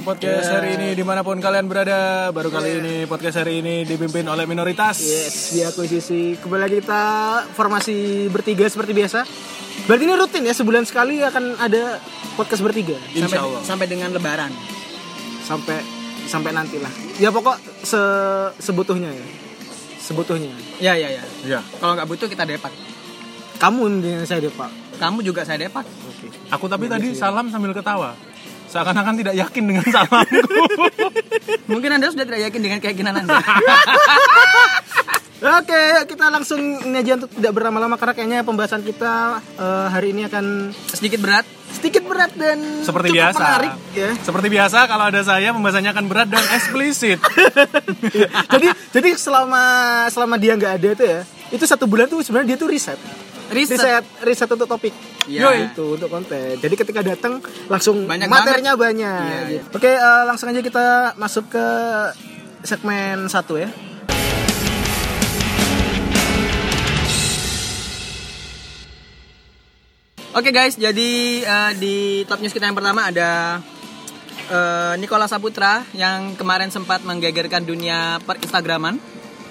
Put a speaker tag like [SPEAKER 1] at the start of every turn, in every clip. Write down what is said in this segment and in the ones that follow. [SPEAKER 1] podcast
[SPEAKER 2] Iya.
[SPEAKER 1] hari ini dimanapun kalian berada. Baru kali ini podcast hari ini dipimpin oleh minoritas.
[SPEAKER 2] Yes, di akuisisi. Kembali lagi kita formasi bertiga seperti biasa. Berarti ini rutin ya sebulan sekali akan ada podcast bertiga
[SPEAKER 1] Insya
[SPEAKER 3] sampai,
[SPEAKER 1] Allah.
[SPEAKER 3] sampai dengan lebaran
[SPEAKER 2] sampai sampai nantilah. Ya pokok se sebutuhnya ya. Sebutuhnya.
[SPEAKER 3] ya ya ya
[SPEAKER 1] Ya,
[SPEAKER 3] kalau nggak butuh kita depak
[SPEAKER 2] Kamu dengan saya deh, Pak.
[SPEAKER 3] kamu juga saya depak
[SPEAKER 2] Oke.
[SPEAKER 1] aku tapi
[SPEAKER 2] Iya,
[SPEAKER 1] tadi salam sambil ketawa. Seakan-akan tidak yakin dengan salamku.
[SPEAKER 3] mungkin anda sudah tidak yakin dengan keyakinan anda
[SPEAKER 2] Oke, yuk kita langsung ini aja untuk tidak berlama-lama karena kayaknya pembahasan kita eh, hari ini akan
[SPEAKER 3] sedikit berat
[SPEAKER 2] sedikit berat dan
[SPEAKER 1] Seperti
[SPEAKER 2] cukup
[SPEAKER 1] biasa.
[SPEAKER 2] menarik ya.
[SPEAKER 1] Seperti biasa kalau ada saya pembahasannya akan berat dan eksplisit.
[SPEAKER 2] jadi jadi selama selama dia nggak ada itu ya, itu satu bulan tuh sebenarnya dia tuh riset.
[SPEAKER 3] riset
[SPEAKER 2] Riset riset untuk topik.
[SPEAKER 3] Iya.
[SPEAKER 2] Yo, itu untuk konten. Jadi ketika datang langsung
[SPEAKER 3] Banyak
[SPEAKER 2] materinya banyak.
[SPEAKER 3] Iya, iya.
[SPEAKER 2] Oke, eh, langsung aja kita masuk ke segmen satu ya.
[SPEAKER 3] Oke guys, jadi eh, di top news kita yang pertama ada eh, Nicola Saputra yang kemarin sempat menggegerkan dunia per Instagraman.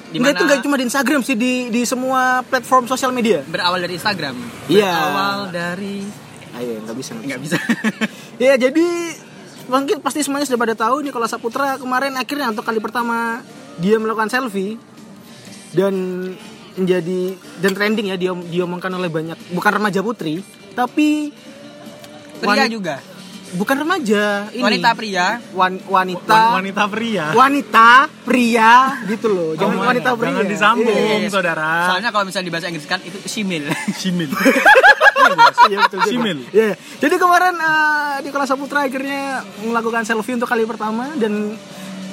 [SPEAKER 3] Di
[SPEAKER 2] Nggak, itu
[SPEAKER 3] mana
[SPEAKER 2] nggak cuma di Instagram sih di di semua platform sosial media.
[SPEAKER 3] berawal dari Instagram.
[SPEAKER 2] Iya.
[SPEAKER 3] Berawal dari
[SPEAKER 2] Ayo, nggak bisa. nggak bisa.
[SPEAKER 3] nggak bisa.
[SPEAKER 2] Ya jadi mungkin pasti semuanya sudah pada tahu Nikola Saputra kemarin akhirnya untuk kali pertama dia melakukan selfie dan menjadi dan trending ya dia diomongkan oleh banyak bukan remaja putri tapi
[SPEAKER 3] pria
[SPEAKER 2] Wan-
[SPEAKER 3] juga.
[SPEAKER 2] bukan remaja ini
[SPEAKER 3] Wanita pria.
[SPEAKER 2] Wan- wanita
[SPEAKER 1] Wan- wanita pria.
[SPEAKER 2] wanita pria gitu loh jangan
[SPEAKER 3] Oh,
[SPEAKER 1] Jangan,
[SPEAKER 2] wanita pria
[SPEAKER 1] jangan disambung,
[SPEAKER 2] Iya, iya,
[SPEAKER 3] Yes.
[SPEAKER 1] saudara.
[SPEAKER 3] Soalnya kalau misalnya di bahasa Inggris kan itu simil.
[SPEAKER 1] Simil.
[SPEAKER 2] iya, betul juga.
[SPEAKER 1] Simil.
[SPEAKER 2] Iya. Jadi kemarin eh, Nikola Saputra akhirnya melakukan selfie untuk kali pertama dan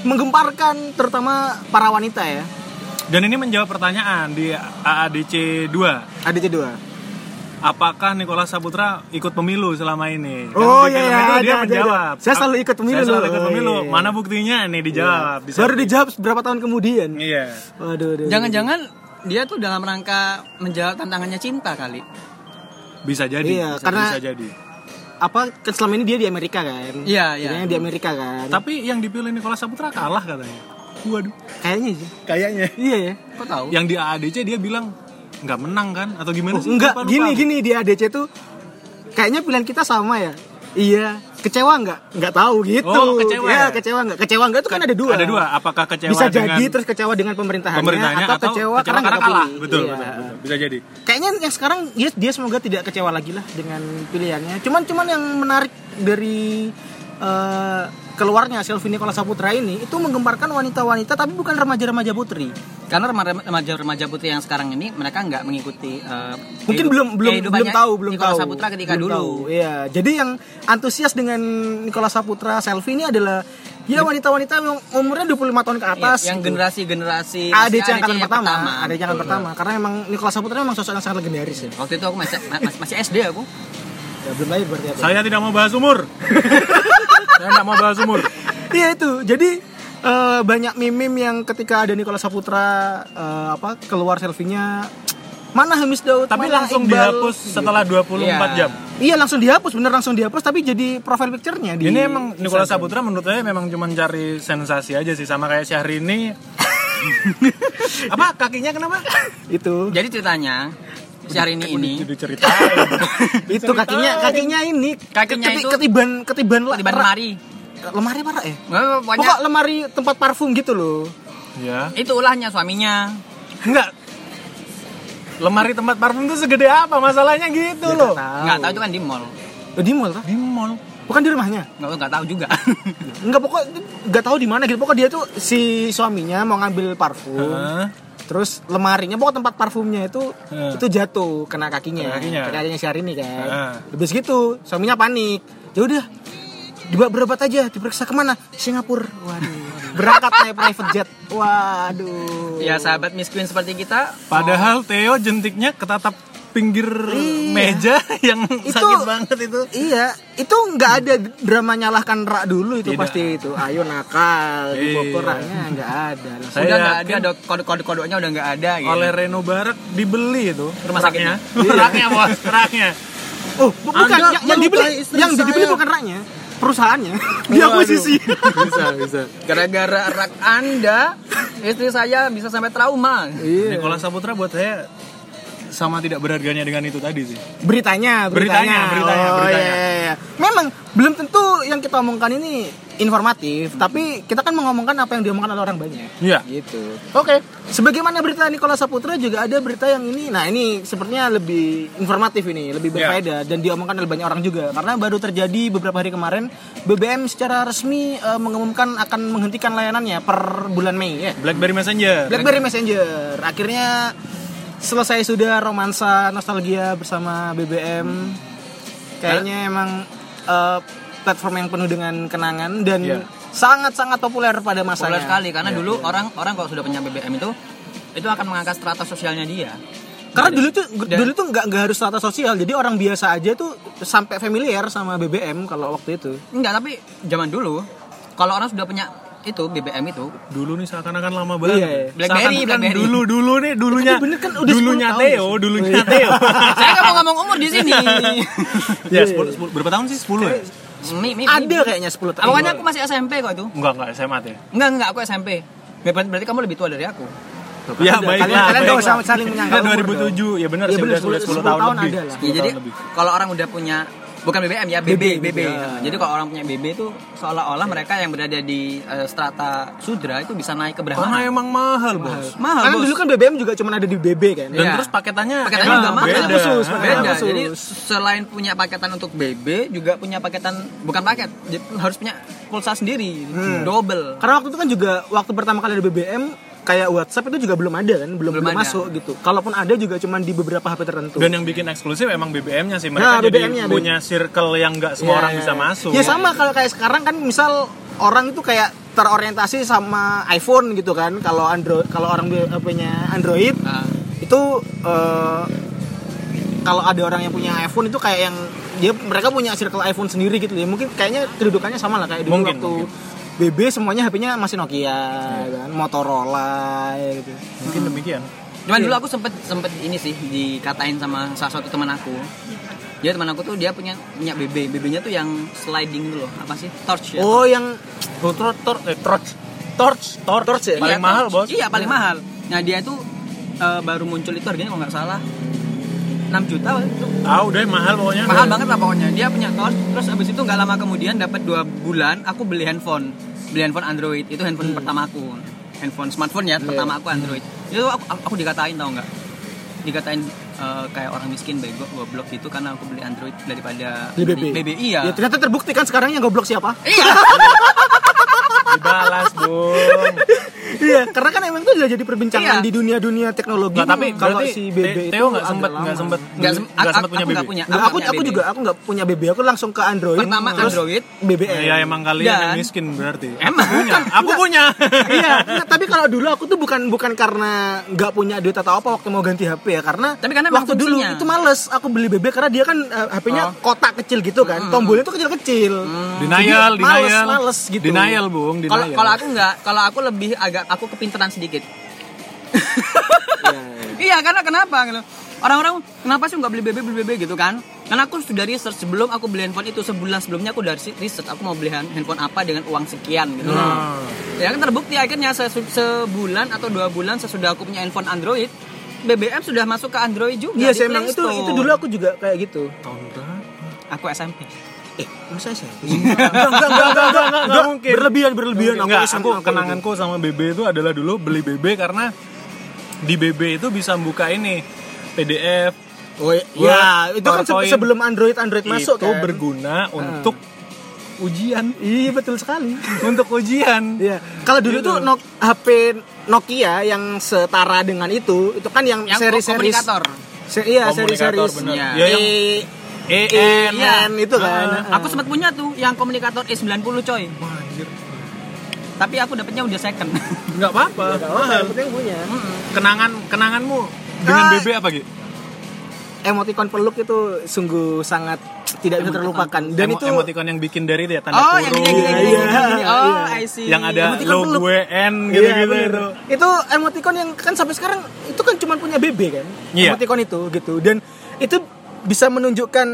[SPEAKER 2] menggemparkan terutama para wanita ya.
[SPEAKER 1] Dan ini menjawab pertanyaan di AADC 2.
[SPEAKER 2] ADC 2.
[SPEAKER 1] Apakah Nicholas Saputra ikut pemilu selama ini? Kan
[SPEAKER 2] Oh,
[SPEAKER 1] di
[SPEAKER 2] iya,
[SPEAKER 1] film
[SPEAKER 2] iya,
[SPEAKER 1] itu
[SPEAKER 2] ada,
[SPEAKER 1] dia
[SPEAKER 2] ada,
[SPEAKER 1] menjawab.
[SPEAKER 2] ada. Saya selalu ikut pemilu,
[SPEAKER 1] Saya selalu ikut
[SPEAKER 2] loh.
[SPEAKER 1] pemilu.
[SPEAKER 2] Iya, iya.
[SPEAKER 1] Mana buktinya nih dijawab? Bisa.
[SPEAKER 2] Baru dijawab berapa tahun kemudian.
[SPEAKER 1] Iya.
[SPEAKER 2] Waduh, waduh.
[SPEAKER 3] Jangan-jangan dia tuh dalam rangka menjawab tantangannya cinta kali.
[SPEAKER 1] Bisa jadi.
[SPEAKER 2] Iya,
[SPEAKER 1] bisa,
[SPEAKER 2] karena-
[SPEAKER 1] bisa jadi.
[SPEAKER 2] apa kan selama ini dia di Amerika kan?
[SPEAKER 3] Iya, iya.
[SPEAKER 2] Jadinya di Amerika kan.
[SPEAKER 1] Tapi yang dipilih Nicholas Saputra kalah katanya. Waduh.
[SPEAKER 2] Kayaknya sih.
[SPEAKER 1] Kayaknya.
[SPEAKER 2] Iya ya.
[SPEAKER 3] Kok tahu?
[SPEAKER 1] Yang di AADC dia bilang nggak menang kan atau gimana
[SPEAKER 2] Oh,
[SPEAKER 1] sih?
[SPEAKER 2] enggak,
[SPEAKER 1] Lupa, lupa
[SPEAKER 2] gini
[SPEAKER 1] aku.
[SPEAKER 2] gini di ADC tuh kayaknya pilihan kita sama ya. Iya, kecewa enggak? Enggak tahu gitu.
[SPEAKER 1] Oh, kecewa ya?
[SPEAKER 2] Iya, kecewa enggak? Kecewa enggak itu kan ada dua.
[SPEAKER 1] Ada dua, apakah kecewa
[SPEAKER 2] bisa
[SPEAKER 1] dengan
[SPEAKER 2] jadi terus kecewa dengan pemerintahannya,
[SPEAKER 1] pemerintahnya
[SPEAKER 2] atau, kecewa, karena,
[SPEAKER 1] karena
[SPEAKER 2] nggak
[SPEAKER 1] kalah.
[SPEAKER 2] kepilih.
[SPEAKER 1] Betul,
[SPEAKER 2] Iya.
[SPEAKER 1] betul, betul. Bisa jadi.
[SPEAKER 2] Kayaknya yang sekarang ya dia semoga tidak kecewa lagi lah dengan pilihannya. Cuman cuman yang menarik dari eh, keluarnya selfie Nikola Saputra ini itu menggemparkan wanita-wanita tapi bukan remaja-remaja putri.
[SPEAKER 3] Karena rema- remaja-remaja putri yang sekarang ini mereka nggak mengikuti eh,
[SPEAKER 2] Mungkin
[SPEAKER 3] kehidup-
[SPEAKER 2] belum belum belum
[SPEAKER 3] kehidupannya
[SPEAKER 2] tahu belum
[SPEAKER 3] Nicholas
[SPEAKER 2] tahu.
[SPEAKER 3] Saputra ketika
[SPEAKER 2] Belum
[SPEAKER 3] dulu.
[SPEAKER 2] tahu, Iya, jadi yang antusias dengan Nikola Saputra selfie ini adalah ya wanita-wanita yang umurnya 25 tahun ke
[SPEAKER 3] Iya,
[SPEAKER 2] atas.
[SPEAKER 3] yang
[SPEAKER 2] gitu.
[SPEAKER 3] generasi-generasi
[SPEAKER 2] ADC yang
[SPEAKER 3] yang
[SPEAKER 2] angkatan pertama, ADC yang
[SPEAKER 3] Betul.
[SPEAKER 2] angkatan pertama karena emang Nikola Saputra memang sosok yang sangat legendaris ya.
[SPEAKER 3] Waktu itu aku masih ma- mas- masih SD aku.
[SPEAKER 2] Ya, belum lahir berarti apa?
[SPEAKER 1] Saya tidak mau bahas umur. Saya tidak mau bahas umur.
[SPEAKER 2] Iya itu. Jadi eh, banyak mimim yang ketika ada Nikola Saputra eh, apa keluar selfie-nya mana Hamis Daud
[SPEAKER 1] Tapi
[SPEAKER 2] mana
[SPEAKER 1] langsung
[SPEAKER 2] Iqbal.
[SPEAKER 1] dihapus setelah 24
[SPEAKER 3] Iya.
[SPEAKER 1] jam.
[SPEAKER 2] Iya langsung dihapus, bener langsung dihapus tapi jadi profile picture-nya di
[SPEAKER 1] Ini emang Nicholas Saputra menurut saya memang cuma cari sensasi aja sih sama kayak Syahrini. apa kakinya kenapa?
[SPEAKER 2] itu.
[SPEAKER 3] Jadi ceritanya si hari ini ini
[SPEAKER 1] Jadi ceritain.
[SPEAKER 2] itu kakinya kakinya ini
[SPEAKER 3] Kakinya
[SPEAKER 2] keti-
[SPEAKER 3] itu-
[SPEAKER 2] ketiban ketiban la-
[SPEAKER 3] ketiban
[SPEAKER 2] ra-
[SPEAKER 3] lemari.
[SPEAKER 2] lemari parah ya
[SPEAKER 3] Eh,
[SPEAKER 2] pokok
[SPEAKER 3] Pokoknya
[SPEAKER 2] lemari tempat parfum gitu loh
[SPEAKER 1] ya.
[SPEAKER 3] itu ulahnya suaminya.
[SPEAKER 1] Enggak. Lemari tempat parfum tuh segede apa masalahnya gitu loh.
[SPEAKER 3] Nggak tahu itu kan di mall.
[SPEAKER 2] Eh, di mall tau.
[SPEAKER 1] Di mall.
[SPEAKER 2] bukan di rumahnya
[SPEAKER 3] Nggak nggak tahu juga.
[SPEAKER 2] Enggak pokok nggak tahu di mana gitu. Pokok dia tuh si suaminya mau ngambil parfum.
[SPEAKER 1] Hah?
[SPEAKER 2] Terus lemarinya pokok tempat parfumnya itu
[SPEAKER 1] Heeh.
[SPEAKER 2] itu jatuh kena kakinya.
[SPEAKER 1] Kena kakinya.
[SPEAKER 2] Kena kakinya si Arini kan.
[SPEAKER 1] Heeh.
[SPEAKER 2] Habis gitu suaminya panik. Ya udah dibawa berobat aja diperiksa kemana Singapura waduh berangkat naik private jet waduh
[SPEAKER 3] ya sahabat miskin seperti kita
[SPEAKER 1] Padahal Theo jentiknya ketatap pinggir
[SPEAKER 2] Iya.
[SPEAKER 1] meja yang sakit banget itu.
[SPEAKER 2] iya itu nggak ada drama nyalahkan rak dulu itu
[SPEAKER 1] Tidak.
[SPEAKER 2] pasti itu ayo nakal
[SPEAKER 1] Iya.
[SPEAKER 2] di Bogor raknya nggak ada langsung
[SPEAKER 1] Saya
[SPEAKER 3] udah nggak ada
[SPEAKER 1] yakin-
[SPEAKER 3] ada kode-kode-kodenya udah nggak ada gitu.
[SPEAKER 1] Oleh Reno Barak dibeli itu
[SPEAKER 3] Rumah sakitnya.
[SPEAKER 1] Iya. Raknya bos, raknya.
[SPEAKER 2] Oh, bu- bukan
[SPEAKER 3] Anda
[SPEAKER 2] yang, yang dibeli,
[SPEAKER 3] melukai istri
[SPEAKER 2] yang dibeli
[SPEAKER 3] saya.
[SPEAKER 2] bukan raknya. perusahaannya di akuisisi
[SPEAKER 3] bisa bisa gara-gara rak anda istri saya bisa sampai trauma
[SPEAKER 2] Iya.
[SPEAKER 1] Nikola Saputra buat saya sama tidak berharganya dengan itu tadi sih.
[SPEAKER 2] beritanya
[SPEAKER 1] Beritanya, beritanya,
[SPEAKER 2] Oh,
[SPEAKER 1] beritanya.
[SPEAKER 2] iya, iya, iya. memang belum tentu yang kita omongkan ini informatif tapi kita kan mengomongkan apa yang diomongkan oleh orang banyak
[SPEAKER 1] Iya.
[SPEAKER 3] gitu
[SPEAKER 2] Oke, sebagaimana berita Nikola Saputra juga ada berita yang ini. Nah, ini sepertinya lebih informatif ini, lebih
[SPEAKER 3] Iya.
[SPEAKER 1] Ya.
[SPEAKER 2] berfaedah dan diomongkan oleh banyak orang juga karena baru terjadi beberapa hari kemarin BBM secara resmi eh, mengumumkan akan menghentikan layanannya per bulan Mei ya.
[SPEAKER 1] BlackBerry Messenger.
[SPEAKER 2] BlackBerry Messenger akhirnya selesai sudah romansa nostalgia bersama BBM. Kayaknya emang eh, platform yang penuh dengan kenangan dan
[SPEAKER 1] Ya.
[SPEAKER 2] sangat-sangat populer pada masanya.
[SPEAKER 3] Iya. populer sekali karena dulu orang orang kalau sudah punya BBM itu itu akan mengangkat strata sosialnya dia
[SPEAKER 2] Karena dulu tuh
[SPEAKER 3] Dan-
[SPEAKER 2] dulu tuh nggak nggak harus strata sosial, jadi orang biasa aja tuh sampai familiar sama BBM kalau waktu itu.
[SPEAKER 3] enggak tapi zaman dulu kalau orang sudah punya itu BBM itu
[SPEAKER 1] Dulu nih seakan-akan lama
[SPEAKER 2] Iya, iya.
[SPEAKER 1] banget.
[SPEAKER 3] Blackberry, Blackberry.
[SPEAKER 1] Dulu dulu nih dulunya.
[SPEAKER 2] Tapi bener kan udah 10
[SPEAKER 1] dulunya
[SPEAKER 2] tahun Iya.
[SPEAKER 1] Theo,
[SPEAKER 2] sih.
[SPEAKER 1] dulunya Theo.
[SPEAKER 3] saya nggak mau ngomong umur di sini
[SPEAKER 1] ya, 10, 10 berapa tahun sih? 10 ya?
[SPEAKER 3] Mi, mi, mi.
[SPEAKER 2] Ada kayaknya 10 tahun.
[SPEAKER 3] awalnya aku masih SMP kok itu
[SPEAKER 1] Enggak, enggak SMA Teh.
[SPEAKER 3] enggak enggak aku SMP Ya, ber- berarti kamu lebih tua dari aku
[SPEAKER 1] Ya, baiklah.
[SPEAKER 2] Ada. Kalian- kalian nggak
[SPEAKER 1] baiklah.
[SPEAKER 2] usah saling menyangkal
[SPEAKER 1] Kita
[SPEAKER 2] umur
[SPEAKER 1] 2007, ya benar
[SPEAKER 2] Ya
[SPEAKER 1] sih
[SPEAKER 2] bener,
[SPEAKER 1] udah sudah 10
[SPEAKER 2] 10
[SPEAKER 1] tahun
[SPEAKER 2] tahun
[SPEAKER 1] lebih.
[SPEAKER 2] ada lah. Iya,
[SPEAKER 1] 10
[SPEAKER 3] Ya, jadi
[SPEAKER 1] tahun lebih.
[SPEAKER 3] kalau orang udah punya bukan BBM ya BB BB.
[SPEAKER 1] iya.
[SPEAKER 3] Nah, Jadi kalau orang punya BB itu seolah-olah mereka yang berada di eh, strata sudra itu bisa naik ke
[SPEAKER 1] Karena
[SPEAKER 3] Brahmana.
[SPEAKER 1] emang mahal, Bos.
[SPEAKER 3] Mahal
[SPEAKER 2] Karena
[SPEAKER 3] bos.
[SPEAKER 2] dulu kan BBM juga cuma ada di BB kan.
[SPEAKER 1] Dan
[SPEAKER 3] Iya.
[SPEAKER 1] terus paketannya
[SPEAKER 3] paketannya
[SPEAKER 1] emang
[SPEAKER 3] juga mahal.
[SPEAKER 1] beda.
[SPEAKER 2] Khusus, paketannya
[SPEAKER 3] beda.
[SPEAKER 2] khusus.
[SPEAKER 3] Jadi selain punya paketan untuk BB juga punya paketan bukan paket, jadi harus punya pulsa sendiri,
[SPEAKER 1] Hmm.
[SPEAKER 3] double.
[SPEAKER 2] Karena waktu itu kan juga waktu pertama kali ada BBM kayak WhatsApp itu juga belum ada kan, belum,
[SPEAKER 3] Belum
[SPEAKER 2] belum
[SPEAKER 3] ada.
[SPEAKER 2] masuk gitu. Kalaupun ada juga cuma di beberapa HP tertentu.
[SPEAKER 1] Dan yang bikin eksklusif emang BBM-nya sih. Mereka
[SPEAKER 2] Nah,
[SPEAKER 1] jadi
[SPEAKER 2] BBM-nya.
[SPEAKER 1] punya circle yang nggak semua
[SPEAKER 3] Iya,
[SPEAKER 1] orang
[SPEAKER 3] iya,
[SPEAKER 1] bisa
[SPEAKER 3] iya.
[SPEAKER 1] masuk.
[SPEAKER 2] Ya sama kalau kayak sekarang kan misal orang itu kayak terorientasi sama iPhone gitu kan. Kalau Android kalau orang bi- punya Android
[SPEAKER 3] Nah,
[SPEAKER 2] itu eh, kalau ada orang yang punya iPhone itu kayak yang dia mereka punya circle iPhone sendiri gitu ya mungkin kayaknya kedudukannya sama lah kayak dulu
[SPEAKER 1] Mungkin,
[SPEAKER 2] waktu
[SPEAKER 1] mungkin. Iya.
[SPEAKER 2] BB semuanya HP-nya masih Nokia kan Motorola ya gitu
[SPEAKER 1] Mungkin demikian. Iya.
[SPEAKER 3] Cuman dulu aku sempet sempet ini sih dikatain sama salah satu teman aku.
[SPEAKER 1] Iya.
[SPEAKER 3] Dia teman aku tuh dia punya punya BB, BB-nya tuh yang sliding dulu, apa sih? Torch ya.
[SPEAKER 2] oh yang
[SPEAKER 1] Torch, torch, eh, torch, torch, torch,
[SPEAKER 2] Torch ya?
[SPEAKER 1] paling
[SPEAKER 3] Iya,
[SPEAKER 1] mahal
[SPEAKER 3] torch.
[SPEAKER 1] bos.
[SPEAKER 3] Iya, paling mahal. Nah, dia itu eh, baru muncul itu harganya kalau nggak salah 6 juta waktu itu.
[SPEAKER 1] Ah udah mahal pokoknya.
[SPEAKER 3] mahal banget lah pokoknya dia punya torch terus abis itu nggak lama kemudian dapat dua bulan aku beli handphone beli handphone android itu handphone pertama aku handphone smartphone ya pertama aku android itu aku, aku, aku dikatain tau nggak dikatain eh, kayak orang miskin bego goblok gitu karena aku beli android daripada
[SPEAKER 2] di BB.
[SPEAKER 3] beli iya
[SPEAKER 2] Ya, ternyata terbukti kan sekarang yang goblok siapa?
[SPEAKER 3] iya
[SPEAKER 1] Dibalas dong.
[SPEAKER 2] Iya, karena kan emang itu udah jadi perbincangan
[SPEAKER 3] Iya.
[SPEAKER 2] di dunia-dunia teknologi.
[SPEAKER 1] Nggak, tapi
[SPEAKER 2] kalau
[SPEAKER 1] berarti
[SPEAKER 2] si BB itu
[SPEAKER 1] Theo nggak
[SPEAKER 2] agak
[SPEAKER 1] sempet
[SPEAKER 2] lama.
[SPEAKER 1] nggak sempet
[SPEAKER 3] Nggak sem-
[SPEAKER 1] nggak sempet
[SPEAKER 3] aku-
[SPEAKER 1] punya
[SPEAKER 3] aku nggak
[SPEAKER 1] BB.
[SPEAKER 3] punya.
[SPEAKER 2] Nggak, aku
[SPEAKER 3] punya
[SPEAKER 2] aku
[SPEAKER 3] BB.
[SPEAKER 2] juga aku nggak punya BB, aku langsung ke Android.
[SPEAKER 3] Pertama Android.
[SPEAKER 2] BBM.
[SPEAKER 1] Ya emang kalian
[SPEAKER 3] Dan-
[SPEAKER 1] yang miskin berarti.
[SPEAKER 3] Emang.
[SPEAKER 1] Aku punya. Aku punya.
[SPEAKER 2] iya, nggak, tapi kalau dulu aku tuh bukan bukan karena nggak punya duit atau apa waktu mau ganti HP ya, karena
[SPEAKER 3] Tapi karena emang
[SPEAKER 2] waktu dulu
[SPEAKER 3] fungsinya.
[SPEAKER 2] itu males aku beli BB karena dia kan eh, HP-nya
[SPEAKER 3] Oh.
[SPEAKER 2] kotak kecil gitu kan, tombolnya tuh kecil-kecil.
[SPEAKER 1] Hmm. Denial,
[SPEAKER 2] Jadi males,
[SPEAKER 1] denial.
[SPEAKER 2] males gitu.
[SPEAKER 1] Denial, Bung,
[SPEAKER 3] kalau
[SPEAKER 1] denial.
[SPEAKER 3] kalau aku nggak kalau aku lebih agak aku kepinteran sedikit iya karena kenapa gitu. orang-orang kenapa sih nggak beli BB beli BB gitu kan karena aku sudah research sebelum aku beli handphone itu sebulan sebelumnya aku udah research aku mau beli hand- handphone apa dengan uang sekian gitu
[SPEAKER 2] Hmm.
[SPEAKER 3] ya kan terbukti akhirnya se- sebulan atau dua bulan sesudah aku punya handphone Android BBM sudah masuk ke Android juga
[SPEAKER 2] Iya,
[SPEAKER 3] di
[SPEAKER 2] sih emang
[SPEAKER 3] Play
[SPEAKER 2] itu
[SPEAKER 3] Store.
[SPEAKER 2] itu dulu aku juga kayak gitu.
[SPEAKER 1] Tahun berapa?
[SPEAKER 3] aku SMP
[SPEAKER 2] Eh, masa SMP?
[SPEAKER 1] Enggak, enggak, enggak, enggak, enggak, enggak, enggak mungkin.
[SPEAKER 2] Berlebihan, berlebihan. Aku
[SPEAKER 1] Enggak,
[SPEAKER 2] iseng,
[SPEAKER 1] aku
[SPEAKER 2] aku
[SPEAKER 1] kenanganku sama BB itu adalah dulu beli BB karena di BB itu bisa buka ini PDF
[SPEAKER 2] Oh iya, ya, itu kan se-
[SPEAKER 1] PowerPoint.
[SPEAKER 2] sebelum Android Android masuk
[SPEAKER 1] itu
[SPEAKER 2] kan.
[SPEAKER 1] berguna untuk ujian,
[SPEAKER 2] iya betul sekali.
[SPEAKER 1] untuk ujian.
[SPEAKER 2] Iya. Kalau dulu tuh Nok- HP Nokia yang setara dengan itu, itu kan yang,
[SPEAKER 3] yang
[SPEAKER 2] seri-seri
[SPEAKER 3] komunikator
[SPEAKER 2] se- iya, seri-seri
[SPEAKER 1] Komunikator, bener.
[SPEAKER 3] Iya.
[SPEAKER 1] Ya, yang
[SPEAKER 2] E-
[SPEAKER 1] EN.
[SPEAKER 2] EN itu kan.
[SPEAKER 1] Ah,
[SPEAKER 2] Ah.
[SPEAKER 3] aku sempat punya tuh yang komunikator E90 coy
[SPEAKER 1] Wah, anjir.
[SPEAKER 3] tapi aku dapetnya udah second
[SPEAKER 1] Enggak apa-apa.
[SPEAKER 2] Yang
[SPEAKER 1] mahal.
[SPEAKER 2] penting punya.
[SPEAKER 1] Kenangan kenanganmu dengan
[SPEAKER 2] Ah.
[SPEAKER 1] BB apa, Gi?
[SPEAKER 2] Emoticon peluk itu sungguh sangat tidak bisa terlupakan dan
[SPEAKER 1] Emo-
[SPEAKER 2] itu
[SPEAKER 1] emoticon yang bikin dari dia tanda
[SPEAKER 3] oh
[SPEAKER 1] kurung.
[SPEAKER 3] yang gini gini
[SPEAKER 2] Iya,
[SPEAKER 3] gini, gini, gini. oh
[SPEAKER 2] iya.
[SPEAKER 3] I see
[SPEAKER 1] yang ada
[SPEAKER 2] Emoticon
[SPEAKER 1] lo
[SPEAKER 2] peluk.
[SPEAKER 1] gue N
[SPEAKER 2] Iya,
[SPEAKER 1] gitu-gitu
[SPEAKER 2] bener.
[SPEAKER 1] itu.
[SPEAKER 2] Itu emoticon yang kan sampai sekarang itu kan cuma punya BB kan.
[SPEAKER 1] Iya.
[SPEAKER 2] Emoticon eh, itu gitu dan itu bisa menunjukkan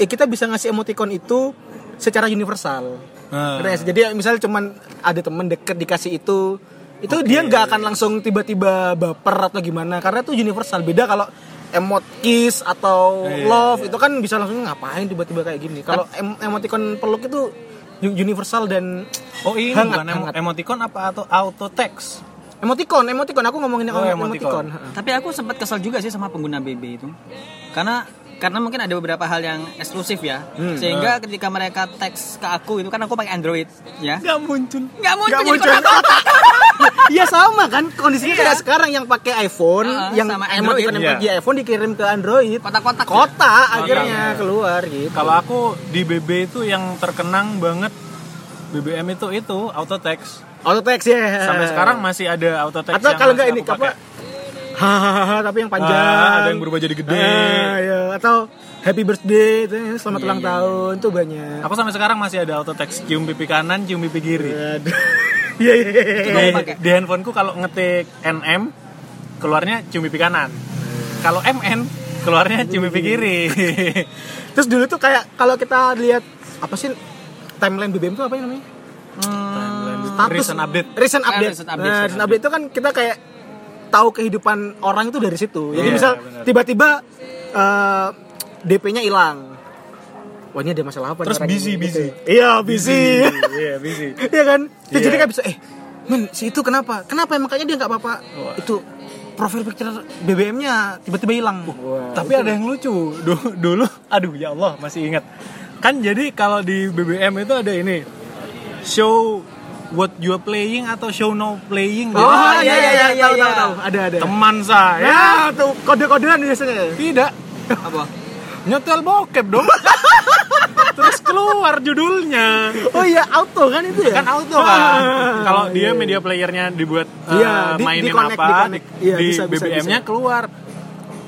[SPEAKER 2] ya kita bisa ngasih emoticon itu secara universal.
[SPEAKER 1] Ah.
[SPEAKER 2] Ngerti nggak sih? Jadi misalnya cuman ada temen deket dikasih itu, itu dia nggak akan langsung tiba-tiba baper atau gimana karena itu universal. Beda kalau emot kiss atau
[SPEAKER 1] Iya, Kan
[SPEAKER 2] love itu kan bisa langsung ngapain tiba-tiba kayak gini. Kalau em- emoticon peluk itu u- universal dan
[SPEAKER 1] Oh ini
[SPEAKER 2] Hangat,
[SPEAKER 1] bukan emo-
[SPEAKER 2] hangat.
[SPEAKER 1] emoticon apa atau auto text?
[SPEAKER 2] emoticon, emoticon aku ngomongin
[SPEAKER 1] Oh,
[SPEAKER 2] emoticon.
[SPEAKER 1] emoticon.
[SPEAKER 2] Ha-ha.
[SPEAKER 3] Tapi aku sempat kesel juga sih sama pengguna BB itu. Karena karena mungkin ada beberapa hal yang eksklusif ya.
[SPEAKER 1] Hmm, eh.
[SPEAKER 3] Sehingga ketika mereka teks ke aku itu kan aku pakai Android ya.
[SPEAKER 1] Gak muncul.
[SPEAKER 3] Nggak muncul
[SPEAKER 2] Nggak
[SPEAKER 3] jadi
[SPEAKER 2] muncul.
[SPEAKER 3] kotak-kotak.
[SPEAKER 2] Iya sama kan kondisinya kayak sekarang yang pakai iPhone,
[SPEAKER 3] Heeh,
[SPEAKER 2] yang
[SPEAKER 3] sama Android.
[SPEAKER 2] emoticon emoticon
[SPEAKER 1] Iya. Oh,
[SPEAKER 2] iPhone dikirim ke Android.
[SPEAKER 3] Kotak-kotak.
[SPEAKER 2] kota akhirnya keluar gitu.
[SPEAKER 1] Kalau aku di BB itu yang terkenang banget BBM itu itu auto text.
[SPEAKER 2] auto text ya.
[SPEAKER 1] Sampai sekarang masih ada auto text.
[SPEAKER 2] atau
[SPEAKER 1] yang
[SPEAKER 2] kalau nggak
[SPEAKER 1] masih
[SPEAKER 2] ini
[SPEAKER 1] aku
[SPEAKER 2] apa?
[SPEAKER 1] pakai.
[SPEAKER 2] Hahaha tapi yang panjang.
[SPEAKER 1] Ah, ada yang berubah jadi gede.
[SPEAKER 2] Ah, iya. Atau happy birthday itu ya, selamat
[SPEAKER 3] Iya,
[SPEAKER 2] ulang
[SPEAKER 3] iya,
[SPEAKER 2] tahun itu banyak.
[SPEAKER 1] Aku sampai sekarang masih ada auto text cium pipi kanan, cium pipi kiri.
[SPEAKER 2] Aduh. Iya iya iya, iya.
[SPEAKER 1] Di,
[SPEAKER 3] pakai.
[SPEAKER 1] di handphoneku kalau ngetik NM keluarnya cium pipi kanan. Kalau MN keluarnya cium pipi kiri.
[SPEAKER 2] Terus dulu tuh kayak kalau kita lihat apa sih timeline BBM tuh apa yang namanya? Hmm,
[SPEAKER 1] Recent update.
[SPEAKER 2] Recent update.
[SPEAKER 3] Ah, recent update,
[SPEAKER 2] Nah,
[SPEAKER 3] recent
[SPEAKER 2] recent update itu kan kita kayak tahu kehidupan orang itu dari situ. Jadi
[SPEAKER 1] Iya,
[SPEAKER 2] misal
[SPEAKER 1] benar.
[SPEAKER 2] tiba-tiba eh, DP-nya hilang. Wah, ini ada masalah apa? nih
[SPEAKER 1] Terus
[SPEAKER 2] orang
[SPEAKER 1] busy,
[SPEAKER 2] ini?
[SPEAKER 1] busy.
[SPEAKER 2] Gitu. Iya, busy.
[SPEAKER 1] Iya, busy.
[SPEAKER 2] Iya kan? Terus
[SPEAKER 1] Iya.
[SPEAKER 2] Jadi kayak bisa eh men si itu kenapa? Kenapa ya? makanya dia nggak apa-apa?
[SPEAKER 1] Wah.
[SPEAKER 2] Itu profil picture BBM-nya tiba-tiba hilang.
[SPEAKER 1] Tapi ada yang lucu. Du- Dulu, aduh ya Allah masih ingat. Kan jadi kalau di BBM itu ada ini show what you are playing atau show no playing. gitu.
[SPEAKER 2] Oh,
[SPEAKER 1] Jadi,
[SPEAKER 2] iya iya iya
[SPEAKER 3] iya,
[SPEAKER 2] tahu
[SPEAKER 3] iya.
[SPEAKER 2] tahu tahu. Ada ada.
[SPEAKER 1] Teman saya
[SPEAKER 2] Ya, tuh kode-kodean biasanya.
[SPEAKER 1] tidak
[SPEAKER 3] Apa?
[SPEAKER 1] nyetel bokep dong. Terus keluar judulnya.
[SPEAKER 2] Oh iya, auto kan itu ya?
[SPEAKER 1] kan auto kan kalau dia media playernya dibuat uh,
[SPEAKER 2] Iya, di-
[SPEAKER 1] mainin
[SPEAKER 2] di-connect,
[SPEAKER 1] apa
[SPEAKER 2] di-connect.
[SPEAKER 1] di-
[SPEAKER 2] Iya,
[SPEAKER 1] di
[SPEAKER 2] bisa, bisa,
[SPEAKER 1] BBM-nya
[SPEAKER 2] bisa.
[SPEAKER 1] keluar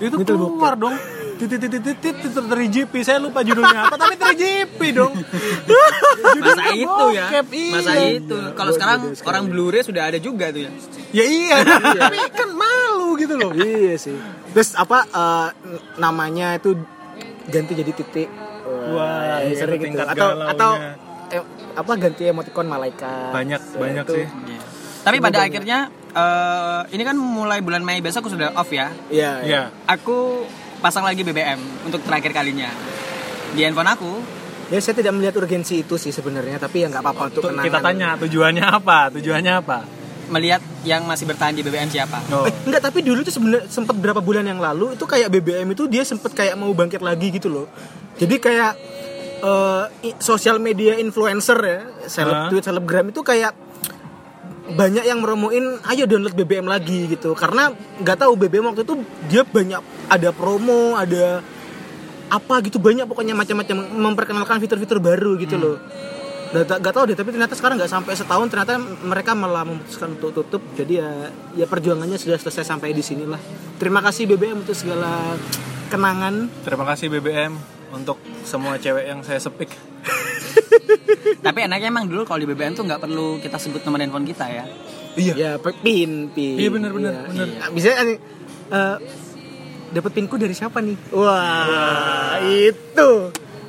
[SPEAKER 1] itu
[SPEAKER 2] Betul,
[SPEAKER 1] keluar dong titit titit titit titit 3GP saya lupa judulnya apa tapi 3GP dong
[SPEAKER 3] Masa itu ya.
[SPEAKER 1] bokep, iya.
[SPEAKER 3] Masa itu. Kalau sekarang orang Blu-ray sudah ada juga tuh ya.
[SPEAKER 1] ya iya tapi kan malu gitu loh
[SPEAKER 2] Iya sih. Terus apa eh, n- namanya itu ganti jadi titik.
[SPEAKER 1] Wah, iya,
[SPEAKER 2] sering
[SPEAKER 1] itu
[SPEAKER 2] gitu.
[SPEAKER 1] tingkat
[SPEAKER 2] Atau
[SPEAKER 1] galaunya.
[SPEAKER 2] atau eh, apa ganti emoticon malaikat.
[SPEAKER 1] banyak
[SPEAKER 2] Ya,
[SPEAKER 1] banyak
[SPEAKER 2] itu.
[SPEAKER 1] sih
[SPEAKER 3] Tapi pada akhirnya eh, ini kan mulai bulan Mei besok aku sudah off ya.
[SPEAKER 2] Iya. iya.
[SPEAKER 1] ya
[SPEAKER 3] Aku pasang lagi BBM untuk terakhir kalinya. Di handphone aku
[SPEAKER 2] Ya saya tidak melihat urgensi itu sih sebenarnya, tapi ya nggak apa-apa untuk kenangan.
[SPEAKER 1] kita tanya tujuannya apa tujuannya apa
[SPEAKER 3] melihat yang masih bertahan di BBM siapa.
[SPEAKER 1] oh.
[SPEAKER 2] Eh, enggak, tapi dulu tuh sebenarnya sempat berapa bulan yang lalu itu kayak BBM itu dia sempat kayak mau bangkit lagi gitu loh. Jadi kayak eh, i- sosial media influencer ya, seleb
[SPEAKER 1] Hah?
[SPEAKER 2] tweet, selebgram itu kayak banyak yang meromoin ayo download BBM lagi gitu karena nggak tahu BBM waktu itu dia banyak ada promo ada apa gitu banyak pokoknya macam-macam memperkenalkan fitur-fitur baru gitu loh Nggak ta- nggak tahu deh tapi ternyata sekarang nggak sampai setahun ternyata mereka malah memutuskan untuk tutup jadi ya ya perjuangannya sudah selesai sampai di sinilah terima kasih BBM untuk segala kenangan
[SPEAKER 1] terima kasih BBM untuk semua cewek yang saya sepik
[SPEAKER 3] Tapi enaknya emang dulu kalau di BBM tuh nggak perlu kita sebut nomor handphone kita ya.
[SPEAKER 1] iya
[SPEAKER 2] ya pe- pin pin
[SPEAKER 1] Iya, bener, bener,
[SPEAKER 2] Iya.
[SPEAKER 1] bener.
[SPEAKER 2] Nah, bisa eh, eh, dapat pinku dari siapa nih wah, itu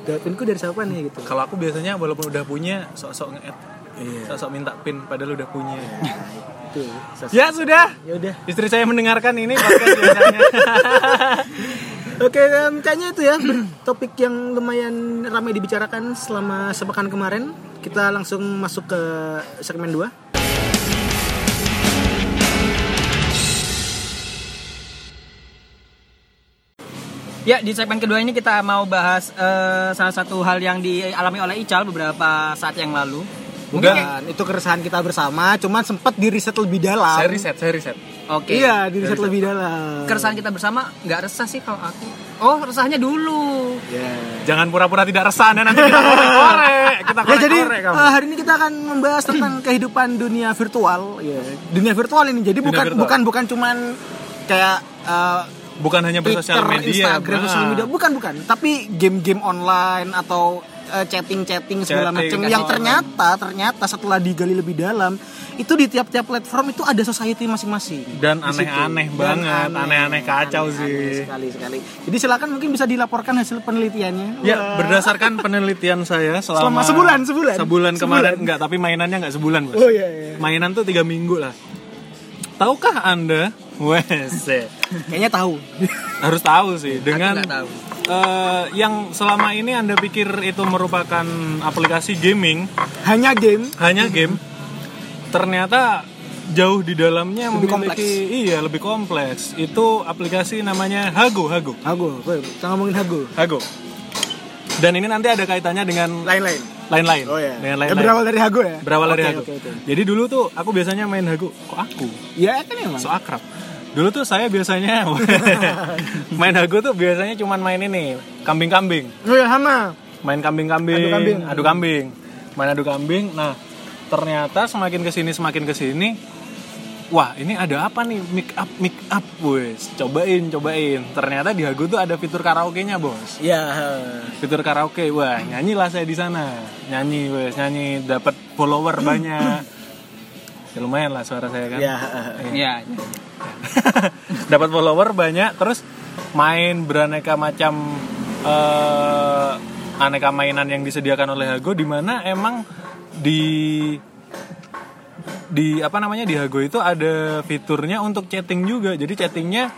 [SPEAKER 2] dapat pinku dari siapa nih gitu
[SPEAKER 1] Kalau aku biasanya walaupun udah punya sok-sok nge-add. Sok-sok minta pin padahal udah punya.
[SPEAKER 2] itu ses-
[SPEAKER 1] ya sudah.
[SPEAKER 2] ya udah
[SPEAKER 1] Istri saya mendengarkan ini podcast biasanya.
[SPEAKER 2] Oke, em, kayaknya itu ya topik yang lumayan ramai dibicarakan selama sepekan kemarin. Kita langsung masuk ke segmen 2.
[SPEAKER 3] Ya di segmen kedua ini kita mau bahas eh, salah satu hal yang dialami oleh Ical beberapa saat yang lalu.
[SPEAKER 1] Bukan.
[SPEAKER 2] Dan itu keresahan kita bersama, cuman sempat di riset lebih dalam.
[SPEAKER 1] saya riset, saya riset.
[SPEAKER 3] Oke.
[SPEAKER 2] Iya, di riset lebih dalam.
[SPEAKER 3] Keresahan kita bersama nggak resah sih kalau aku. Oh resahnya dulu.
[SPEAKER 2] Ya.
[SPEAKER 1] Jangan pura-pura tidak resah dan nanti kita korek-korek. Kita
[SPEAKER 2] Ya, jadi
[SPEAKER 1] korek-korek Nah, kamu.
[SPEAKER 2] eh, hari ini kita akan membahas tentang kehidupan dunia virtual. Ya, dunia virtual ini. Jadi
[SPEAKER 1] Dunia
[SPEAKER 2] bukan
[SPEAKER 1] virtual.
[SPEAKER 2] bukan bukan cuman kayak eh,
[SPEAKER 1] Bukan hanya bersosial
[SPEAKER 2] Twitter,
[SPEAKER 1] media.
[SPEAKER 2] Instagram,
[SPEAKER 1] nah.
[SPEAKER 2] sosial media, bukan bukan, tapi game-game online atau eh, chatting-chatting segala
[SPEAKER 1] Chatting,
[SPEAKER 2] macam yang
[SPEAKER 3] kasih
[SPEAKER 2] ternyata ternyata setelah digali lebih dalam itu di tiap-tiap platform itu ada society masing-masing
[SPEAKER 1] Dan
[SPEAKER 2] Di situ.
[SPEAKER 1] aneh-aneh
[SPEAKER 2] Dan
[SPEAKER 1] banget,
[SPEAKER 2] aneh.
[SPEAKER 1] aneh-aneh kacau
[SPEAKER 2] Aneh-aneh
[SPEAKER 1] sih.
[SPEAKER 2] sekali sekali jadi silakan mungkin bisa dilaporkan hasil penelitiannya
[SPEAKER 1] Ya, berdasarkan penelitian saya selama,
[SPEAKER 2] Selama sebulan, sebulan.
[SPEAKER 1] Sebulan kemarin
[SPEAKER 2] Sebulan.
[SPEAKER 1] enggak, tapi mainannya enggak sebulan, Bos.
[SPEAKER 2] Oh, iya, iya.
[SPEAKER 1] Mainan tuh tiga minggu lah. Tahukah Anda?
[SPEAKER 2] Iya.
[SPEAKER 1] Wes.
[SPEAKER 2] kayaknya tahu
[SPEAKER 1] Harus tahu sih dengan
[SPEAKER 3] nggak tahu.
[SPEAKER 1] eh, yang selama ini Anda pikir itu merupakan aplikasi gaming,
[SPEAKER 2] hanya game
[SPEAKER 1] hanya game. Ternyata jauh di dalamnya
[SPEAKER 2] Lebih
[SPEAKER 1] memiliki iya, lebih kompleks. Itu aplikasi namanya Hago, Hago.
[SPEAKER 2] Hago, boy, kita ngomongin Hago.
[SPEAKER 1] Hago. Dan ini nanti ada kaitannya dengan
[SPEAKER 2] Lain-lain.
[SPEAKER 1] lain-lain.
[SPEAKER 2] Oh ya.
[SPEAKER 1] Dengan
[SPEAKER 2] Ya,
[SPEAKER 1] lain-lain.
[SPEAKER 2] berawal dari Hago ya?
[SPEAKER 1] Berawal dari
[SPEAKER 2] Oke,
[SPEAKER 1] Hago.
[SPEAKER 2] oke, oke.
[SPEAKER 1] Jadi dulu tuh aku biasanya main Hago. Kok aku?
[SPEAKER 2] Ya kan emang.
[SPEAKER 1] So akrab. Dulu tuh saya biasanya main Hago tuh biasanya cuman main ini, kambing-kambing.
[SPEAKER 2] Oh ya sama.
[SPEAKER 1] Main kambing-kambing,
[SPEAKER 2] Adu kambing.
[SPEAKER 1] adu kambing. Main adu kambing. Nah, ternyata semakin ke sini semakin ke sini Wah, ini ada apa nih? Make up, make up, boys. Cobain, cobain. Ternyata di Hago tuh ada fitur karaoke-nya, bos
[SPEAKER 2] Ya.
[SPEAKER 1] fitur karaoke wah nyanyilah saya di sana nyanyi wes nyanyi dapat follower banyak ya lumayan lah suara saya kan
[SPEAKER 2] Ya.
[SPEAKER 3] Iya.
[SPEAKER 1] dapat follower banyak terus main beraneka macam eh, aneka mainan yang disediakan oleh Hago di mana emang di di apa namanya di Hago itu ada fiturnya untuk chatting juga jadi chattingnya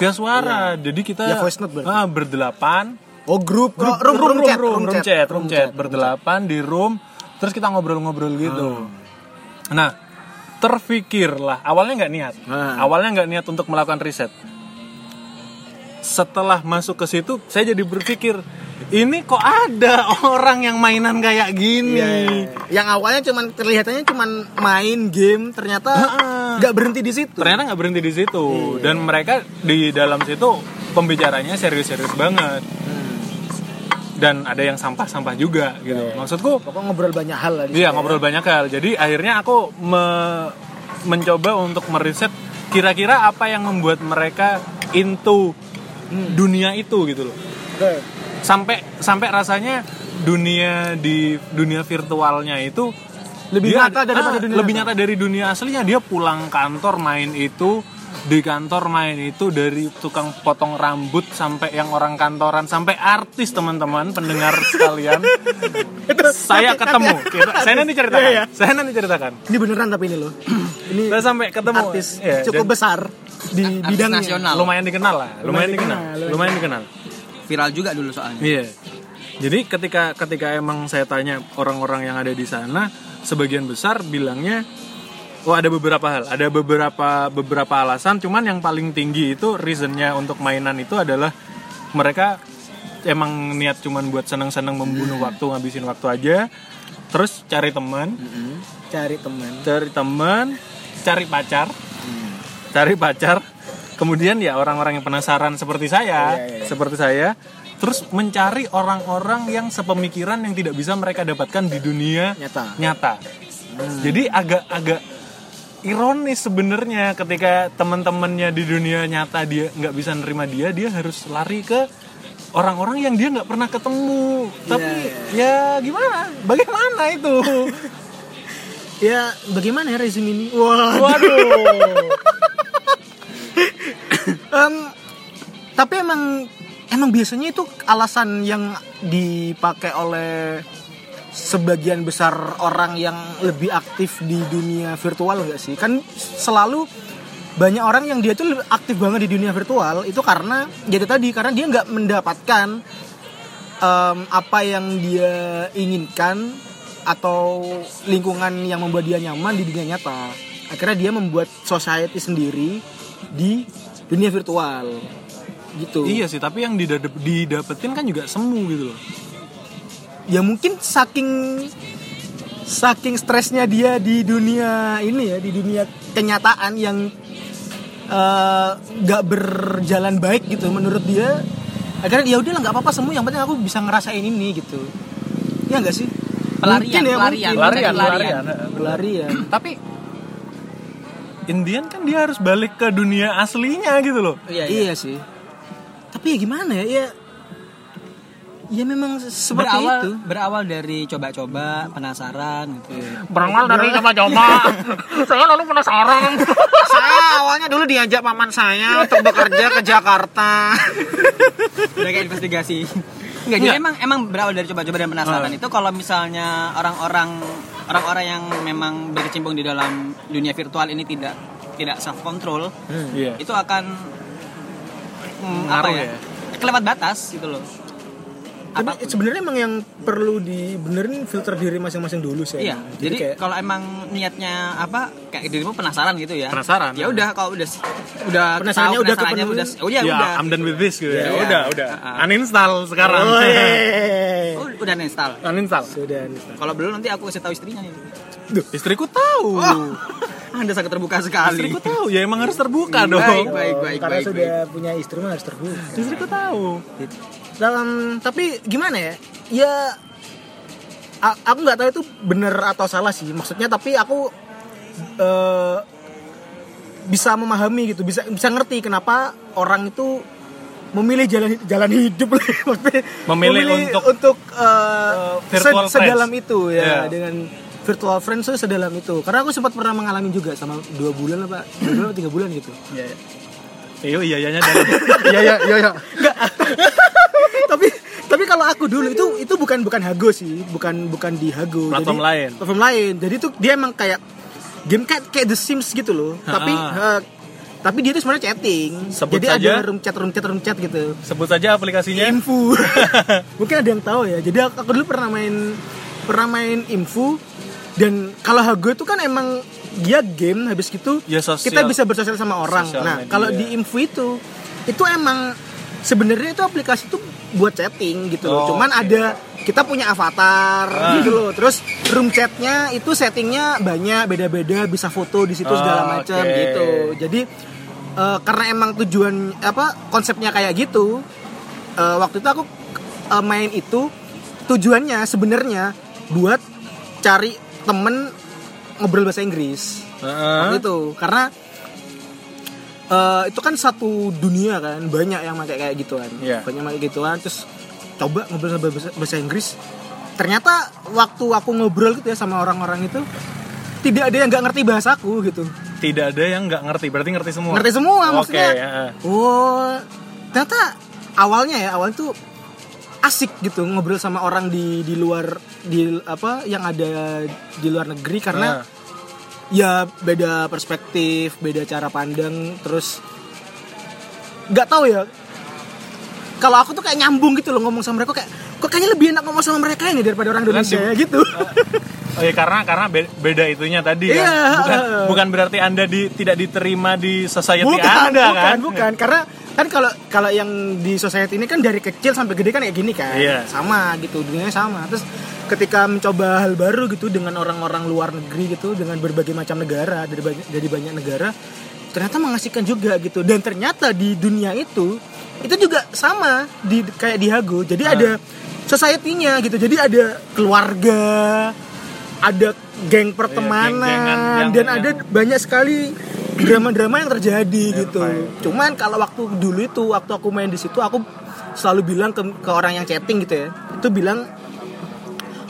[SPEAKER 1] via suara jadi kita
[SPEAKER 2] Ya, voice note berarti.
[SPEAKER 1] ah, berdelapan
[SPEAKER 2] Oh grup,
[SPEAKER 1] grup
[SPEAKER 2] oh, room, room, chat,
[SPEAKER 1] room, room chat, room chat,
[SPEAKER 2] room
[SPEAKER 1] berdelapan di room terus kita ngobrol-ngobrol gitu
[SPEAKER 2] Hmm.
[SPEAKER 1] nah terfikirlah awalnya nggak niat
[SPEAKER 2] Hmm.
[SPEAKER 1] awalnya nggak niat untuk melakukan riset setelah masuk ke situ saya jadi berpikir ini kok ada orang yang mainan kayak gini
[SPEAKER 2] Iya, iya, iya. Yang awalnya cuman kelihatannya cuman main game, ternyata nggak berhenti di situ.
[SPEAKER 1] ternyata nggak berhenti di situ
[SPEAKER 2] Iya,
[SPEAKER 1] dan mereka di dalam situ pembicaranya serius-serius banget
[SPEAKER 2] Hmm.
[SPEAKER 1] dan ada yang sampah-sampah juga gitu
[SPEAKER 2] Iya,
[SPEAKER 1] maksudku
[SPEAKER 2] Pokoknya ngobrol banyak hal lah. di
[SPEAKER 1] Iya
[SPEAKER 2] situ.
[SPEAKER 1] ngobrol banyak hal. Jadi akhirnya aku me- mencoba untuk meriset kira-kira apa yang membuat mereka into dunia itu gitu loh.
[SPEAKER 2] Oke.
[SPEAKER 1] Sampai sampai rasanya dunia di dunia virtualnya itu
[SPEAKER 2] Lebih
[SPEAKER 1] dia-
[SPEAKER 2] nyata daripada
[SPEAKER 1] ah,
[SPEAKER 2] dunia
[SPEAKER 1] lebih
[SPEAKER 2] nyata.
[SPEAKER 1] nyata dari dunia aslinya. Dia pulang kantor main itu di kantor main itu dari tukang potong rambut sampai yang orang kantoran sampai artis teman-teman pendengar sekalian saya ketemu Kita- saya nanti ceritakan
[SPEAKER 2] Iya, iya.
[SPEAKER 1] saya nanti ceritakan
[SPEAKER 2] Ini beneran tapi ini loh. ini
[SPEAKER 1] saya sampai ketemu
[SPEAKER 2] artis
[SPEAKER 1] Iya,
[SPEAKER 2] cukup
[SPEAKER 1] dan
[SPEAKER 2] besar di
[SPEAKER 3] Artis
[SPEAKER 2] bidangnya.
[SPEAKER 3] nasional.
[SPEAKER 1] lumayan dikenal lah lumayan dikenal lumayan dikenal
[SPEAKER 3] Viral juga dulu soalnya.
[SPEAKER 1] iya jadi ketika ketika emang saya tanya orang-orang yang ada di sana sebagian besar bilangnya Oh ada beberapa hal, ada beberapa beberapa alasan. Cuman yang paling tinggi itu reasonnya untuk mainan itu adalah mereka emang niat cuman buat seneng-seneng membunuh
[SPEAKER 2] Hmm.
[SPEAKER 1] waktu, ngabisin waktu aja. Terus cari teman,
[SPEAKER 2] Cari teman.
[SPEAKER 1] cari teman, cari pacar, cari pacar. Kemudian ya orang-orang yang penasaran seperti saya, seperti saya, terus mencari orang-orang yang sepemikiran yang tidak bisa mereka dapatkan di dunia
[SPEAKER 2] Nyata.
[SPEAKER 1] Jadi agak-agak ironis sebenarnya ketika teman-temannya di dunia nyata dia nggak bisa nerima dia, dia harus lari ke orang-orang yang dia nggak pernah ketemu. Tapi ya gimana? Bagaimana itu?
[SPEAKER 2] Ya, bagaimana ya rezim ini? Wah.
[SPEAKER 1] Waduh.
[SPEAKER 2] Em, tapi emang emang biasanya itu alasan yang dipakai oleh sebagian besar orang yang lebih aktif di dunia virtual enggak sih? Kan selalu banyak orang yang dia tuh aktif banget di dunia virtual itu karena jadi tadi karena dia nggak mendapatkan em, apa yang dia inginkan atau lingkungan yang membuat dia nyaman di dunia nyata. Akhirnya dia membuat society sendiri di dunia virtual. Gitu.
[SPEAKER 1] iya sih, tapi yang didadep, didapetin kan juga semu gitu loh.
[SPEAKER 2] Ya mungkin saking saking stresnya dia di dunia ini ya, di dunia kenyataan yang eh, nggak berjalan baik gitu menurut dia. Akhirnya ya udahlah nggak apa-apa semua yang penting aku bisa ngerasain ini gitu. Ya enggak sih?
[SPEAKER 3] Pelarian,
[SPEAKER 2] Mungkin ya,
[SPEAKER 3] pelarian,
[SPEAKER 2] mungkin.
[SPEAKER 3] Pelarian, pelarian.
[SPEAKER 2] pelarian
[SPEAKER 3] Tapi
[SPEAKER 1] Indian kan dia harus balik ke dunia aslinya gitu loh.
[SPEAKER 2] iya, sih tapi ya gimana ya ya ya memang seperti
[SPEAKER 3] berawal
[SPEAKER 2] itu Iya.
[SPEAKER 3] berawal dari coba-coba penasaran gitu ya.
[SPEAKER 4] Berawal dari
[SPEAKER 1] Iya.
[SPEAKER 4] coba-coba. Saya lalu penasaran.
[SPEAKER 2] saya awalnya dulu diajak paman saya untuk bekerja ke Jakarta
[SPEAKER 3] udah kayak investigasi Enggak, jadi emang emang berawal dari coba-coba dan penasaran itu kalau misalnya orang-orang orang-orang yang memang berkecimpung di dalam dunia virtual ini tidak tidak self control
[SPEAKER 1] Iya.
[SPEAKER 3] itu akan mm, apa
[SPEAKER 1] Ngaruh
[SPEAKER 3] ya,
[SPEAKER 1] ya?
[SPEAKER 3] kelewat batas gitu loh
[SPEAKER 2] tapi
[SPEAKER 3] Apapun.
[SPEAKER 2] sebenarnya emang yang perlu dibenerin filter diri masing-masing dulu sih
[SPEAKER 3] Iya,
[SPEAKER 2] emang.
[SPEAKER 3] jadi,
[SPEAKER 2] kayak
[SPEAKER 3] kalau emang niatnya apa kayak dirimu penasaran gitu ya.
[SPEAKER 1] Penasaran.
[SPEAKER 3] Ya udah kalau udah udah
[SPEAKER 2] Penasarannya
[SPEAKER 3] tahu
[SPEAKER 2] udah
[SPEAKER 3] penasarannya
[SPEAKER 2] kepenuhi.
[SPEAKER 3] udah oh ya,
[SPEAKER 1] ya,
[SPEAKER 3] udah.
[SPEAKER 1] I'm done with this gitu ya.
[SPEAKER 3] Iya.
[SPEAKER 1] Udah, udah.
[SPEAKER 3] Ah.
[SPEAKER 1] Uninstall sekarang.
[SPEAKER 2] Oh, iya.
[SPEAKER 3] Oh, udah install.
[SPEAKER 1] Uninstall.
[SPEAKER 2] sudah Nista.
[SPEAKER 3] Kalau belum nanti aku kasih tahu istrinya. nih.
[SPEAKER 1] Istriku tahu.
[SPEAKER 3] Anda sangat terbuka sekali.
[SPEAKER 1] Istriku tahu. Ya emang harus terbuka dong.
[SPEAKER 3] Baik, baik, baik,
[SPEAKER 2] karena
[SPEAKER 3] baik.
[SPEAKER 2] sudah punya istri mah harus terbuka
[SPEAKER 1] Istriku tahu.
[SPEAKER 2] dalam tapi gimana ya ya a- aku nggak tahu itu bener atau salah sih maksudnya tapi aku eh, bisa memahami gitu bisa bisa ngerti kenapa orang itu memilih jalan jalan hidup lah maksudnya
[SPEAKER 1] Memilih untuk-
[SPEAKER 2] untuk eh,
[SPEAKER 1] virtual
[SPEAKER 2] se- sedalam
[SPEAKER 1] friends.
[SPEAKER 2] itu
[SPEAKER 1] Iya.
[SPEAKER 2] ya dengan virtual friends itu sedalam itu karena aku sempat pernah mengalami juga sama dua bulan apa dua bulan apa tiga bulan gitu
[SPEAKER 1] Iya. Iya, iya, iya, dalam.
[SPEAKER 2] Iya iya iya iya. tapi tapi kalau aku dulu itu itu bukan bukan Hago sih, bukan bukan di Hago.
[SPEAKER 1] Platform lain.
[SPEAKER 2] Platform lain. Jadi itu dia emang kayak game kayak kayak The Sims gitu loh. Tapi
[SPEAKER 1] Ha.
[SPEAKER 2] eh, tapi dia itu sebenarnya chatting.
[SPEAKER 1] Sebut
[SPEAKER 2] Jadi
[SPEAKER 1] saja.
[SPEAKER 2] ada room chat room chat room chat gitu.
[SPEAKER 1] Sebut saja aplikasinya.
[SPEAKER 2] Info. Mungkin ada yang tahu ya. Jadi aku, aku dulu pernah main pernah main info dan kalau Hago itu kan emang dia game habis gitu
[SPEAKER 1] Ya, sosial.
[SPEAKER 2] kita bisa bersosial sama orang.
[SPEAKER 1] Sosial
[SPEAKER 2] nah,
[SPEAKER 1] media.
[SPEAKER 2] kalau di info itu itu emang sebenarnya itu aplikasi itu buat chatting gitu loh.
[SPEAKER 1] Oh,
[SPEAKER 2] Cuman
[SPEAKER 1] oke. Ah.
[SPEAKER 2] ada kita punya avatar gitu loh. Terus room chatnya itu settingnya banyak beda-beda bisa foto di situ
[SPEAKER 1] Oh,
[SPEAKER 2] segala macam
[SPEAKER 1] oke.
[SPEAKER 2] gitu. Jadi eh, karena emang tujuan apa konsepnya kayak gitu eh, waktu itu aku eh, main itu tujuannya sebenarnya buat cari temen ngobrol bahasa Inggris
[SPEAKER 1] Heeh.
[SPEAKER 2] waktu itu karena eh, itu kan satu dunia kan banyak yang pakai kayak gituan
[SPEAKER 1] Iya.
[SPEAKER 2] banyak yang pakai gituan terus coba ngobrol sama bahasa, bahasa Inggris ternyata waktu aku ngobrol gitu ya sama orang-orang itu tidak ada yang nggak ngerti bahasaku gitu
[SPEAKER 1] Tidak ada yang nggak ngerti. Berarti ngerti semua.
[SPEAKER 2] ngerti
[SPEAKER 1] Oke,
[SPEAKER 2] semua
[SPEAKER 1] ya.
[SPEAKER 2] maksudnya
[SPEAKER 1] heeh.
[SPEAKER 2] oh ternyata awalnya ya awal tuh asik gitu ngobrol sama orang di di luar di apa yang ada di luar negeri karena
[SPEAKER 1] Heeh.
[SPEAKER 2] ya beda perspektif beda cara pandang terus nggak tahu ya kalau aku tuh kayak nyambung gitu loh ngomong sama mereka kayak kok kayaknya lebih enak ngomong sama mereka ini daripada orang
[SPEAKER 1] Karena
[SPEAKER 2] Indonesia
[SPEAKER 1] di-
[SPEAKER 2] ya gitu
[SPEAKER 1] Oh iya, karena karena be- beda itunya tadi kan.
[SPEAKER 2] Iya.
[SPEAKER 1] Bukan, bukan berarti Anda di, tidak diterima di society
[SPEAKER 2] bukan,
[SPEAKER 1] Anda
[SPEAKER 2] bukan,
[SPEAKER 1] kan.
[SPEAKER 2] bukan. Karena kan kalau kalau yang di society ini kan dari kecil sampai gede kan kayak gini kan.
[SPEAKER 1] Iya.
[SPEAKER 2] Sama gitu, dunianya sama. Terus ketika mencoba hal baru gitu dengan orang-orang luar negeri gitu dengan berbagai macam negara dari banyak, dari banyak negara ternyata mengasihkan juga gitu dan ternyata di dunia itu itu juga sama di kayak di Hago jadi
[SPEAKER 1] Nah.
[SPEAKER 2] ada society-nya gitu jadi ada keluarga ada geng
[SPEAKER 1] Iya, geng-gengan
[SPEAKER 2] pertemanan
[SPEAKER 1] yang-
[SPEAKER 2] dan
[SPEAKER 1] yang- Iya,
[SPEAKER 2] ada banyak sekali drama-drama yang terjadi gitu. Cuman kalau waktu dulu itu waktu aku main di situ aku selalu bilang ke, ke orang yang chatting gitu ya. Itu bilang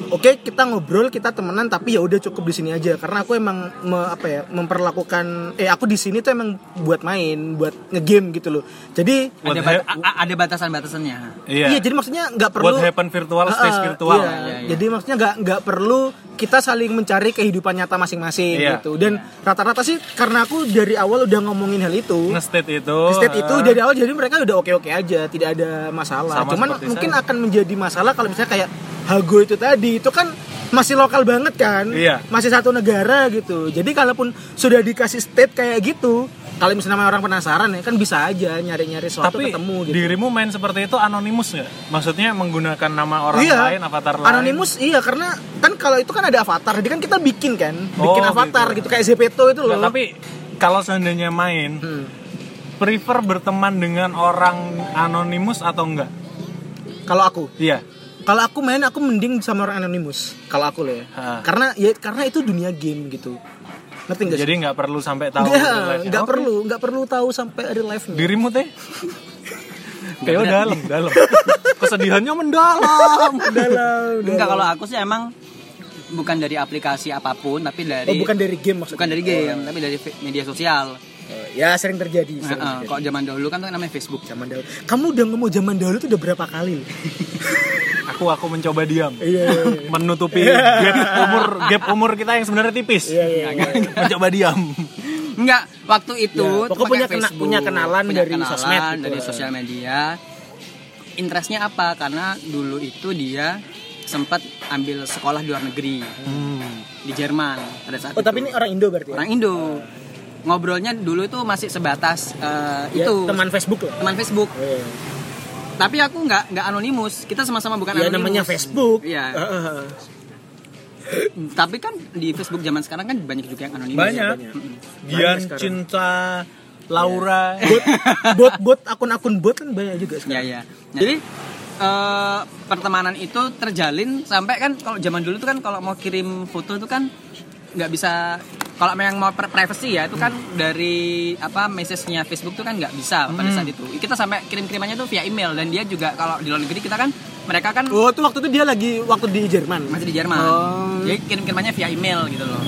[SPEAKER 2] Oke, kita ngobrol, kita temenan, tapi ya udah cukup di sini aja. Karena aku emang me- apa ya, memperlakukan eh aku di sini tuh emang buat main, buat ngegame gitu loh. Jadi
[SPEAKER 3] Ada,
[SPEAKER 1] Buat
[SPEAKER 3] bat-
[SPEAKER 1] he-
[SPEAKER 3] a- a- ada batasan-batasannya.
[SPEAKER 1] Iya.
[SPEAKER 2] Iya, jadi maksudnya nggak perlu
[SPEAKER 1] What happen virtual stays
[SPEAKER 2] Ah,
[SPEAKER 1] virtual.
[SPEAKER 2] iya. Jadi maksudnya nggak nggak perlu kita saling mencari kehidupan nyata masing-masing
[SPEAKER 1] Iya.
[SPEAKER 2] gitu. Dan rata-rata sih karena aku dari awal udah ngomongin hal itu.
[SPEAKER 1] Nge-state itu.
[SPEAKER 2] State itu
[SPEAKER 1] heeh.
[SPEAKER 2] dari awal jadi mereka udah oke-oke aja, tidak ada masalah.
[SPEAKER 1] Sama
[SPEAKER 2] Cuman
[SPEAKER 1] seperti
[SPEAKER 2] mungkin
[SPEAKER 1] saya.
[SPEAKER 2] akan menjadi masalah kalau misalnya kayak Hago itu tadi itu kan masih lokal banget kan,
[SPEAKER 1] Iya.
[SPEAKER 2] masih satu negara gitu. Jadi kalaupun sudah dikasih state kayak gitu, kalau misalnya orang penasaran ya kan bisa aja nyari-nyari sesuatu
[SPEAKER 1] Tapi
[SPEAKER 2] ketemu gitu.
[SPEAKER 1] dirimu main seperti itu anonimus nggak? Maksudnya menggunakan nama orang lain, avatar lain.
[SPEAKER 2] Iya. Anonymous iya karena kan kalau itu kan ada avatar, jadi kan kita bikin kan, bikin
[SPEAKER 1] Oh,
[SPEAKER 2] avatar
[SPEAKER 1] gitu.
[SPEAKER 2] gitu. kayak Zepeto itu
[SPEAKER 1] Nggak,
[SPEAKER 2] loh.
[SPEAKER 1] tapi kalau seandainya main,
[SPEAKER 2] Hmm.
[SPEAKER 1] prefer berteman dengan orang anonimus atau enggak?
[SPEAKER 2] kalau aku,
[SPEAKER 1] Iya.
[SPEAKER 2] kalau aku main aku mending sama orang Anonymous. Kalau aku loh ya.
[SPEAKER 1] Ha.
[SPEAKER 2] Karena ya karena itu dunia game gitu. Ngerti nggak
[SPEAKER 1] Jadi
[SPEAKER 2] sih?
[SPEAKER 1] nggak perlu sampai tahu gitu, ya.
[SPEAKER 2] Nggak,
[SPEAKER 1] real life-nya.
[SPEAKER 2] nggak
[SPEAKER 1] Oke.
[SPEAKER 2] perlu, nggak perlu tahu sampai real life-nya.
[SPEAKER 1] Dirimu teh? Kayak dalam, dalam. Kesedihannya mendalam, mendalam.
[SPEAKER 3] Enggak kalau aku sih emang bukan dari aplikasi apapun tapi dari
[SPEAKER 2] Oh, bukan dari game maksudnya.
[SPEAKER 3] bukan dari game tapi dari fi- media sosial.
[SPEAKER 2] Eh, ya sering terjadi. sering
[SPEAKER 3] Heeh,
[SPEAKER 2] terjadi.
[SPEAKER 3] kalau zaman dahulu kan tuh namanya Facebook.
[SPEAKER 2] Zaman dahulu. Kamu udah ngomong zaman dahulu tuh udah berapa kali? loh?
[SPEAKER 1] Aku aku mencoba diam.
[SPEAKER 2] Iya, iya, iya.
[SPEAKER 1] Menutupi gap umur gap umur kita yang sebenarnya tipis.
[SPEAKER 2] Iya, iya, iya.
[SPEAKER 1] Mencoba diam.
[SPEAKER 3] Enggak, waktu itu
[SPEAKER 2] Ya,
[SPEAKER 3] tuh
[SPEAKER 2] pokoknya
[SPEAKER 3] pakai
[SPEAKER 2] punya kena- punya kenalan dari sosmed gitu.
[SPEAKER 3] dari sosial media. Interestnya apa? Karena dulu itu dia sempat ambil sekolah di luar negeri di Jerman pada saat
[SPEAKER 2] Oh,
[SPEAKER 3] itu.
[SPEAKER 2] tapi ini orang Indo berarti. ya?
[SPEAKER 3] orang Indo. Ngobrolnya dulu itu masih sebatas eh,
[SPEAKER 2] Ya,
[SPEAKER 3] itu
[SPEAKER 2] teman Facebook lah.
[SPEAKER 3] teman Facebook.
[SPEAKER 2] Iya.
[SPEAKER 3] Tapi aku nggak nggak anonimus. Kita sama-sama bukan
[SPEAKER 2] Ya
[SPEAKER 3] anonimus.
[SPEAKER 2] namanya Facebook.
[SPEAKER 3] Iya.
[SPEAKER 2] Heeh, heeh.
[SPEAKER 3] Tapi kan di Facebook zaman sekarang kan banyak juga yang anonimus.
[SPEAKER 1] Banyak. Gian,
[SPEAKER 2] sekarang. Iya.
[SPEAKER 1] Cinta, Laura.
[SPEAKER 2] Bot, bot, bot, akun-akun bot kan banyak juga
[SPEAKER 3] Ya
[SPEAKER 2] sekarang.
[SPEAKER 3] ya. Jadi eh, pertemanan itu terjalin sampai kan kalau zaman dulu tuh kan kalau mau kirim foto itu kan nggak bisa kalau yang mau pri- privacy ya itu kan dari apa message-nya Facebook tuh kan nggak bisa pada
[SPEAKER 2] Hmm.
[SPEAKER 3] saat itu. Kita sampai kirim-kirimannya tuh via email dan dia juga kalau di luar negeri kita kan mereka kan
[SPEAKER 2] Oh, tuh waktu itu dia lagi waktu di Jerman.
[SPEAKER 3] masih di Jerman.
[SPEAKER 2] Oh.
[SPEAKER 3] Jadi kirim-kirimannya via email gitu loh.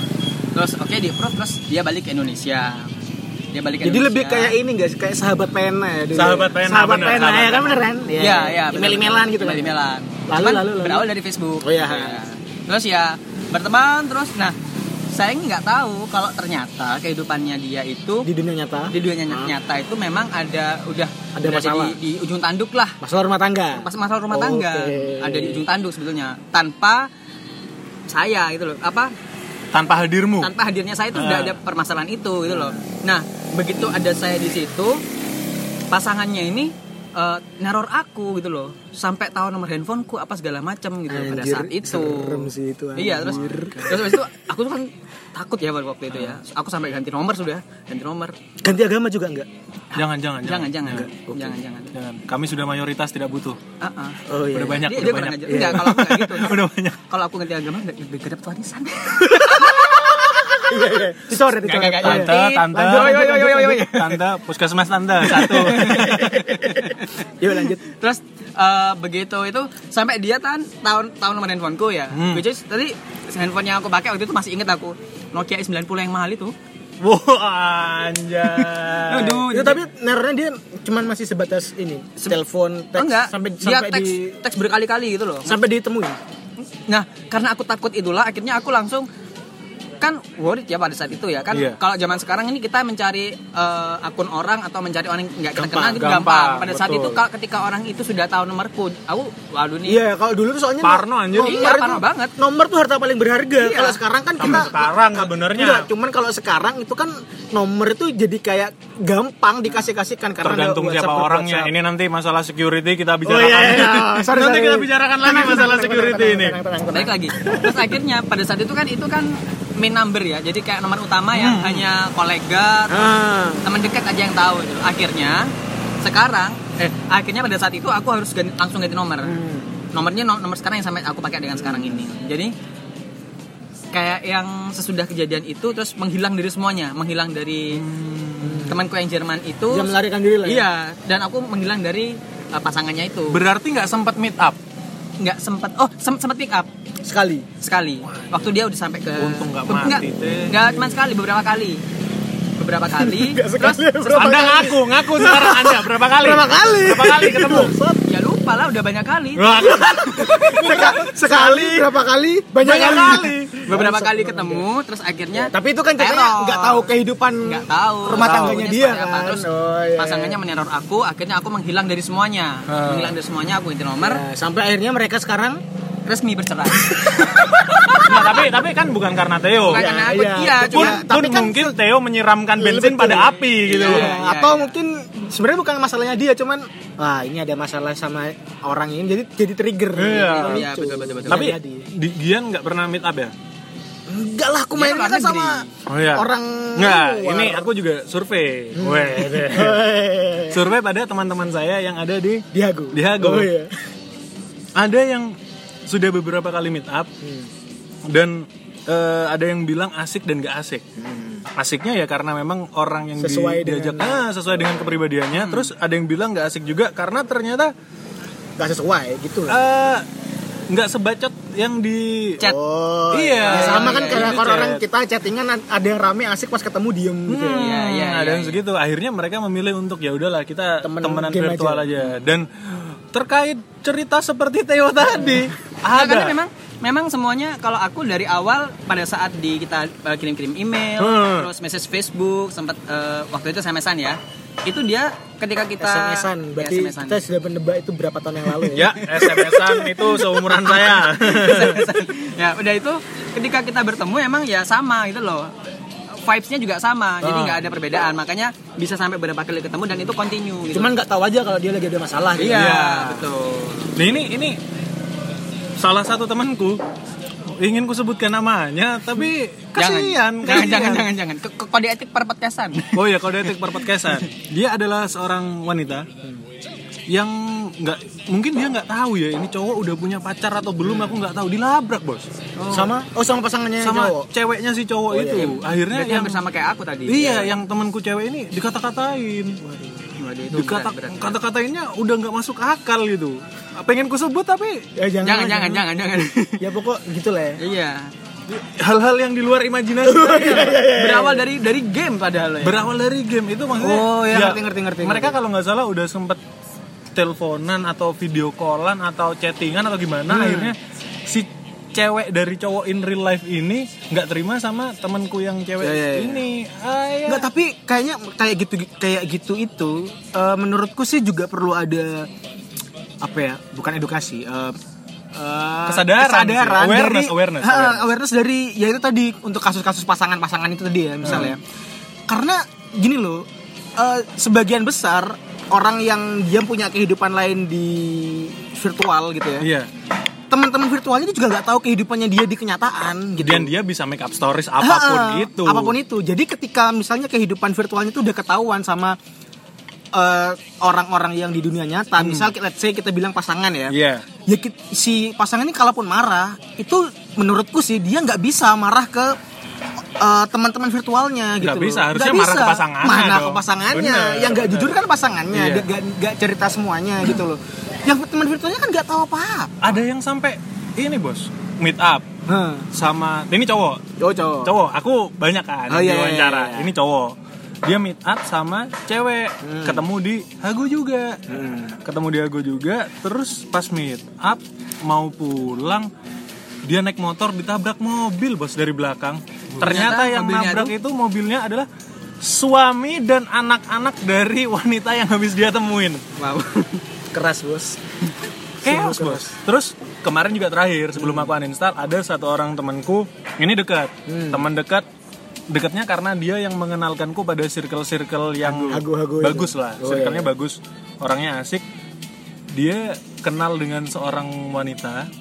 [SPEAKER 3] Terus oke di approve terus dia balik ke Indonesia. Dia balik ke
[SPEAKER 2] Jadi
[SPEAKER 3] Indonesia.
[SPEAKER 2] lebih kayak ini guys, kayak sahabat pena ya dulu.
[SPEAKER 1] Sahabat pena,
[SPEAKER 2] Sahabat
[SPEAKER 1] bener,
[SPEAKER 2] pena
[SPEAKER 1] sahabat
[SPEAKER 2] ya kan beneran?
[SPEAKER 3] Iya, iya. betul.
[SPEAKER 2] Email-emailan gitu kan.
[SPEAKER 3] Email-emailan.
[SPEAKER 2] Lalu,
[SPEAKER 3] Cuman
[SPEAKER 2] lalu, lalu.
[SPEAKER 3] Berawal dari Facebook.
[SPEAKER 2] Oh, iya.
[SPEAKER 3] Terus ya berteman terus. Nah, saya nggak tahu kalau ternyata kehidupannya dia itu
[SPEAKER 2] Di dunia nyata. Ah.
[SPEAKER 3] di dunia nyata, nyata itu memang ada udah
[SPEAKER 2] Ada
[SPEAKER 3] berada
[SPEAKER 2] masalah.
[SPEAKER 3] di, di ujung tanduk lah.
[SPEAKER 2] Masalah rumah tangga.
[SPEAKER 3] Pas masalah rumah tangga
[SPEAKER 2] Oke.
[SPEAKER 3] ada di ujung tanduk sebetulnya tanpa saya gitu loh apa
[SPEAKER 1] Tanpa hadirmu.
[SPEAKER 3] tanpa hadirnya saya itu
[SPEAKER 1] Ah.
[SPEAKER 3] tidak ada permasalahan itu gitu loh. Nah, begitu ada saya di situ, pasangannya ini eh, neror aku gitu loh. Sampai tahu nomor handphoneku apa segala macam gitu loh pada
[SPEAKER 2] Anjir,
[SPEAKER 3] saat itu.
[SPEAKER 2] serem sih itu,
[SPEAKER 3] Iya, terus terus habis itu aku tuh kan takut ya pada waktu itu ya. Aku sampai ganti nomor sudah, ganti nomor.
[SPEAKER 2] Ganti agama juga enggak?
[SPEAKER 1] Jangan, jangan, jangan.
[SPEAKER 3] Jangan, jangan. Jangan, jangan.
[SPEAKER 1] Jangan. Kami sudah mayoritas tidak butuh.
[SPEAKER 3] Ah, ah.
[SPEAKER 2] Oh iya.
[SPEAKER 1] Udah banyak,
[SPEAKER 3] Dia,
[SPEAKER 1] udah
[SPEAKER 3] dia pernah
[SPEAKER 1] banyak.
[SPEAKER 3] ngajar. Enggak, kalau aku nggak gitu.
[SPEAKER 1] Udah banyak.
[SPEAKER 3] Kalau aku ganti agama enggak enggak dapat warisan.
[SPEAKER 2] Iya, iya. Dicoret,
[SPEAKER 3] Nggak, nggak,
[SPEAKER 2] dicoret.
[SPEAKER 3] nggak.
[SPEAKER 1] Tante,
[SPEAKER 3] Lanjut,
[SPEAKER 1] tante,
[SPEAKER 3] lanjut, lanjut, lanjut, lanjut.
[SPEAKER 1] tante, puskesmas tante satu.
[SPEAKER 2] Yuk lanjut.
[SPEAKER 3] Terus eh, begitu itu sampai dia kan tahun tahun nomor handphoneku ya.
[SPEAKER 1] Hmm.
[SPEAKER 3] Which is tadi handphone yang aku pakai waktu itu masih inget aku Nokia 90 yang mahal itu.
[SPEAKER 1] Wah, anjay.
[SPEAKER 3] Aduh.
[SPEAKER 2] Itu tapi nerornya dia cuman masih sebatas ini, telepon,
[SPEAKER 3] Oh,
[SPEAKER 2] teks
[SPEAKER 3] enggak,
[SPEAKER 2] sampai
[SPEAKER 3] dia
[SPEAKER 2] sampai
[SPEAKER 3] teks
[SPEAKER 2] di
[SPEAKER 3] teks berkali-kali gitu loh.
[SPEAKER 2] sampai ditemuin.
[SPEAKER 3] Nah, karena aku takut itulah akhirnya aku langsung kan worried ya pada saat itu ya kan
[SPEAKER 1] Iya.
[SPEAKER 3] kalau zaman sekarang ini kita mencari eh, akun orang atau mencari orang yang nggak kita
[SPEAKER 1] Gampang,
[SPEAKER 3] kenal itu gampang,
[SPEAKER 1] gampang,
[SPEAKER 3] pada saat
[SPEAKER 1] betul.
[SPEAKER 3] itu kalau ketika orang itu sudah tahu nomorku aku waduh nih
[SPEAKER 2] Iya, kalau dulu tuh soalnya
[SPEAKER 1] Parno, anjir.
[SPEAKER 2] nomor
[SPEAKER 3] Iya,
[SPEAKER 2] itu-
[SPEAKER 3] parno banget. Iya.
[SPEAKER 2] Nomor tuh harta paling berharga. Kalau sekarang kan kita
[SPEAKER 1] sekarang sebenarnya.
[SPEAKER 2] Enggak, cuman kalau sekarang itu kan nomor itu jadi kayak gampang dikasih-kasihkan karena ada
[SPEAKER 1] tergantung
[SPEAKER 2] WhatsApp,
[SPEAKER 1] siapa
[SPEAKER 2] grup
[SPEAKER 1] orangnya.
[SPEAKER 2] WhatsApp.
[SPEAKER 1] Ini nanti masalah security kita
[SPEAKER 2] Oh
[SPEAKER 1] bicarakan.
[SPEAKER 2] iya, iya, iya. Sorry,
[SPEAKER 1] nanti
[SPEAKER 2] sorry.
[SPEAKER 1] kita bicarakan lagi
[SPEAKER 2] Tenang,
[SPEAKER 1] masalah
[SPEAKER 2] tenang,
[SPEAKER 1] security
[SPEAKER 2] tenang,
[SPEAKER 1] ini.
[SPEAKER 2] tenang, tenang, tenang.
[SPEAKER 3] balik lagi terus akhirnya pada saat itu kan itu kan main number ya jadi kayak nomor utama yang hanya kolega
[SPEAKER 2] Ah,
[SPEAKER 3] teman dekat aja yang tahu gitu. akhirnya sekarang eh Hmm. akhirnya pada saat itu aku harus ganti- langsung ganti nomor nomornya no- nomor sekarang yang sampai aku pakai dengan sekarang ini jadi kayak yang sesudah kejadian itu terus menghilang dari semuanya menghilang dari temanku yang Hmm. Jerman itu
[SPEAKER 2] dia melarikan diri lah. ya?
[SPEAKER 3] iya dan aku menghilang dari uh, pasangannya itu
[SPEAKER 1] Berarti nggak sempat meet up.
[SPEAKER 3] nggak sempat oh sem- sempat pick up
[SPEAKER 2] Sekali.
[SPEAKER 3] sekali waktu dia udah sampai ke
[SPEAKER 1] Untung nggak mati, Teh.
[SPEAKER 3] nggak cuma sekali beberapa kali beberapa kali
[SPEAKER 2] Nggak sekali, berapa
[SPEAKER 1] Anda ngaku, ngaku sekarang Anda berapa kali?
[SPEAKER 2] Berapa kali?
[SPEAKER 1] Berapa kali ketemu?
[SPEAKER 3] ya lupa lah udah banyak kali
[SPEAKER 1] Wah,
[SPEAKER 2] Seka- sekali, berapa kali? Banyak,
[SPEAKER 1] Banyak
[SPEAKER 2] kali.
[SPEAKER 1] kali.
[SPEAKER 3] beberapa kali ketemu terus akhirnya
[SPEAKER 2] Tapi itu kan ceritanya
[SPEAKER 3] teror.
[SPEAKER 2] nggak tahu kehidupan
[SPEAKER 3] nggak tahu
[SPEAKER 2] rumah
[SPEAKER 3] Nggak tahu
[SPEAKER 2] tangganya
[SPEAKER 3] ini
[SPEAKER 2] dia
[SPEAKER 3] seperti apa.
[SPEAKER 2] kan.
[SPEAKER 3] terus
[SPEAKER 2] Oh, iya.
[SPEAKER 3] pasangannya meneror aku akhirnya aku menghilang dari semuanya menghilang dari semuanya aku ganti nomor
[SPEAKER 2] Nah, sampai akhirnya mereka sekarang
[SPEAKER 3] resmi bercerai
[SPEAKER 1] Nah, tapi tapi kan bukan karena Theo.
[SPEAKER 3] bukan karena aku
[SPEAKER 2] iya. Pun-
[SPEAKER 3] dia
[SPEAKER 1] Pun,
[SPEAKER 3] cuma
[SPEAKER 2] Ya, tapi
[SPEAKER 1] pun
[SPEAKER 2] kan-
[SPEAKER 1] mungkin Theo menyiramkan bensin
[SPEAKER 2] Betul.
[SPEAKER 1] pada api gitu.
[SPEAKER 3] Iya.
[SPEAKER 2] Iya, atau mungkin sebenarnya bukan masalahnya dia cuman wah ini ada masalah sama orang ini jadi jadi trigger
[SPEAKER 1] Iya.
[SPEAKER 3] Iya, betul, betul, betul.
[SPEAKER 1] Tapi
[SPEAKER 2] tapi
[SPEAKER 1] di Gian nggak pernah meet up ya?
[SPEAKER 2] enggak lah aku
[SPEAKER 3] Dia
[SPEAKER 2] mainnya
[SPEAKER 3] luar
[SPEAKER 2] kan
[SPEAKER 3] negeri.
[SPEAKER 2] sama
[SPEAKER 1] Oh iya.
[SPEAKER 2] orang
[SPEAKER 1] Nggak,
[SPEAKER 2] luar.
[SPEAKER 1] ini aku juga survei. Weh.
[SPEAKER 2] Hei,
[SPEAKER 1] survei pada teman-teman saya yang ada di
[SPEAKER 2] Diago
[SPEAKER 1] Diago.
[SPEAKER 2] oh, iya.
[SPEAKER 1] ada yang sudah beberapa kali meet up dan eh, ada yang bilang asik dan gak asik asiknya ya karena memang orang yang di-
[SPEAKER 2] Sesuai dengan-
[SPEAKER 1] diajak ah, sesuai dengan kepribadiannya terus ada yang bilang nggak asik juga karena ternyata
[SPEAKER 2] Gak sesuai gitu lah.
[SPEAKER 1] eh, nggak sebacot yang di
[SPEAKER 3] Chat.
[SPEAKER 2] Oh,
[SPEAKER 1] Iya.
[SPEAKER 2] ya sama kan
[SPEAKER 1] Iya,
[SPEAKER 2] karena
[SPEAKER 1] iya,
[SPEAKER 2] kalau
[SPEAKER 1] chat.
[SPEAKER 2] orang kita chattingan ada yang rame asik pas ketemu diem gitu. ya.
[SPEAKER 3] Iya, iya,
[SPEAKER 1] Hmm, ada
[SPEAKER 3] iya,
[SPEAKER 1] yang segitu. Akhirnya mereka memilih untuk ya udahlah kita
[SPEAKER 2] Temen
[SPEAKER 1] temenan
[SPEAKER 2] game
[SPEAKER 1] virtual aja. Dan terkait cerita seperti Theo tadi,
[SPEAKER 3] Nah, karena
[SPEAKER 1] ada
[SPEAKER 3] memang memang semuanya kalau aku dari awal pada saat di kita eh, kirim-kirim email,
[SPEAKER 1] Hmm.
[SPEAKER 3] terus message Facebook, sempat eh, waktu itu SMS-an ya. Itu dia ketika kita
[SPEAKER 2] SMS-an, berarti
[SPEAKER 3] Ya, SMS-an.
[SPEAKER 2] kita sudah menebak itu berapa tahun yang lalu
[SPEAKER 1] ya
[SPEAKER 2] ya.
[SPEAKER 1] SMS-an itu seumuran saya.
[SPEAKER 3] ya udah itu ketika kita bertemu emang ya sama gitu loh vibes-nya juga sama jadi
[SPEAKER 1] Ah.
[SPEAKER 3] nggak ada perbedaan makanya bisa sampai berapa kali ketemu dan itu continue
[SPEAKER 1] Ya.
[SPEAKER 3] gitu.
[SPEAKER 2] Cuman nggak tahu aja kalau dia lagi ada masalah. gitu.
[SPEAKER 3] iya
[SPEAKER 1] Iya.
[SPEAKER 3] betul
[SPEAKER 1] Nah, ini ini salah satu temanku ingin ku sebutkan namanya tapi kasihan
[SPEAKER 3] jangan jangan
[SPEAKER 1] kasihan.
[SPEAKER 3] jangan jangan, jangan. Ke- ke kode etik perpodcastan
[SPEAKER 1] Oh ya kode etik perpodcastan. Dia adalah seorang wanita yang nggak mungkin dia nggak tahu ya ini cowok udah punya pacar atau belum aku nggak tahu dilabrak bos
[SPEAKER 2] Sama oh sama pasangannya
[SPEAKER 1] sama
[SPEAKER 2] cowok.
[SPEAKER 1] ceweknya si cowok itu akhirnya
[SPEAKER 3] Oh, iya, berarti
[SPEAKER 1] yang
[SPEAKER 3] hampir sama kayak aku tadi
[SPEAKER 1] iya yang temanku cewek ini dikata-katain
[SPEAKER 3] Waduh, itu
[SPEAKER 1] dikata
[SPEAKER 3] berat, berat, berat.
[SPEAKER 1] kata-katanya udah nggak masuk akal gitu pengen ku sebut tapi
[SPEAKER 2] Ya,
[SPEAKER 3] jangan jangan jangan jangan
[SPEAKER 2] Ya pokok gitu lah ya.
[SPEAKER 3] iya
[SPEAKER 1] hal-hal yang di luar imajinasi saya.
[SPEAKER 3] berawal dari dari game padahal ya iya,
[SPEAKER 1] berawal dari game itu maksudnya
[SPEAKER 2] Oh, ya, ngerti, ngerti, ngerti,
[SPEAKER 1] mereka kalau nggak salah udah sempet teleponan atau video callan atau chattingan atau gimana
[SPEAKER 3] Hmm.
[SPEAKER 1] akhirnya si cewek dari cowok in real life ini nggak terima sama temanku yang cewek
[SPEAKER 3] Iya,
[SPEAKER 2] Ya, ya, ya.
[SPEAKER 1] ini Ah, ya.
[SPEAKER 2] Enggak, tapi kayaknya kayak gitu kayak gitu itu eh, menurutku sih juga perlu ada apa ya? Bukan edukasi. eh, eh,
[SPEAKER 1] Kesadaran
[SPEAKER 2] kesadaran
[SPEAKER 1] sih. Awareness,
[SPEAKER 2] dari-
[SPEAKER 1] awareness,
[SPEAKER 2] Ha,
[SPEAKER 1] awareness.
[SPEAKER 2] awareness dari ya itu tadi untuk kasus-kasus pasangan-pasangan itu tadi ya misalnya karena gini loh eh, sebagian besar orang yang dia punya kehidupan lain di virtual gitu ya
[SPEAKER 1] iya
[SPEAKER 2] teman-teman virtualnya dia juga nggak tahu kehidupannya dia di kenyataan gitu
[SPEAKER 1] dan dia bisa make up stories apapun
[SPEAKER 2] Ha-ha,
[SPEAKER 1] itu
[SPEAKER 2] apapun itu jadi ketika misalnya kehidupan virtualnya itu udah ketahuan sama eh, orang-orang yang di dunia nyata misal let's say kita bilang pasangan ya
[SPEAKER 1] Hmm. Iya.
[SPEAKER 2] ya ki- si pasangan ini kalaupun marah itu menurutku sih dia nggak bisa marah ke eh, teman-teman virtualnya gitu
[SPEAKER 1] Nggak
[SPEAKER 2] loh.
[SPEAKER 1] bisa, harusnya marah ke pasangannya
[SPEAKER 2] mana ke
[SPEAKER 1] dong.
[SPEAKER 2] pasangannya
[SPEAKER 1] Bener,
[SPEAKER 2] yang nggak
[SPEAKER 1] bener.
[SPEAKER 2] jujur kan pasangannya
[SPEAKER 1] Iya.
[SPEAKER 2] dia nggak nggak cerita semuanya gitu loh yang teman virtualnya kan nggak tahu apa-apa
[SPEAKER 1] ada yang sampai ini bos meet up
[SPEAKER 2] Heeh.
[SPEAKER 1] sama ini cowok
[SPEAKER 2] cowok cowok
[SPEAKER 1] cowok aku banyak kan
[SPEAKER 2] Oh,
[SPEAKER 1] di
[SPEAKER 2] iya,
[SPEAKER 1] wawancara
[SPEAKER 2] iya, iya.
[SPEAKER 1] ini cowok dia meet up sama cewek
[SPEAKER 2] Hmm.
[SPEAKER 1] ketemu di Hago juga ketemu di Hago juga terus pas meet up mau pulang dia naik motor ditabrak mobil bos dari belakang ternyata, yang
[SPEAKER 3] mobilnya
[SPEAKER 1] nabrak itu mobilnya adalah suami dan anak-anak dari wanita yang habis dia temuin
[SPEAKER 3] wow
[SPEAKER 2] keras bos
[SPEAKER 1] Chaos bos. Terus kemarin juga terakhir sebelum aku uninstall ada satu orang temanku ini dekat
[SPEAKER 2] Hmm.
[SPEAKER 1] teman dekat dekatnya karena dia yang mengenalkanku pada circle-circle yang
[SPEAKER 2] Hagu-hagu itu.
[SPEAKER 1] bagus lah
[SPEAKER 2] Oh,
[SPEAKER 1] circle-nya bagus orangnya asik dia kenal dengan seorang wanita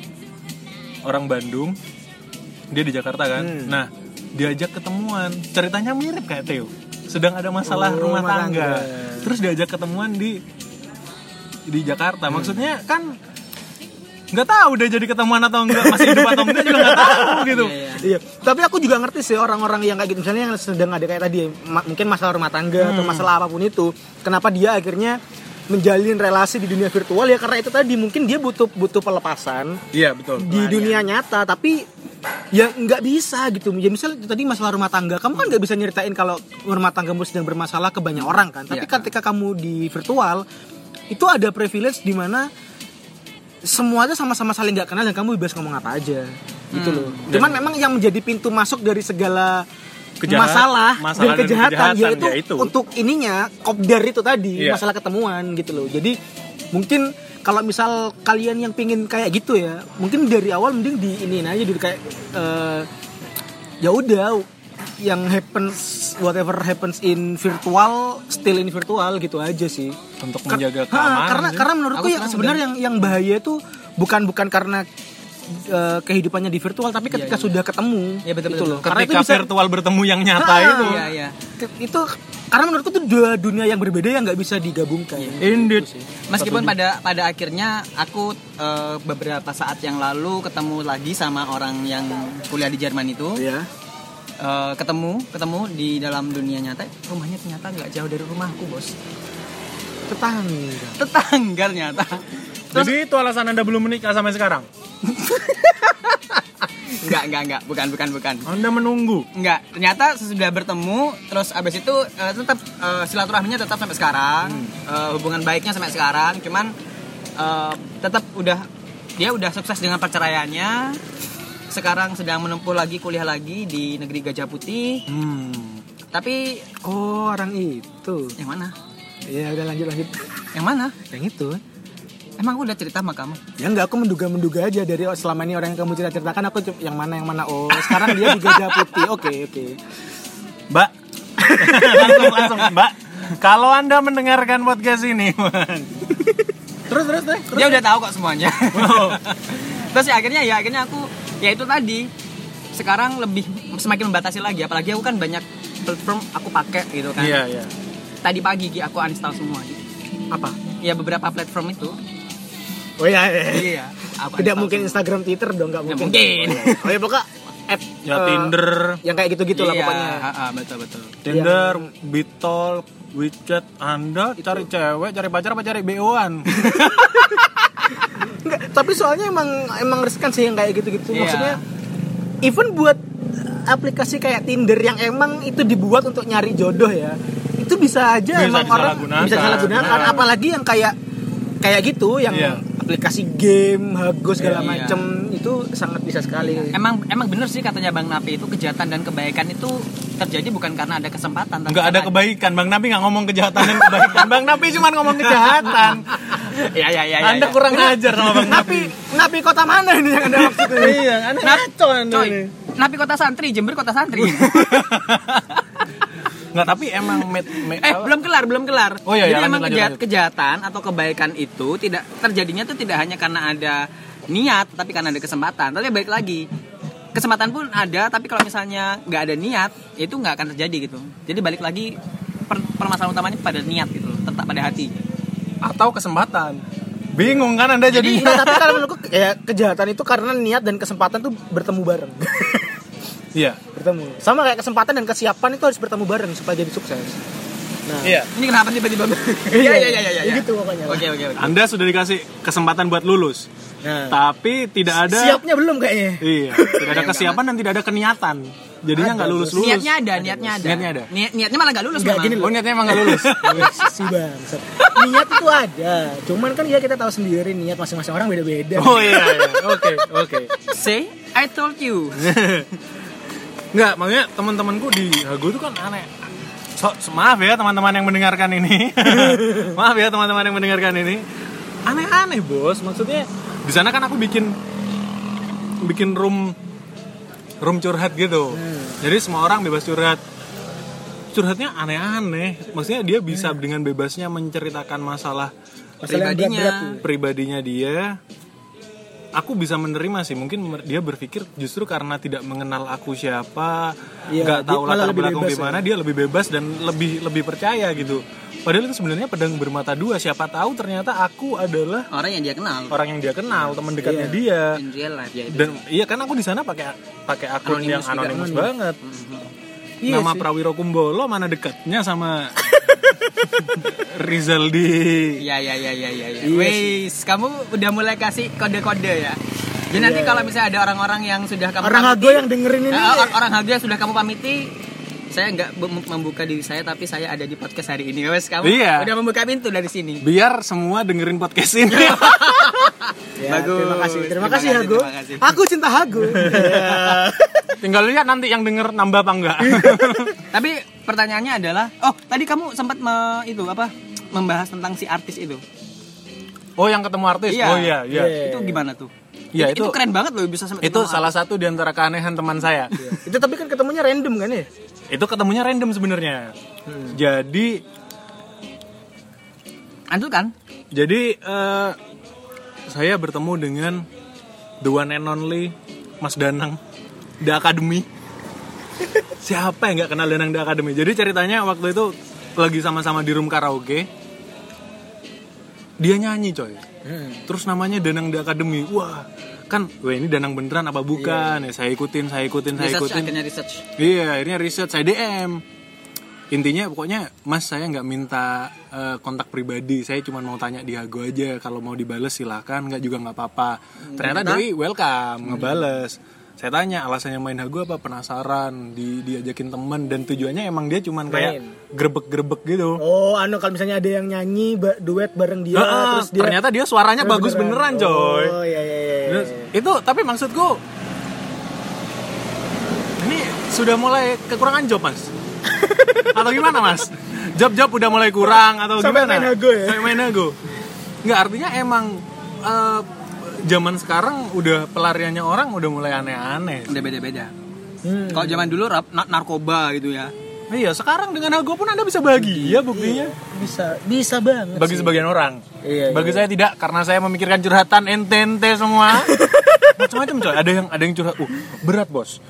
[SPEAKER 1] orang Bandung dia di Jakarta kan
[SPEAKER 2] Hmm.
[SPEAKER 1] nah diajak ketemuan ceritanya mirip kayak Theo sedang ada masalah
[SPEAKER 2] Oh,
[SPEAKER 1] rumah
[SPEAKER 2] rumah
[SPEAKER 1] tangga.
[SPEAKER 2] tangga.
[SPEAKER 1] terus diajak ketemuan di di Jakarta maksudnya kan nggak tahu udah jadi ketemuan atau enggak masih hidup atau enggak juga nggak tahu gitu
[SPEAKER 2] Iya, tapi aku juga ngerti sih orang-orang yang kayak gitu misalnya yang sedang ada kayak tadi ma- mungkin masalah rumah tangga atau masalah apapun itu, kenapa dia akhirnya menjalin relasi di dunia virtual ya karena itu tadi mungkin dia butuh butuh pelepasan
[SPEAKER 1] iya betul
[SPEAKER 2] di dunia nyata tapi ya nggak bisa gitu ya misalnya tadi masalah rumah tangga kamu kan nggak bisa nyeritain kalau rumah tanggamu sedang bermasalah ke banyak orang kan tapi
[SPEAKER 3] Iya.
[SPEAKER 2] ketika kamu di virtual itu ada privilege di mana semuanya sama-sama saling nggak kenal dan kamu bebas ngomong apa aja gitu
[SPEAKER 1] Hmm.
[SPEAKER 2] loh cuman memang yang menjadi pintu masuk dari segala
[SPEAKER 1] Kejahat-
[SPEAKER 2] masalah,
[SPEAKER 1] masalah
[SPEAKER 2] dan
[SPEAKER 1] dan
[SPEAKER 2] kejahatan,
[SPEAKER 1] kejahatan, ya
[SPEAKER 2] yaitu,
[SPEAKER 1] yaitu.
[SPEAKER 2] untuk ininya kopdar itu tadi
[SPEAKER 1] Iya.
[SPEAKER 2] masalah ketemuan gitu loh jadi mungkin kalau misal kalian yang pingin kayak gitu ya mungkin dari awal mending di iniin aja dulu kayak eh, ya udah yang happens whatever happens in virtual still in virtual gitu aja sih
[SPEAKER 1] untuk
[SPEAKER 2] Kar-
[SPEAKER 1] menjaga
[SPEAKER 2] Ha,
[SPEAKER 1] keamanan
[SPEAKER 2] karena
[SPEAKER 1] sih.
[SPEAKER 2] karena menurutku
[SPEAKER 3] Aku
[SPEAKER 2] yang
[SPEAKER 3] senang
[SPEAKER 2] sebenarnya yang yang bahaya itu bukan bukan karena eh, kehidupannya di virtual tapi ketika sudah ketemu
[SPEAKER 3] Iya, betul,
[SPEAKER 2] gitu
[SPEAKER 3] betul,
[SPEAKER 2] loh
[SPEAKER 3] betul.
[SPEAKER 2] karena itu
[SPEAKER 1] ketika
[SPEAKER 2] bisa
[SPEAKER 1] virtual bertemu yang nyata
[SPEAKER 2] Ha.
[SPEAKER 1] itu
[SPEAKER 3] iya iya
[SPEAKER 2] ke- itu karena menurutku itu dua dunia yang berbeda yang nggak bisa digabungkan
[SPEAKER 3] Iya.
[SPEAKER 1] indeed
[SPEAKER 3] Meskipun pada pada akhirnya aku
[SPEAKER 1] Iya.
[SPEAKER 3] eh, beberapa saat yang lalu ketemu lagi sama orang yang kuliah di Jerman itu,
[SPEAKER 2] ya
[SPEAKER 3] eh, ketemu ketemu di dalam dunia nyata rumahnya ternyata nggak jauh dari rumahku bos
[SPEAKER 2] tetangga
[SPEAKER 3] tetangga ternyata
[SPEAKER 1] Jadi itu alasan Anda belum menikah sampai sekarang?
[SPEAKER 3] nggak nggak nggak bukan bukan bukan
[SPEAKER 1] Anda menunggu.
[SPEAKER 3] Enggak, ternyata sesudah bertemu, terus abis itu eh, tetap eh, silaturahminya tetap sampai sekarang,
[SPEAKER 2] Hmm.
[SPEAKER 3] Eh, hubungan baiknya sampai sekarang, cuman eh, tetap udah dia udah sukses dengan perceraiannya, sekarang sedang menempuh lagi kuliah lagi di negeri Gajah Putih,
[SPEAKER 1] Hmm.
[SPEAKER 3] tapi
[SPEAKER 2] oh orang itu
[SPEAKER 3] yang mana?
[SPEAKER 2] ya udah lanjut lanjut
[SPEAKER 3] Yang mana?
[SPEAKER 2] yang itu
[SPEAKER 3] Emang aku udah cerita sama kamu?
[SPEAKER 2] ya enggak aku menduga menduga aja dari selama ini orang yang kamu cerita ceritakan aku cu- yang mana yang mana oh sekarang dia di gajah putih oke oke
[SPEAKER 1] Mbak. langsung langsung Mbak. Kalau Anda mendengarkan podcast ini,
[SPEAKER 2] terus terus terus
[SPEAKER 3] Dia udah tahu kok semuanya. terus ya, akhirnya ya akhirnya aku ya itu tadi sekarang lebih semakin membatasi lagi apalagi aku kan banyak platform aku pakai gitu kan.
[SPEAKER 1] Iya, iya.
[SPEAKER 3] tadi pagi Gi, aku uninstall semua Gi.
[SPEAKER 2] apa
[SPEAKER 3] ya beberapa platform itu
[SPEAKER 2] oh iya, iya.
[SPEAKER 3] iya aku
[SPEAKER 2] tidak
[SPEAKER 3] uninstall
[SPEAKER 2] mungkin
[SPEAKER 3] semua.
[SPEAKER 2] Instagram Twitter dong nggak
[SPEAKER 3] Nggak
[SPEAKER 2] mungkin
[SPEAKER 3] Ya mungkin.
[SPEAKER 2] oh ya pokoknya app
[SPEAKER 1] ya
[SPEAKER 2] eh,
[SPEAKER 1] Tinder,
[SPEAKER 2] yang kayak gitu gitu lah
[SPEAKER 3] Iya,
[SPEAKER 2] pokoknya
[SPEAKER 3] ah, ah, betul betul
[SPEAKER 1] Tinder, Bitol, WeChat, Anda cari cewek, cari pacar apa cari BO-an?
[SPEAKER 2] Enggak, tapi soalnya emang emang riskan sih yang kayak gitu-gitu.
[SPEAKER 3] Iya.
[SPEAKER 2] Maksudnya even buat aplikasi kayak Tinder yang emang itu dibuat untuk nyari jodoh ya. Itu bisa aja
[SPEAKER 1] Bisa
[SPEAKER 2] emang orang
[SPEAKER 1] disalahgunakan.
[SPEAKER 2] bisa disalahgunakan
[SPEAKER 1] Benar.
[SPEAKER 2] apalagi yang kayak kayak gitu yang
[SPEAKER 1] Iya.
[SPEAKER 2] aplikasi game, hago segala
[SPEAKER 3] Iya.
[SPEAKER 2] macem itu sangat bisa sekali.
[SPEAKER 3] emang emang bener sih katanya Bang Napi itu kejahatan dan kebaikan itu terjadi bukan karena ada kesempatan tapi
[SPEAKER 1] Nggak ada
[SPEAKER 3] karena-
[SPEAKER 1] kebaikan. Bang Napi nggak ngomong kejahatan dan kebaikan. Bang Napi cuma ngomong kejahatan.
[SPEAKER 3] ya ya ya ya,
[SPEAKER 1] Anda
[SPEAKER 3] ya.
[SPEAKER 1] kurang ajar sama Bang Napi.
[SPEAKER 2] Tapi ngapi kota mana ini yang Anda maksud ini? iya, aneh ngaco Anda
[SPEAKER 3] Coy,
[SPEAKER 2] ini.
[SPEAKER 3] Napi kota santri Jember kota santri
[SPEAKER 1] Nggak, tapi emang met, met-
[SPEAKER 3] eh belum kelar belum kelar
[SPEAKER 1] Oh, iya,
[SPEAKER 3] jadi
[SPEAKER 1] iya, lanjut,
[SPEAKER 3] emang
[SPEAKER 1] lanjut,
[SPEAKER 3] kejahat-
[SPEAKER 1] lanjut.
[SPEAKER 3] kejahatan atau kebaikan itu tidak terjadinya itu tidak hanya karena ada niat tapi karena ada kesempatan tapi baik lagi kesempatan pun ada tapi kalau misalnya nggak ada niat ya itu nggak akan terjadi gitu jadi balik lagi per- permasalahan utamanya pada niat gitu loh, tetap pada hati
[SPEAKER 1] atau kesempatan. Bingung kan Anda jadi?
[SPEAKER 2] Nah, tapi kalau menurutku ya, kejahatan itu karena niat dan kesempatan tuh bertemu bareng.
[SPEAKER 1] Iya.
[SPEAKER 2] bertemu sama kayak kesempatan dan kesiapan itu harus bertemu bareng supaya jadi sukses nah
[SPEAKER 1] Iya.
[SPEAKER 3] ini kenapa tiba-tiba
[SPEAKER 2] Iya,
[SPEAKER 3] iya iya iya iya
[SPEAKER 2] ya gitu pokoknya.
[SPEAKER 3] oke oke oke
[SPEAKER 1] Anda sudah dikasih kesempatan buat lulus,
[SPEAKER 2] Nah.
[SPEAKER 1] tapi tidak ada
[SPEAKER 2] siapnya belum kayaknya
[SPEAKER 1] Iya, tidak ada kesiapan dan tidak ada keniatan. Jadinya nggak lulus lulus.
[SPEAKER 3] niatnya ada niatnya ada
[SPEAKER 1] Niatnya ada.
[SPEAKER 3] Niat- niatnya malah nggak lulus
[SPEAKER 2] Nggak,
[SPEAKER 3] memang.
[SPEAKER 2] gini loh.
[SPEAKER 1] Oh niatnya emang nggak lulus.
[SPEAKER 2] Wih, si bangsat. niat itu ada cuman kan ya kita tahu sendiri niat masing-masing orang beda-beda
[SPEAKER 1] Oh iya, iya. oke oke.
[SPEAKER 3] say I told you
[SPEAKER 1] Nggak, makanya teman-temanku di Hago itu kan aneh. So, so- maaf ya teman-teman yang mendengarkan ini. maaf ya teman-teman yang mendengarkan ini. Aneh-aneh bos, maksudnya di sana kan aku bikin bikin room room curhat gitu.
[SPEAKER 2] Hmm.
[SPEAKER 1] Jadi semua orang bebas curhat. Curhatnya aneh-aneh. Maksudnya dia bisa dengan bebasnya menceritakan masalah
[SPEAKER 2] Hmm. Masalah yang
[SPEAKER 3] pribadinya.
[SPEAKER 2] berat-berat gitu. tuh.
[SPEAKER 1] pribadinya dia aku bisa menerima sih mungkin mer- dia berpikir justru karena tidak mengenal aku siapa
[SPEAKER 2] Iya,
[SPEAKER 1] nggak
[SPEAKER 2] dia
[SPEAKER 1] tahu
[SPEAKER 2] malah
[SPEAKER 1] latar
[SPEAKER 2] lebih
[SPEAKER 1] belakang
[SPEAKER 2] bebas ya.
[SPEAKER 1] gimana dia lebih bebas dan lebih lebih percaya gitu padahal itu sebenarnya pedang bermata dua siapa tahu ternyata aku adalah
[SPEAKER 3] orang yang dia kenal
[SPEAKER 1] orang yang dia kenal teman dekatnya
[SPEAKER 2] Iya.
[SPEAKER 1] dia
[SPEAKER 3] in real life ya itu.
[SPEAKER 1] dan iya kan aku di sana pakai pakai akun yang anonimus
[SPEAKER 3] Anonymous juga.
[SPEAKER 1] banget
[SPEAKER 2] Iya
[SPEAKER 1] nama
[SPEAKER 2] sih.
[SPEAKER 1] Prawiro Kumbolo mana dekatnya sama Rizaldi
[SPEAKER 3] Ya ya ya ya
[SPEAKER 1] Iya
[SPEAKER 3] ya. ya. Wes, kamu udah mulai kasih kode-kode ya. Jadi
[SPEAKER 1] Iya.
[SPEAKER 3] nanti kalau misalnya ada orang-orang yang sudah kamu
[SPEAKER 2] orang
[SPEAKER 3] pamiti-
[SPEAKER 2] hago yang dengerin ini
[SPEAKER 3] Eh, or- orang hago yang sudah kamu pamiti, saya nggak mem- membuka diri saya tapi saya ada di podcast hari ini. Wes, kamu
[SPEAKER 1] Iya.
[SPEAKER 3] udah membuka pintu dari sini.
[SPEAKER 1] biar semua dengerin podcast ini
[SPEAKER 2] Ya,
[SPEAKER 3] bagus.
[SPEAKER 2] terima kasih terima,
[SPEAKER 3] Terima
[SPEAKER 2] kasih
[SPEAKER 3] kasih,
[SPEAKER 2] hago
[SPEAKER 3] terima kasih.
[SPEAKER 2] aku cinta hago Iya.
[SPEAKER 1] tinggal lihat nanti yang denger nambah apa enggak
[SPEAKER 3] Iya. Tapi pertanyaannya adalah, oh tadi kamu sempat me- itu apa membahas tentang si artis itu.
[SPEAKER 1] oh yang ketemu artis
[SPEAKER 3] Iya.
[SPEAKER 1] oh iya iya
[SPEAKER 2] Iya.
[SPEAKER 3] Itu gimana tuh?
[SPEAKER 1] Iya,
[SPEAKER 3] itu,
[SPEAKER 1] itu-
[SPEAKER 3] keren banget loh bisa sampai
[SPEAKER 1] itu
[SPEAKER 3] ketemu Iya.
[SPEAKER 1] salah satu di antara keanehan teman saya
[SPEAKER 2] itu tapi kan ketemunya random kan ya
[SPEAKER 1] itu ketemunya random sebenarnya
[SPEAKER 3] Hmm.
[SPEAKER 1] jadi
[SPEAKER 3] artis. Antul kan?
[SPEAKER 1] Jadi eh, saya bertemu dengan the one and only Mas Danang The Academy. Siapa yang nggak kenal Danang The Academy? Jadi ceritanya waktu itu lagi sama-sama di room karaoke. Hmm. Dia nyanyi coy. Terus namanya Danang The Academy. Wah, kan wah ini danang beneran apa bukan ya saya ikutin saya ikutin saya
[SPEAKER 3] Research
[SPEAKER 1] ikutin
[SPEAKER 3] akhirnya research.
[SPEAKER 1] Iya, akhirnya riset saya DM. Intinya pokoknya Mas saya nggak minta eh, kontak pribadi, saya cuma mau tanya di Hago aja. Kalau mau dibales silahkan, nggak juga nggak apa-apa. Ternyata Doi welcome ngebales. Saya tanya alasannya main Hago apa penasaran, di, diajakin temen dan tujuannya emang dia cuman kayak grebek-grebek gitu.
[SPEAKER 2] Oh, anu kalau misalnya ada yang nyanyi ba- duet bareng dia,
[SPEAKER 1] Heeh,
[SPEAKER 2] Iya, terus dia
[SPEAKER 1] Ah, ternyata dia suaranya
[SPEAKER 2] Terus
[SPEAKER 1] bagus beneran, coy.
[SPEAKER 2] Oh, iya iya iya. iya.
[SPEAKER 1] Terus, itu tapi maksudku ini sudah mulai kekurangan job mas atau gimana mas job-job udah mulai kurang atau
[SPEAKER 2] Sampai
[SPEAKER 1] gimana
[SPEAKER 2] main hago ya?
[SPEAKER 1] Sampai main hago. nggak artinya emang eh, zaman sekarang udah pelariannya orang udah mulai aneh-aneh
[SPEAKER 3] Udah beda-beda.
[SPEAKER 2] Hmm.
[SPEAKER 3] Kalau zaman dulu rap, na- narkoba gitu ya.
[SPEAKER 1] iya sekarang dengan hago pun anda bisa bahagia buktinya
[SPEAKER 2] Bisa bisa banget.
[SPEAKER 1] bagi
[SPEAKER 2] sih.
[SPEAKER 1] sebagian orang.
[SPEAKER 2] Iya,
[SPEAKER 1] bagi saya tidak karena saya memikirkan curhatan ente-ente semua. Macam-macam coy. Ada yang ada yang curhat, uh, berat bos.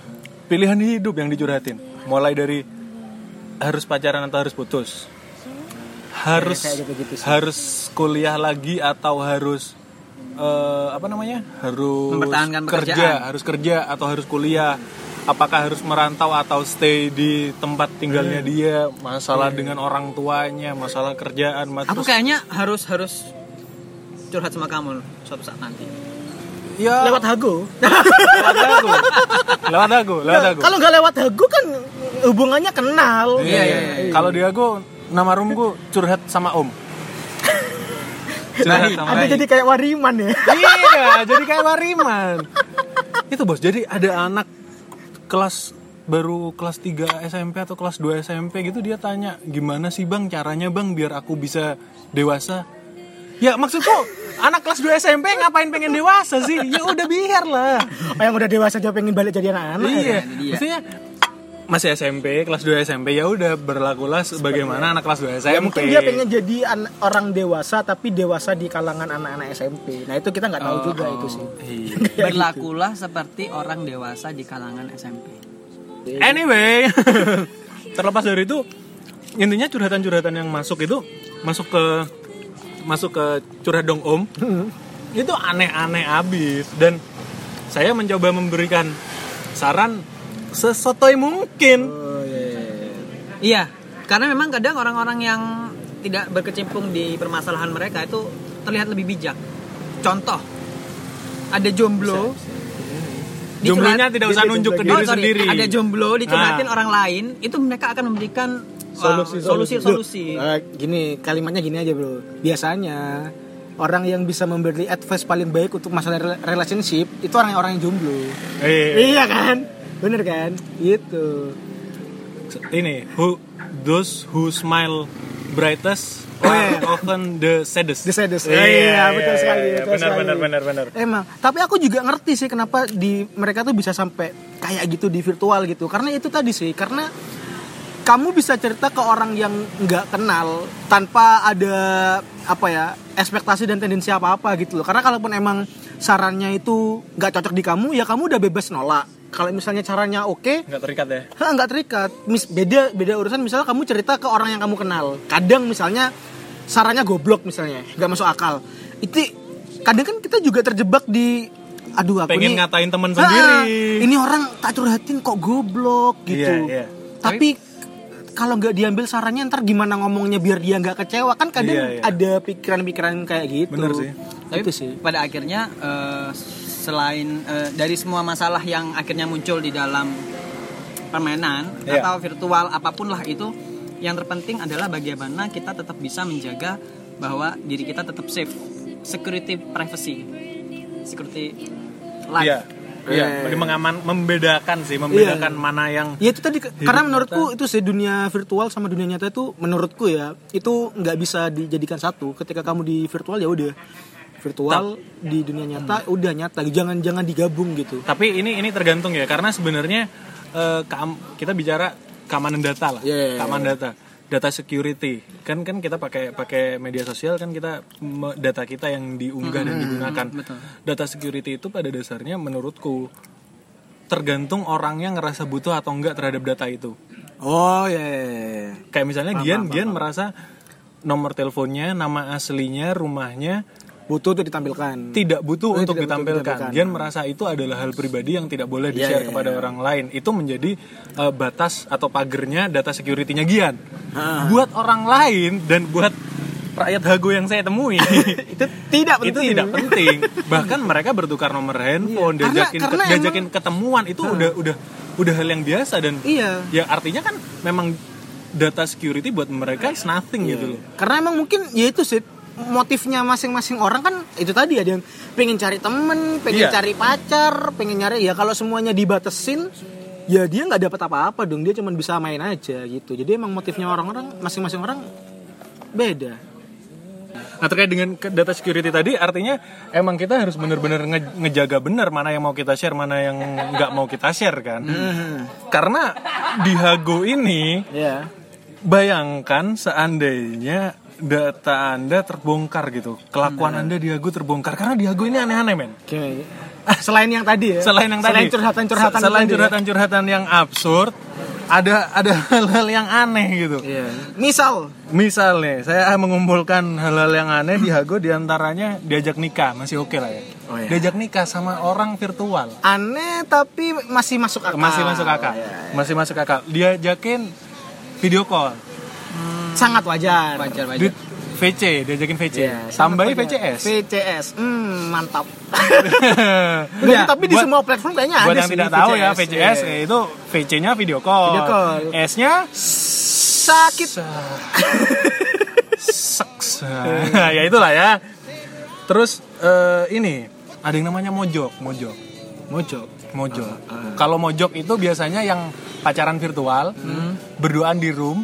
[SPEAKER 1] Pilihan hidup yang dicurhatin. Mulai dari harus pacaran atau harus putus. Harus
[SPEAKER 2] Iya, kayak gitu-gitu sih.
[SPEAKER 1] harus kuliah lagi atau harus eh, apa namanya? Harus
[SPEAKER 3] Mempertahankan
[SPEAKER 1] kerja,
[SPEAKER 3] pekerjaan.
[SPEAKER 1] harus kerja atau harus kuliah. Apakah harus merantau atau stay di tempat tinggalnya
[SPEAKER 2] Iya.
[SPEAKER 1] dia? Masalah dengan orang tuanya, masalah kerjaan, mas-
[SPEAKER 3] Aku kayaknya harus harus curhat sama kamu suatu saat nanti.
[SPEAKER 1] Iya, Ya,
[SPEAKER 2] lewat Hago. Nah,
[SPEAKER 1] lewat lagu. lewat lagu, lewat lagu.
[SPEAKER 2] Iya. Kalau nggak lewat Hago kan hubungannya kenal.
[SPEAKER 1] Iya, iya, iya. Kalau dia gue nama roomku curhat sama Om. Curhat sama gitu.
[SPEAKER 2] Ada
[SPEAKER 1] Om.
[SPEAKER 2] jadi kayak wariman ya.
[SPEAKER 1] Iya, jadi kayak wariman. Itu bos, jadi ada anak kelas baru kelas 3 SMP atau kelas 2 SMP gitu dia tanya gimana sih bang caranya bang biar aku bisa dewasa ya maksudku anak kelas 2 SMP ngapain pengen dewasa sih ya udah biar lah
[SPEAKER 2] Oh, yang udah dewasa juga pengen balik jadi anak-anak. ya?
[SPEAKER 1] iya,
[SPEAKER 3] itu dia.
[SPEAKER 1] maksudnya masih SMP, kelas 2 SMP ya udah berlakulah sebagaimana anak kelas 2 SMP.
[SPEAKER 2] Ya mungkin dia pengen jadi an- orang dewasa tapi dewasa di kalangan anak-anak SMP. Nah itu kita nggak
[SPEAKER 1] Oh,
[SPEAKER 2] tahu juga itu sih.
[SPEAKER 1] Iya.
[SPEAKER 3] Berlakulah seperti orang dewasa di kalangan SMP.
[SPEAKER 1] Iya. Anyway, terlepas dari itu intinya curhatan-curhatan yang masuk itu masuk ke masuk ke curhat dong om
[SPEAKER 2] Hmm.
[SPEAKER 1] itu aneh-aneh abis dan saya mencoba memberikan saran sesotoy mungkin
[SPEAKER 2] Oh, iya, iya, iya.
[SPEAKER 3] Iya, karena memang kadang orang-orang yang tidak berkecimpung di permasalahan mereka itu terlihat lebih bijak. Contoh, ada jomblo. dicurhat-
[SPEAKER 1] jumlahnya tidak usah
[SPEAKER 2] Dicurhat-
[SPEAKER 1] nunjuk ke
[SPEAKER 2] Oh,
[SPEAKER 1] diri
[SPEAKER 3] sorry,
[SPEAKER 1] sendiri
[SPEAKER 3] Ada jomblo dicurhatin
[SPEAKER 1] Ah.
[SPEAKER 3] orang lain, itu mereka akan memberikan wah,
[SPEAKER 2] Solusi-solusi.
[SPEAKER 3] solusi-solusi.
[SPEAKER 2] Duh, eh, gini kalimatnya gini aja bro. Biasanya orang yang bisa memberi advice paling baik untuk masalah rela- relationship itu orang-orang yang jomblo.
[SPEAKER 1] Eh,
[SPEAKER 2] Iya kan? Bener kan? Gitu.
[SPEAKER 1] ini who those who smile brightest are often the saddest.
[SPEAKER 2] Oh, iya. The saddest.
[SPEAKER 1] Iya, iya,
[SPEAKER 2] betul
[SPEAKER 1] iya,
[SPEAKER 2] sekali.
[SPEAKER 1] iya,
[SPEAKER 2] betul
[SPEAKER 1] benar,
[SPEAKER 2] sekali.
[SPEAKER 1] benar, benar, benar.
[SPEAKER 2] Emang. Tapi aku juga ngerti sih kenapa di mereka tuh bisa sampai kayak gitu di virtual gitu. Karena itu tadi sih. Karena kamu bisa cerita ke orang yang nggak kenal tanpa ada apa ya ekspektasi dan tendensi apa apa gitu loh. Karena kalaupun emang sarannya itu nggak cocok di kamu, ya kamu udah bebas nolak. Kalau misalnya caranya oke,
[SPEAKER 1] Nggak terikat ya.
[SPEAKER 2] Hah, nggak terikat. Mis beda beda urusan misalnya kamu cerita ke orang yang kamu kenal. Kadang misalnya sarannya goblok misalnya, nggak masuk akal. Itu kadang kan kita juga terjebak di aduh aku
[SPEAKER 1] Pengen
[SPEAKER 2] nih-
[SPEAKER 1] ngatain teman
[SPEAKER 2] Ah,
[SPEAKER 1] sendiri.
[SPEAKER 2] ini orang tak curhatin kok goblok gitu.
[SPEAKER 1] Iya, iya.
[SPEAKER 2] Tapi kalau nggak diambil sarannya ntar gimana ngomongnya biar dia nggak kecewa kan kadang
[SPEAKER 1] Iya, iya.
[SPEAKER 2] ada pikiran-pikiran kayak gitu.
[SPEAKER 1] Bener sih.
[SPEAKER 3] Tapi
[SPEAKER 2] itu sih.
[SPEAKER 3] pada akhirnya eh, selain eh, dari semua masalah yang akhirnya muncul di dalam permainan
[SPEAKER 1] Iya.
[SPEAKER 3] atau virtual apapun lah itu yang terpenting adalah bagaimana kita tetap bisa menjaga bahwa diri kita tetap safe security privacy security life
[SPEAKER 1] Iya. Iya,
[SPEAKER 2] Eh.
[SPEAKER 1] bagi mengaman membedakan sih, membedakan mana yang
[SPEAKER 2] Ya itu tadi ke- karena menurutku itu sih dunia virtual sama dunia nyata itu menurutku ya itu nggak bisa dijadikan satu. Ketika kamu di virtual ya udah virtual di dunia nyata udah nyata. Jangan jangan digabung gitu.
[SPEAKER 1] tapi ini ini tergantung ya karena sebenarnya eh, keam- kita bicara keamanan data lah.
[SPEAKER 2] Iya, iya, iya.
[SPEAKER 1] Keamanan data. Data security. Kan kan kita pakai pakai media sosial kan kita me- data kita yang diunggah
[SPEAKER 2] Hmm,
[SPEAKER 1] dan digunakan. Data security itu pada dasarnya menurutku tergantung orangnya ngerasa butuh atau enggak terhadap data itu.
[SPEAKER 2] Oh ya.
[SPEAKER 1] Kayak misalnya Gian Gian merasa nomor teleponnya, nama aslinya, rumahnya,
[SPEAKER 2] butuh itu ditampilkan
[SPEAKER 1] tidak butuh
[SPEAKER 2] Itu
[SPEAKER 1] untuk
[SPEAKER 2] Oh, tidak butuh
[SPEAKER 1] ditampilkan.
[SPEAKER 2] ditampilkan.
[SPEAKER 1] Dian merasa itu adalah hal pribadi yang tidak boleh
[SPEAKER 2] Iya,
[SPEAKER 1] di-share
[SPEAKER 2] iya,
[SPEAKER 1] kepada orang lain. Itu menjadi eh, batas atau pagernya data security-nya Gian.
[SPEAKER 2] Ah.
[SPEAKER 1] Buat orang lain dan buat rakyat Hago yang saya temui. Gitu. itu
[SPEAKER 2] tidak
[SPEAKER 1] itu tidak penting. Bahkan mereka bertukar nomor handphone,
[SPEAKER 2] Iya. Karena-
[SPEAKER 1] diajakin
[SPEAKER 2] karena emang-
[SPEAKER 1] diajakin ketemuan itu udah udah udah hal yang biasa dan
[SPEAKER 2] iya
[SPEAKER 1] ya artinya kan memang data security buat mereka is nothing gitu loh.
[SPEAKER 2] karena emang mungkin ya itu sih motifnya masing-masing orang kan itu tadi ada yang pengen cari temen pengen
[SPEAKER 1] Iya.
[SPEAKER 2] cari pacar pengen nyari ya kalau semuanya dibatesin ya dia nggak dapat apa-apa dong dia cuma bisa main aja gitu jadi emang motifnya orang-orang masing-masing orang beda
[SPEAKER 1] Nah terkait dengan ke- data security tadi artinya emang kita harus benar-benar nge- ngejaga benar mana yang mau kita share mana yang nggak mau kita share kan karena di Hago ini
[SPEAKER 2] ya
[SPEAKER 1] bayangkan seandainya data anda terbongkar gitu kelakuan anda di Hago terbongkar karena di Hago ini aneh-aneh men
[SPEAKER 2] Oke. Ah, Selain yang tadi ya.
[SPEAKER 1] selain yang
[SPEAKER 2] selain
[SPEAKER 1] tadi
[SPEAKER 2] curhatan-curhatan
[SPEAKER 1] se- selain
[SPEAKER 2] tadi ya.
[SPEAKER 1] curhatan-curhatan yang absurd ada ada hal-hal yang aneh gitu
[SPEAKER 2] Iya. Misal
[SPEAKER 1] Misalnya, saya mengumpulkan hal-hal yang aneh di Hago diantaranya diajak nikah, masih oke lah ya.
[SPEAKER 2] Oh, iya.
[SPEAKER 1] Diajak nikah sama orang virtual,
[SPEAKER 2] aneh tapi masih masuk akal.
[SPEAKER 1] masih masuk akal,
[SPEAKER 2] iya,
[SPEAKER 1] masih masuk akal. Diajakin video call,
[SPEAKER 2] Sangat wajar.
[SPEAKER 3] wajar wajar
[SPEAKER 1] di VC, diajakin VC,
[SPEAKER 2] Iya, sangat
[SPEAKER 1] tambahi
[SPEAKER 2] wajar.
[SPEAKER 1] VCS.
[SPEAKER 2] VCS. Hmm, mantap. Nggak,
[SPEAKER 1] Iya,
[SPEAKER 2] tapi di
[SPEAKER 1] buat-
[SPEAKER 2] semua platform kayaknya
[SPEAKER 1] buat
[SPEAKER 2] ada
[SPEAKER 1] yang
[SPEAKER 2] sih
[SPEAKER 1] tidak tahu ya VCS
[SPEAKER 2] iya.
[SPEAKER 1] itu VC-nya video call,
[SPEAKER 2] Video call.
[SPEAKER 1] S-nya
[SPEAKER 2] Sakit.
[SPEAKER 1] seks, ya itulah ya. Terus eh, ini ada yang namanya mojok, mojok.
[SPEAKER 2] Mojok.
[SPEAKER 1] Mojok. Ah, Kalau mojok itu biasanya yang pacaran virtual, berduaan di room,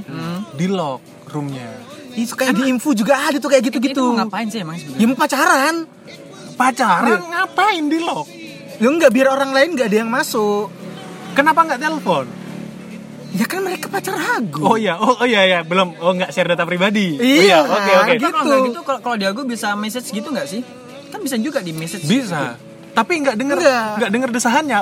[SPEAKER 1] di lock roomnya.
[SPEAKER 2] Itu kayak di info juga ada tuh kayak gitu-gitu.
[SPEAKER 3] itu mau ngapain sih emang sebenarnya
[SPEAKER 2] Ya mau pacaran.
[SPEAKER 1] Pacaran ngapain di lock?
[SPEAKER 2] Lu nggak Ya biar orang lain nggak ada yang masuk.
[SPEAKER 1] Kenapa nggak telepon?
[SPEAKER 2] Ya kan mereka pacar hago.
[SPEAKER 1] Oh iya, oh, oh iya ya, belum. Oh nggak share data pribadi.
[SPEAKER 2] Iya,
[SPEAKER 1] Oh, iya, oke oke.
[SPEAKER 2] gitu.
[SPEAKER 3] Kan kalau nggak gitu kalau kalau di aku bisa message gitu nggak sih kan bisa juga di message
[SPEAKER 1] Bisa. Tapi nggak denger
[SPEAKER 2] Nggak.
[SPEAKER 1] nggak denger desahannya.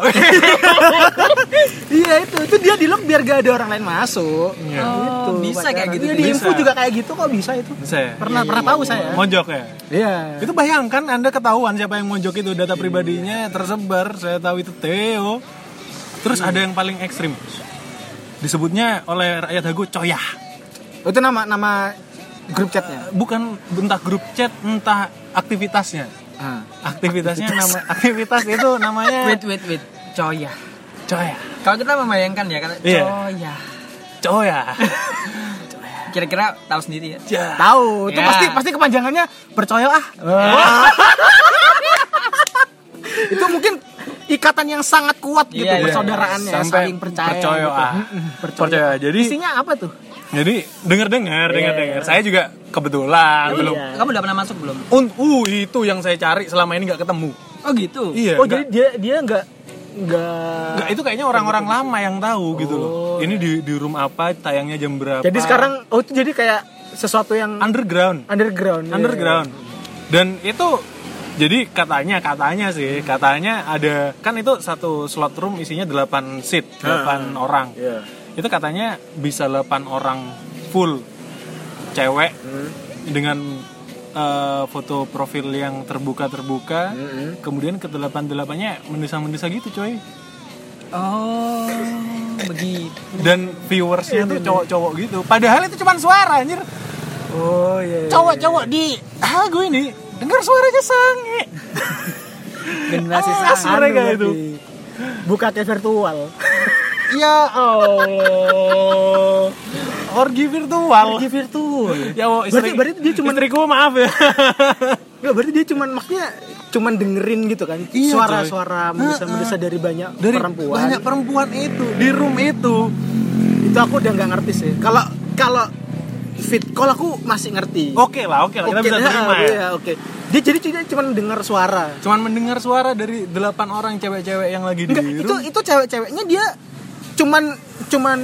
[SPEAKER 2] Iya itu, itu dia di lock biar gak ada orang lain masuk.
[SPEAKER 1] Iya.
[SPEAKER 2] Gitu,
[SPEAKER 3] Oh, bisa
[SPEAKER 2] pacaran.
[SPEAKER 3] kayak gitu.
[SPEAKER 2] Iya, di
[SPEAKER 1] Bisa.
[SPEAKER 2] info juga kayak gitu kok bisa itu.
[SPEAKER 1] Bisa ya?
[SPEAKER 2] Pernah pernah tahu saya.
[SPEAKER 1] Mojok ya.
[SPEAKER 2] Iya.
[SPEAKER 1] Itu bayangkan Anda ketahuan siapa yang mojok itu data pribadinya tersebar. Saya tahu itu Theo. Terus ada yang paling ekstrim. Disebutnya oleh rakyat Hago coyah.
[SPEAKER 2] Itu nama nama grup chatnya.
[SPEAKER 1] Bukan entah grup chat, entah aktivitasnya. Aktivitasnya nama aktivitas itu namanya
[SPEAKER 3] wait wait wait coya
[SPEAKER 1] coyah.
[SPEAKER 3] kalau kita membayangkan ya kata
[SPEAKER 1] Iya.
[SPEAKER 3] coya
[SPEAKER 1] Coyah.
[SPEAKER 3] kira-kira tahu sendiri ya
[SPEAKER 2] Iya.
[SPEAKER 1] Ja.
[SPEAKER 2] Tahu, itu
[SPEAKER 3] Ya.
[SPEAKER 2] pasti pasti kepanjangannya percoyo ah. itu mungkin ikatan yang sangat kuat gitu
[SPEAKER 3] Iya, iya.
[SPEAKER 2] persaudaraannya,
[SPEAKER 1] Sampai
[SPEAKER 2] saling percaya.
[SPEAKER 1] percoyo,
[SPEAKER 2] gitu.
[SPEAKER 1] ah.
[SPEAKER 2] Mm-mm, percoyo.
[SPEAKER 1] Percoyo, jadi-
[SPEAKER 2] isinya apa tuh?
[SPEAKER 1] Jadi dengar-dengar, dengar-dengar. Saya juga kebetulan belum.
[SPEAKER 2] Iya.
[SPEAKER 3] kamu udah pernah masuk belum
[SPEAKER 1] Un, uh, itu yang saya cari selama ini nggak ketemu.
[SPEAKER 3] oh gitu
[SPEAKER 1] Iya.
[SPEAKER 2] oh,
[SPEAKER 1] nggak-
[SPEAKER 2] jadi dia dia nggak nggak
[SPEAKER 1] Enggak, itu kayaknya orang-orang lama yang tahu gitu loh. Ini di di room apa, tayangnya jam berapa.
[SPEAKER 2] Jadi sekarang oh itu jadi kayak sesuatu yang
[SPEAKER 1] underground,
[SPEAKER 2] underground. iya.
[SPEAKER 1] underground. Dan itu jadi katanya katanya sih, katanya ada kan itu satu slot room isinya 8 seat, 8 orang.
[SPEAKER 2] Iya.
[SPEAKER 1] Itu katanya bisa 8 orang full cewek dengan eh, foto profil yang terbuka-terbuka. Kemudian ke delapan-delapannya mendesa-mendesa gitu, coy.
[SPEAKER 3] oh begitu
[SPEAKER 1] dan viewersnya tuh cowok-cowok gitu padahal itu cuma suara anjir
[SPEAKER 2] Oh iya. iya.
[SPEAKER 1] cowok-cowok di ah gue ini dengar suaranya sange
[SPEAKER 3] generasi
[SPEAKER 2] Oh,
[SPEAKER 1] Ah,
[SPEAKER 3] sekarang.
[SPEAKER 1] asli. mereka
[SPEAKER 2] berarti.
[SPEAKER 1] itu.
[SPEAKER 2] Buka kayak virtual.
[SPEAKER 1] ya Allah orgi virtual
[SPEAKER 2] Pergi virtual.
[SPEAKER 1] ya wo,
[SPEAKER 2] Berarti berarti dia cuma
[SPEAKER 1] istriku maaf ya
[SPEAKER 2] nggak berarti dia cuma maksudnya cuman dengerin gitu kan
[SPEAKER 1] Iya,
[SPEAKER 2] suara-suara
[SPEAKER 1] coy.
[SPEAKER 2] mendesa-mendesa dari banyak
[SPEAKER 1] dari
[SPEAKER 2] perempuan.
[SPEAKER 1] banyak perempuan itu di room itu
[SPEAKER 2] Itu aku udah nggak ngerti sih. Kalau kalau fit call aku masih ngerti.
[SPEAKER 1] oke lah oke lah Oh, kita
[SPEAKER 2] Oke,
[SPEAKER 1] bisa
[SPEAKER 2] nah,
[SPEAKER 1] terima ya
[SPEAKER 2] iya, oke. Dia jadi dia cuma dengar suara.
[SPEAKER 1] cuman mendengar suara dari delapan orang cewek-cewek yang lagi di
[SPEAKER 2] Enggak,
[SPEAKER 1] room
[SPEAKER 2] itu itu cewek-ceweknya dia cuman cuman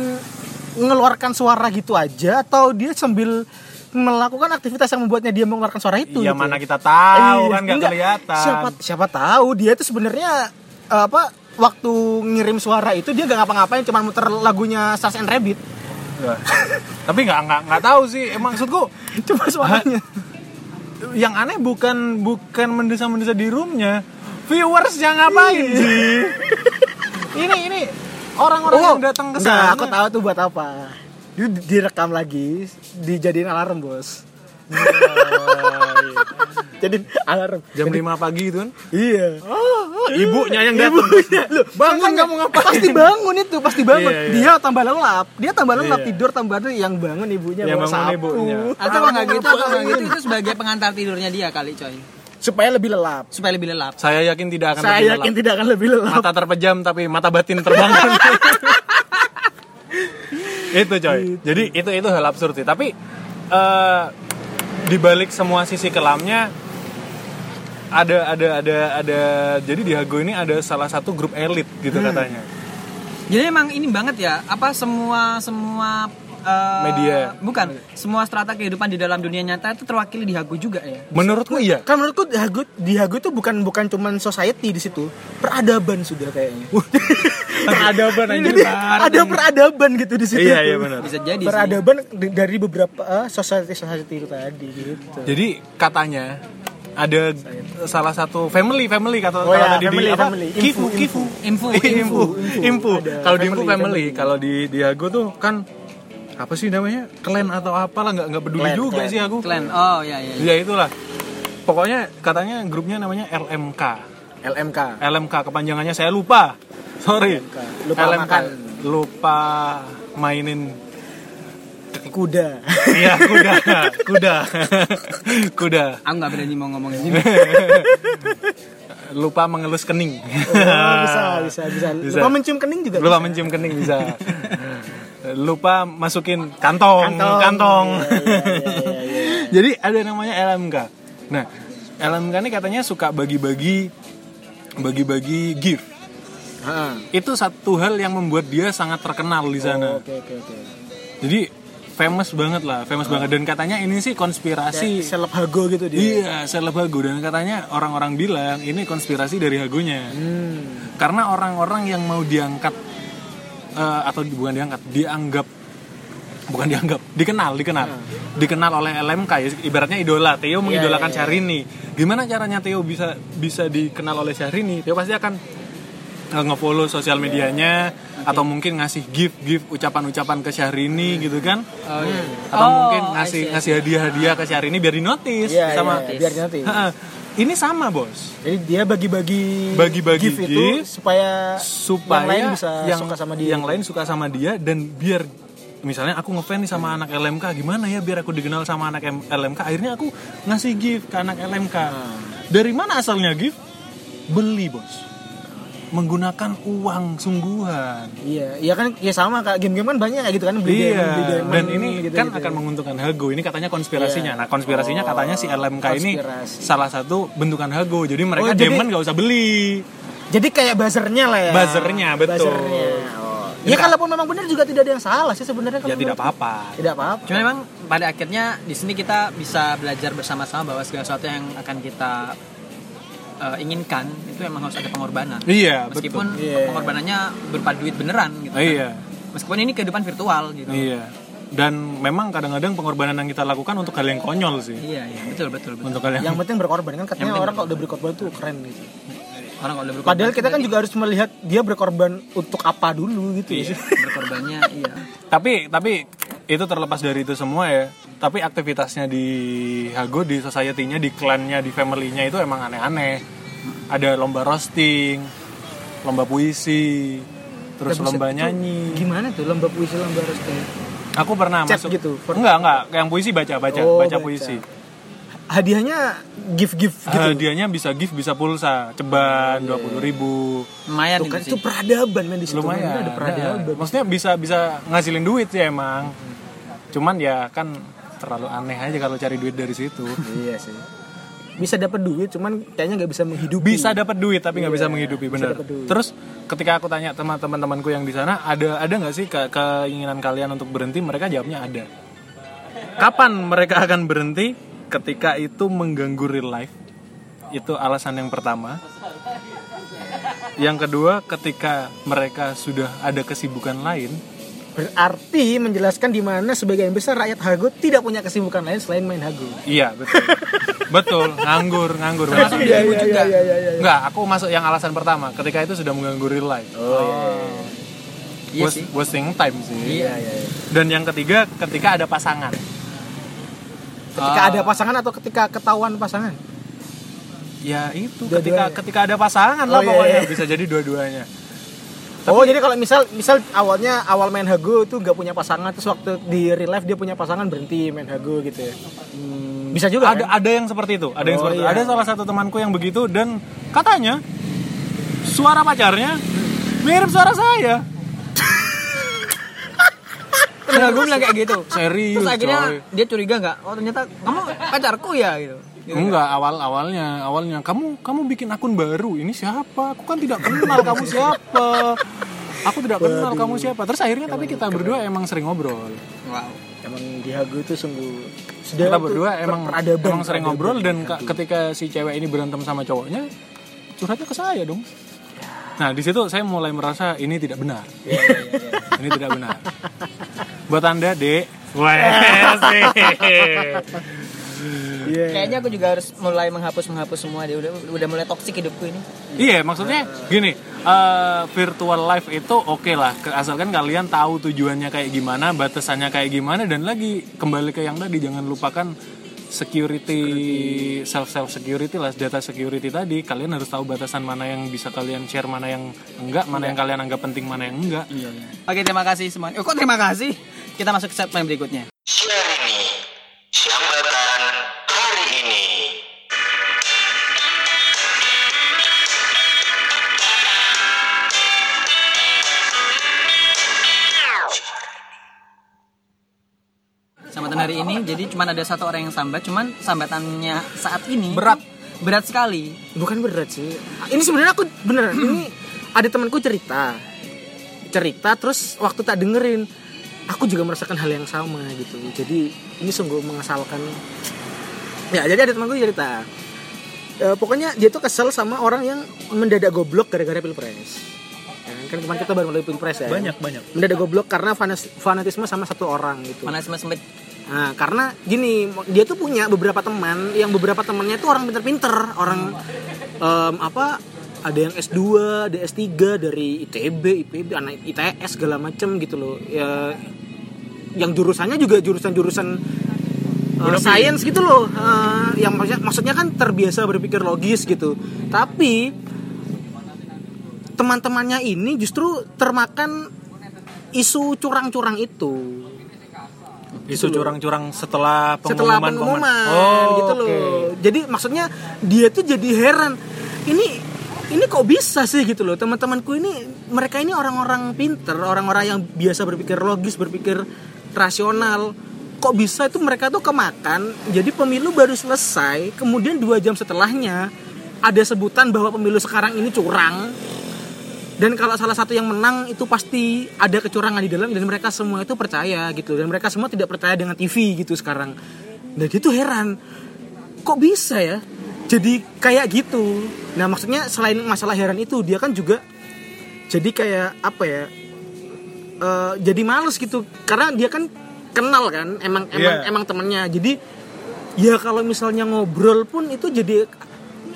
[SPEAKER 2] mengeluarkan suara gitu aja atau dia sambil melakukan aktivitas yang membuatnya dia mengeluarkan suara itu
[SPEAKER 1] ya
[SPEAKER 2] gitu?
[SPEAKER 1] mana kita tahu
[SPEAKER 2] Iya,
[SPEAKER 1] kan nggak
[SPEAKER 2] enggak.
[SPEAKER 1] kelihatan
[SPEAKER 2] siapa siapa tahu dia itu sebenarnya eh, apa waktu ngirim suara itu dia gak ngapa-ngapain cuman muter lagunya Stars and Rabbit
[SPEAKER 1] Wah. tapi nggak nggak nggak tahu sih emang maksudku
[SPEAKER 2] cuma suaranya
[SPEAKER 1] yang aneh bukan bukan mendesa-mendesa di roomnya viewers yang ngapain
[SPEAKER 2] Iya.
[SPEAKER 1] sih ini ini orang-orang
[SPEAKER 2] Oh,
[SPEAKER 1] yang datang ke
[SPEAKER 2] enggak,
[SPEAKER 1] sana
[SPEAKER 2] aku tahu tuh buat apa. Itu di- direkam lagi, dijadiin alarm, Bos. Jadi alarm.
[SPEAKER 1] jam 5 pagi itu kan
[SPEAKER 2] Iya.
[SPEAKER 1] ibunya yang datang Iya,
[SPEAKER 2] kan
[SPEAKER 1] bangun kamu ngapain
[SPEAKER 2] Pasti bangun itu, pasti bangun.
[SPEAKER 1] Iya, iya.
[SPEAKER 2] Dia tambah lelap, dia tambah lelap
[SPEAKER 1] Iya.
[SPEAKER 2] tidur tambah lelap yang bangun ibunya
[SPEAKER 1] Yang
[SPEAKER 2] bawa
[SPEAKER 1] bangun
[SPEAKER 2] sapu.
[SPEAKER 1] ibunya.
[SPEAKER 3] Atau kalau nggak gitu, kalau nggak gitu itu sebagai pengantar tidurnya dia kali coy.
[SPEAKER 2] supaya lebih lelap.
[SPEAKER 3] Supaya lebih lelap.
[SPEAKER 1] saya yakin tidak akan
[SPEAKER 2] Saya
[SPEAKER 1] terjadi
[SPEAKER 2] yakin
[SPEAKER 1] lap.
[SPEAKER 2] tidak akan lebih lelap.
[SPEAKER 1] mata terpejam tapi mata batin terbangun itu coy jadi itu itu hal absurd sih tapi eh di balik semua sisi kelamnya ada ada ada ada jadi di Hago ini ada salah satu grup elit gitu katanya
[SPEAKER 3] Jadi emang ini banget ya, apa semua semua eh,
[SPEAKER 1] Media.
[SPEAKER 3] Bukan, semua strata kehidupan di dalam dunia nyata itu terwakili di Hago juga ya.
[SPEAKER 1] menurutku iya
[SPEAKER 2] Kan menurutku di Hago, di Hago itu bukan bukan cuman society di situ, peradaban sudah kayaknya.
[SPEAKER 1] peradaban anjir
[SPEAKER 2] Jadi ada peradaban gitu di situ.
[SPEAKER 1] iya iya benar
[SPEAKER 3] Bisa jadi sih.
[SPEAKER 2] peradaban d- dari beberapa eh, society society itu tadi gitu.
[SPEAKER 1] Jadi katanya ada salah satu family family kata
[SPEAKER 2] Oh
[SPEAKER 1] kalau
[SPEAKER 2] ya,
[SPEAKER 1] tadi di
[SPEAKER 2] family,
[SPEAKER 1] apa
[SPEAKER 2] family. Info,
[SPEAKER 1] kifu
[SPEAKER 2] info.
[SPEAKER 1] kifu
[SPEAKER 3] Info,
[SPEAKER 1] info
[SPEAKER 3] info.
[SPEAKER 1] info
[SPEAKER 2] Ada
[SPEAKER 1] kalau di info
[SPEAKER 2] family,
[SPEAKER 1] family
[SPEAKER 2] family.
[SPEAKER 1] kalau di Diago tuh kan apa sih namanya klan atau apalah nggak nggak peduli
[SPEAKER 2] Clan,
[SPEAKER 1] juga
[SPEAKER 2] clan.
[SPEAKER 1] sih aku
[SPEAKER 3] Clan. Oh ya ya. ya.
[SPEAKER 1] ya itulah pokoknya katanya grupnya namanya LMK
[SPEAKER 2] LMK.
[SPEAKER 1] LMK kepanjangannya saya lupa sorry
[SPEAKER 2] LMK. Lupa makan.
[SPEAKER 1] lupa mainin
[SPEAKER 2] Kuda.
[SPEAKER 1] iya kuda kuda kuda
[SPEAKER 3] Aku nggak berani mau ngomong ini.
[SPEAKER 1] lupa mengelus kening
[SPEAKER 2] Oh, bisa, bisa, bisa.
[SPEAKER 1] Bisa.
[SPEAKER 2] Lupa mencium kening juga.
[SPEAKER 1] lupa
[SPEAKER 2] bisa.
[SPEAKER 1] mencium kening bisa lupa masukin kantong
[SPEAKER 2] Kantong.
[SPEAKER 1] kantong,
[SPEAKER 2] Iya, iya, iya, iya,
[SPEAKER 1] jadi ada namanya LMK nah LMK ini katanya suka bagi-bagi bagi-bagi gift
[SPEAKER 2] Ha.
[SPEAKER 1] itu satu hal yang membuat dia sangat terkenal di sana
[SPEAKER 2] Oke, oke, oke.
[SPEAKER 1] jadi famous banget lah famous
[SPEAKER 2] Oh.
[SPEAKER 1] banget dan katanya ini sih konspirasi
[SPEAKER 2] Si seleb Hago gitu dia.
[SPEAKER 1] Iya, seleb Hago dan katanya orang-orang bilang ini konspirasi dari Hagonya.
[SPEAKER 2] Hmm.
[SPEAKER 1] Karena orang-orang yang mau diangkat eh, atau di- bukan diangkat, dianggap bukan dianggap, dikenal, dikenal. Dikenal oleh LMK ya, ibaratnya idola. Theo
[SPEAKER 3] Iya,
[SPEAKER 1] mengidolakan Syahrini. Gimana caranya Theo bisa bisa dikenal oleh Syahrini? Theo pasti akan eh, ngefollow sosial
[SPEAKER 3] Iya.
[SPEAKER 1] medianya atau mungkin ngasih gift-gift ucapan-ucapan ke Syahrini gitu kan?
[SPEAKER 3] Oh, iya.
[SPEAKER 1] Atau
[SPEAKER 3] Oh,
[SPEAKER 1] mungkin
[SPEAKER 3] I
[SPEAKER 1] ngasih
[SPEAKER 3] see.
[SPEAKER 1] ngasih hadiah-hadiah ke Syahrini biar di notice
[SPEAKER 2] Iya,
[SPEAKER 1] sama
[SPEAKER 2] iya, biar nanti.
[SPEAKER 1] Heeh. Ini sama bos.
[SPEAKER 2] Jadi dia bagi-bagi
[SPEAKER 1] Bagi-bagi
[SPEAKER 2] gift itu
[SPEAKER 1] gift.
[SPEAKER 2] supaya
[SPEAKER 1] Supaya
[SPEAKER 2] yang lain bisa suka sama dia.
[SPEAKER 1] yang lain suka sama dia dan biar misalnya aku ngefans nih sama anak LMK gimana ya biar aku dikenal sama anak M- LMK akhirnya aku ngasih gift ke anak LMK.
[SPEAKER 2] Ah.
[SPEAKER 1] Dari mana asalnya gift? Beli bos. Menggunakan uang sungguhan.
[SPEAKER 2] Iya, iya kan ya sama Kak. Game-game kan banyak kayak gitu kan beli
[SPEAKER 1] iya,
[SPEAKER 2] diamond, beli diamond,
[SPEAKER 1] dan ini
[SPEAKER 2] gitu-gitu.
[SPEAKER 1] kan akan menguntungkan Hago. Ini katanya konspirasinya.
[SPEAKER 2] Iya.
[SPEAKER 1] Nah, konspirasinya
[SPEAKER 2] Oh,
[SPEAKER 1] katanya si LMK ini
[SPEAKER 2] konspirasi.
[SPEAKER 1] salah satu bentukan Hago. Jadi mereka
[SPEAKER 2] Oh, jadi-
[SPEAKER 1] diamond nggak usah beli.
[SPEAKER 2] Jadi kayak buzzernya lah ya.
[SPEAKER 1] Buzzernya, betul.
[SPEAKER 2] Buzzernya. Oh. Ya kalaupun memang benar juga tidak ada yang salah sih sebenarnya kalau
[SPEAKER 1] Ya tidak
[SPEAKER 2] menurut-
[SPEAKER 1] apa-apa.
[SPEAKER 2] Tidak apa-apa.
[SPEAKER 3] Cuma memang pada akhirnya di sini kita bisa belajar bersama-sama bahwa segala sesuatu yang akan kita eh, inginkan itu emang harus ada pengorbanan.
[SPEAKER 1] Iya, betul.
[SPEAKER 3] Meskipun
[SPEAKER 2] Iya.
[SPEAKER 3] pengorbanannya berupa duit beneran gitu. kan.
[SPEAKER 1] Iya,
[SPEAKER 3] Meskipun ini kehidupan virtual gitu.
[SPEAKER 1] iya. Dan memang kadang-kadang pengorbanan yang kita lakukan untuk hal yang konyol sih.
[SPEAKER 3] Iya, iya, betul betul betul.
[SPEAKER 1] Untuk hal yang,
[SPEAKER 2] Yang penting berkorban kan katanya orang kalau udah berkorban tuh keren gitu.
[SPEAKER 3] Orang kalau udah berkorban
[SPEAKER 2] Padahal kita kan juga harus melihat dia berkorban untuk apa dulu gitu ya.
[SPEAKER 3] berkorbannya iya.
[SPEAKER 1] tapi tapi itu terlepas dari itu semua ya. Tapi aktivitasnya di Hago, di society-nya, di klannya, di family-nya itu emang aneh-aneh. Ada lomba roasting, lomba puisi, terus
[SPEAKER 2] Tapi
[SPEAKER 1] lomba
[SPEAKER 2] itu
[SPEAKER 1] nyanyi.
[SPEAKER 2] Gimana tuh lomba puisi lomba roasting?
[SPEAKER 1] Aku pernah
[SPEAKER 2] Chat
[SPEAKER 1] masuk
[SPEAKER 2] gitu, per-
[SPEAKER 1] Enggak, enggak, yang puisi baca, baca,
[SPEAKER 2] Oh,
[SPEAKER 1] baca
[SPEAKER 2] baca.
[SPEAKER 1] puisi.
[SPEAKER 2] Hadiahnya gift gift gitu. Oh, iya,
[SPEAKER 1] Hadiahnya bisa gift, bisa pulsa, ceban 20.000 ribu.
[SPEAKER 3] Lumayan
[SPEAKER 2] Tuh kan itu
[SPEAKER 3] gitu sih.
[SPEAKER 2] peradaban men di situ.
[SPEAKER 1] lumayan
[SPEAKER 2] Bener ada
[SPEAKER 1] nah.
[SPEAKER 2] peradaban.
[SPEAKER 1] maksudnya bisa bisa ngasilin duit sih emang cuman ya kan terlalu aneh aja kalau cari duit dari situ
[SPEAKER 2] Iya sih. Bisa dapat duit cuman kayaknya nggak bisa menghidupi.
[SPEAKER 1] bisa dapat duit tapi nggak bisa
[SPEAKER 2] Iya,
[SPEAKER 1] menghidupi
[SPEAKER 2] bisa
[SPEAKER 1] benar
[SPEAKER 2] dapet duit.
[SPEAKER 1] terus ketika aku tanya teman teman-temanku yang di sana ada ada nggak sih ke- keinginan kalian untuk berhenti mereka jawabnya ada kapan mereka akan berhenti ketika itu mengganggu real life itu alasan yang pertama yang kedua ketika mereka sudah ada kesibukan lain
[SPEAKER 2] Berarti menjelaskan di mana sebagian besar rakyat Hago tidak punya kesibukan lain selain main Hago.
[SPEAKER 1] Iya betul. Betul, nganggur, nganggur. Masuk
[SPEAKER 2] Iya,
[SPEAKER 1] di ibu
[SPEAKER 2] iya,
[SPEAKER 1] juga.
[SPEAKER 2] iya, iya, iya, iya.
[SPEAKER 1] Enggak, aku masuk yang alasan pertama. Ketika itu sudah mengganggu real life.
[SPEAKER 2] Oh,
[SPEAKER 3] Iya
[SPEAKER 1] Was-
[SPEAKER 3] sih.
[SPEAKER 1] wasting time sih.
[SPEAKER 3] Iya.
[SPEAKER 1] Dan yang ketiga, ketika ada pasangan.
[SPEAKER 2] Ketika
[SPEAKER 1] Ah.
[SPEAKER 2] ada pasangan atau ketika ketahuan pasangan?
[SPEAKER 1] Ya itu,
[SPEAKER 2] Dua-duanya.
[SPEAKER 1] ketika ketika ada pasangan lah
[SPEAKER 2] Oh, iya,
[SPEAKER 1] pokoknya.
[SPEAKER 2] iya.
[SPEAKER 1] Bisa jadi dua-duanya.
[SPEAKER 2] oh jadi kalau misal misal awalnya awal main hago tuh nggak punya pasangan terus waktu di real life dia punya pasangan berhenti main hago gitu ya. Bisa juga
[SPEAKER 1] ada
[SPEAKER 2] kan?
[SPEAKER 1] ada yang seperti itu ada yang
[SPEAKER 2] Oh,
[SPEAKER 1] seperti itu.
[SPEAKER 2] iya.
[SPEAKER 1] ada salah satu temanku yang begitu dan katanya suara pacarnya mirip suara saya
[SPEAKER 3] Temen gue bilang kayak gitu.
[SPEAKER 2] Ah,
[SPEAKER 1] serius
[SPEAKER 3] Terus akhirnya
[SPEAKER 1] Iya, coy.
[SPEAKER 3] dia curiga nggak? Oh ternyata kamu pacarku ya gitu.
[SPEAKER 2] kan?
[SPEAKER 1] enggak awal awalnya awalnya kamu kamu bikin akun baru ini siapa aku kan tidak kenal kamu siapa aku tidak kenal kamu siapa terus akhirnya tapi kita berdua emang sering ngobrol
[SPEAKER 3] Wow.
[SPEAKER 2] kan? Emang di hago itu sungguh sudah
[SPEAKER 1] kita
[SPEAKER 2] itu
[SPEAKER 1] berdua
[SPEAKER 2] per-
[SPEAKER 1] emang
[SPEAKER 2] peradaban,
[SPEAKER 1] emang sering
[SPEAKER 2] peradaban.
[SPEAKER 1] ngobrol dan ka- ketika si cewek ini berantem sama cowoknya curhatnya ke saya dong nah di situ saya mulai merasa ini tidak benar
[SPEAKER 2] Iya,
[SPEAKER 1] ini tidak benar buat anda dek
[SPEAKER 2] Iya.
[SPEAKER 3] Kayaknya aku juga harus mulai menghapus menghapus semua dia udah udah mulai toksik hidupku ini.
[SPEAKER 1] iya maksudnya gini eh, virtual life itu oke lah ke- asalkan kalian tahu tujuannya kayak gimana batasannya kayak gimana dan lagi kembali ke yang tadi jangan lupakan security, self self security lah data security tadi kalian harus tahu batasan mana yang bisa kalian share mana yang enggak mana yang
[SPEAKER 2] Iya.
[SPEAKER 1] kalian anggap penting mana yang enggak
[SPEAKER 3] Iya, Oke terima kasih semua. Oh, kok terima kasih? Kita masuk ke segmen berikutnya.
[SPEAKER 5] Siang ini, siang batan hari ini.
[SPEAKER 3] Sambatan hari ini jadi cuman ada satu orang yang sambat, cuman sambatannya saat ini
[SPEAKER 1] Berat.
[SPEAKER 3] berat sekali.
[SPEAKER 2] bukan berat sih ini sebenarnya aku bener ini ada temanku cerita cerita terus waktu tak dengerin aku juga merasakan hal yang sama gitu jadi ini sungguh mengesalkan ya jadi ada temanku cerita Eh, pokoknya dia tuh kesel sama orang yang mendadak goblok gara-gara pilpres Ya kan, kan kemarin kita baru melalui pilpres ya
[SPEAKER 1] Banyak, banyak.
[SPEAKER 2] mendadak goblok karena fanas- fanatisme sama satu orang gitu
[SPEAKER 3] Mana sih sempet
[SPEAKER 2] Nah, karena gini, dia tuh punya beberapa teman, yang beberapa temannya tuh orang pinter-pinter, orang em, apa? Ada yang S2, ada S3 dari ITB, IPB, anak ITS segala macem gitu loh. Ya, yang jurusannya juga jurusan-jurusan eh, science gitu loh. Eh, yang maksudnya, maksudnya kan terbiasa berpikir logis gitu. Tapi teman-temannya ini justru termakan isu curang-curang itu
[SPEAKER 1] isu curang-curang Gitu setelah pengumuman
[SPEAKER 2] setelah pengumuman
[SPEAKER 1] pemenang. oh,
[SPEAKER 2] gitu loh.
[SPEAKER 1] oke.
[SPEAKER 2] Jadi maksudnya dia tuh jadi heran. Ini ini kok bisa sih gitu loh teman-temanku ini mereka ini orang-orang pinter, orang-orang yang biasa berpikir logis, berpikir rasional. Kok bisa itu mereka tuh kemakan. Jadi pemilu baru selesai, kemudian dua jam setelahnya ada sebutan bahwa pemilu sekarang ini curang. Dan kalau salah satu yang menang itu pasti ada kecurangan di dalam dan mereka semua itu percaya gitu dan mereka semua tidak percaya dengan TV gitu sekarang. Dan dia tuh heran kok bisa ya jadi kayak gitu. Nah maksudnya selain masalah heran itu dia kan juga jadi kayak apa ya? eh, jadi males gitu karena dia kan kenal kan emang emang
[SPEAKER 1] Iya.
[SPEAKER 2] emang temennya jadi ya kalau misalnya ngobrol pun itu jadi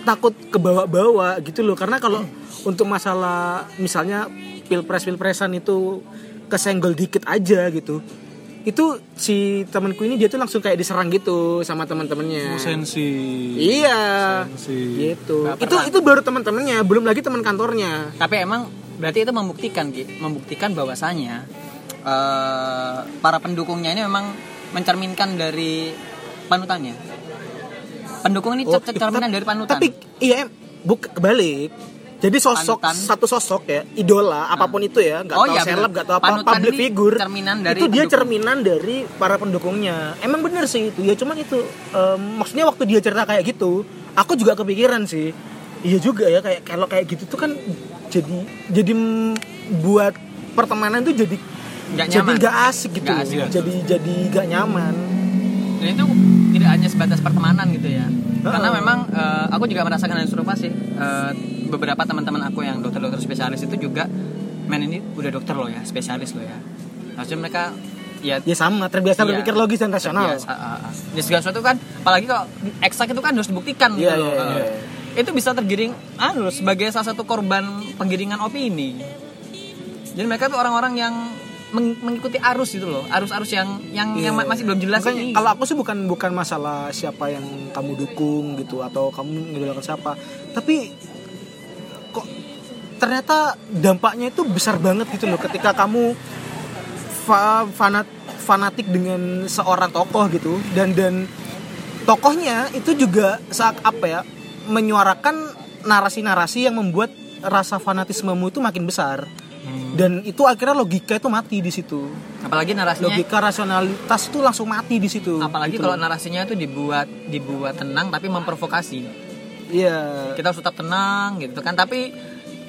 [SPEAKER 2] takut kebawa-bawa gitu loh karena kalau untuk masalah misalnya pilpres pilpresan itu kesenggol dikit aja gitu itu si temanku ini dia tuh langsung kayak diserang gitu sama teman-temannya
[SPEAKER 1] sensi
[SPEAKER 2] iya
[SPEAKER 1] Sensi.
[SPEAKER 2] gitu itu itu baru teman-temannya belum lagi teman kantornya
[SPEAKER 3] Tapi emang berarti itu membuktikan, Ki. membuktikan bahwasanya eh, para pendukungnya ini memang mencerminkan dari panutannya. Pendukung ini
[SPEAKER 2] Oh,
[SPEAKER 3] cer- cerminan
[SPEAKER 2] tapi-
[SPEAKER 3] dari panutan.
[SPEAKER 2] Tapi iya em, buk kebalik. Jadi sosok
[SPEAKER 3] Panutan.
[SPEAKER 2] satu sosok ya, idola apapun itu ya, nggak
[SPEAKER 3] Oh,
[SPEAKER 2] tahu
[SPEAKER 3] iya,
[SPEAKER 2] seleb,
[SPEAKER 3] bener.
[SPEAKER 2] nggak tahu apa,
[SPEAKER 3] Panutan
[SPEAKER 2] public
[SPEAKER 3] ini
[SPEAKER 2] figure.
[SPEAKER 3] cerminan dari
[SPEAKER 2] itu dia
[SPEAKER 3] pendukung.
[SPEAKER 2] cerminan dari para pendukungnya. Emang bener sih itu. Ya cuman itu em, maksudnya waktu dia cerita kayak gitu, aku juga kepikiran sih. Iya juga ya kayak kalau kayak gitu tuh kan jadi jadi buat pertemanan tuh jadi
[SPEAKER 3] Nggak
[SPEAKER 2] jadi
[SPEAKER 3] nyaman.
[SPEAKER 2] nggak asik gitu.
[SPEAKER 3] Nggak asik.
[SPEAKER 2] Jadi jadi nggak nyaman.
[SPEAKER 3] Dan itu tidak hanya sebatas pertemanan gitu ya. Karena
[SPEAKER 2] Heeh.
[SPEAKER 3] memang eh, aku juga merasakan hal yang serupa sih. Eh, beberapa teman-teman aku yang dokter-dokter spesialis itu juga men ini udah dokter loh ya, spesialis loh ya. Maksudnya mereka ya
[SPEAKER 2] ya sama terbiasa
[SPEAKER 3] Iya.
[SPEAKER 2] berpikir logis dan rasional
[SPEAKER 3] Terbiasa, ah, ah. Ya, segala sesuatu kan apalagi kalau eksak itu kan harus dibuktikan gitu
[SPEAKER 2] Iya,
[SPEAKER 3] loh.
[SPEAKER 2] iya, iya.
[SPEAKER 3] Ah. Itu bisa tergiring anu sebagai salah satu korban penggiringan opini. Jadi mereka tuh orang-orang yang meng- mengikuti arus gitu loh, arus-arus yang yang, yang ma- masih belum
[SPEAKER 2] Iya.
[SPEAKER 3] jelas
[SPEAKER 2] Makanya
[SPEAKER 3] ini.
[SPEAKER 2] kalau aku sih bukan bukan masalah siapa yang kamu dukung gitu atau kamu ngidolakan siapa tapi kok ternyata dampaknya itu besar banget gitu loh ketika kamu fa- fanat fanatik dengan seorang tokoh gitu dan dan tokohnya itu juga saat apa ya menyuarakan narasi-narasi yang membuat rasa fanatismemu itu makin besar dan itu akhirnya logika itu mati di situ
[SPEAKER 3] apalagi narasinya
[SPEAKER 2] logika rasionalitas itu langsung mati di situ.
[SPEAKER 3] apalagi
[SPEAKER 2] Gitu
[SPEAKER 3] kalau
[SPEAKER 2] loh.
[SPEAKER 3] narasinya itu dibuat dibuat tenang tapi memprovokasi.
[SPEAKER 2] iya
[SPEAKER 3] kita harus tetap tenang gitu kan tapi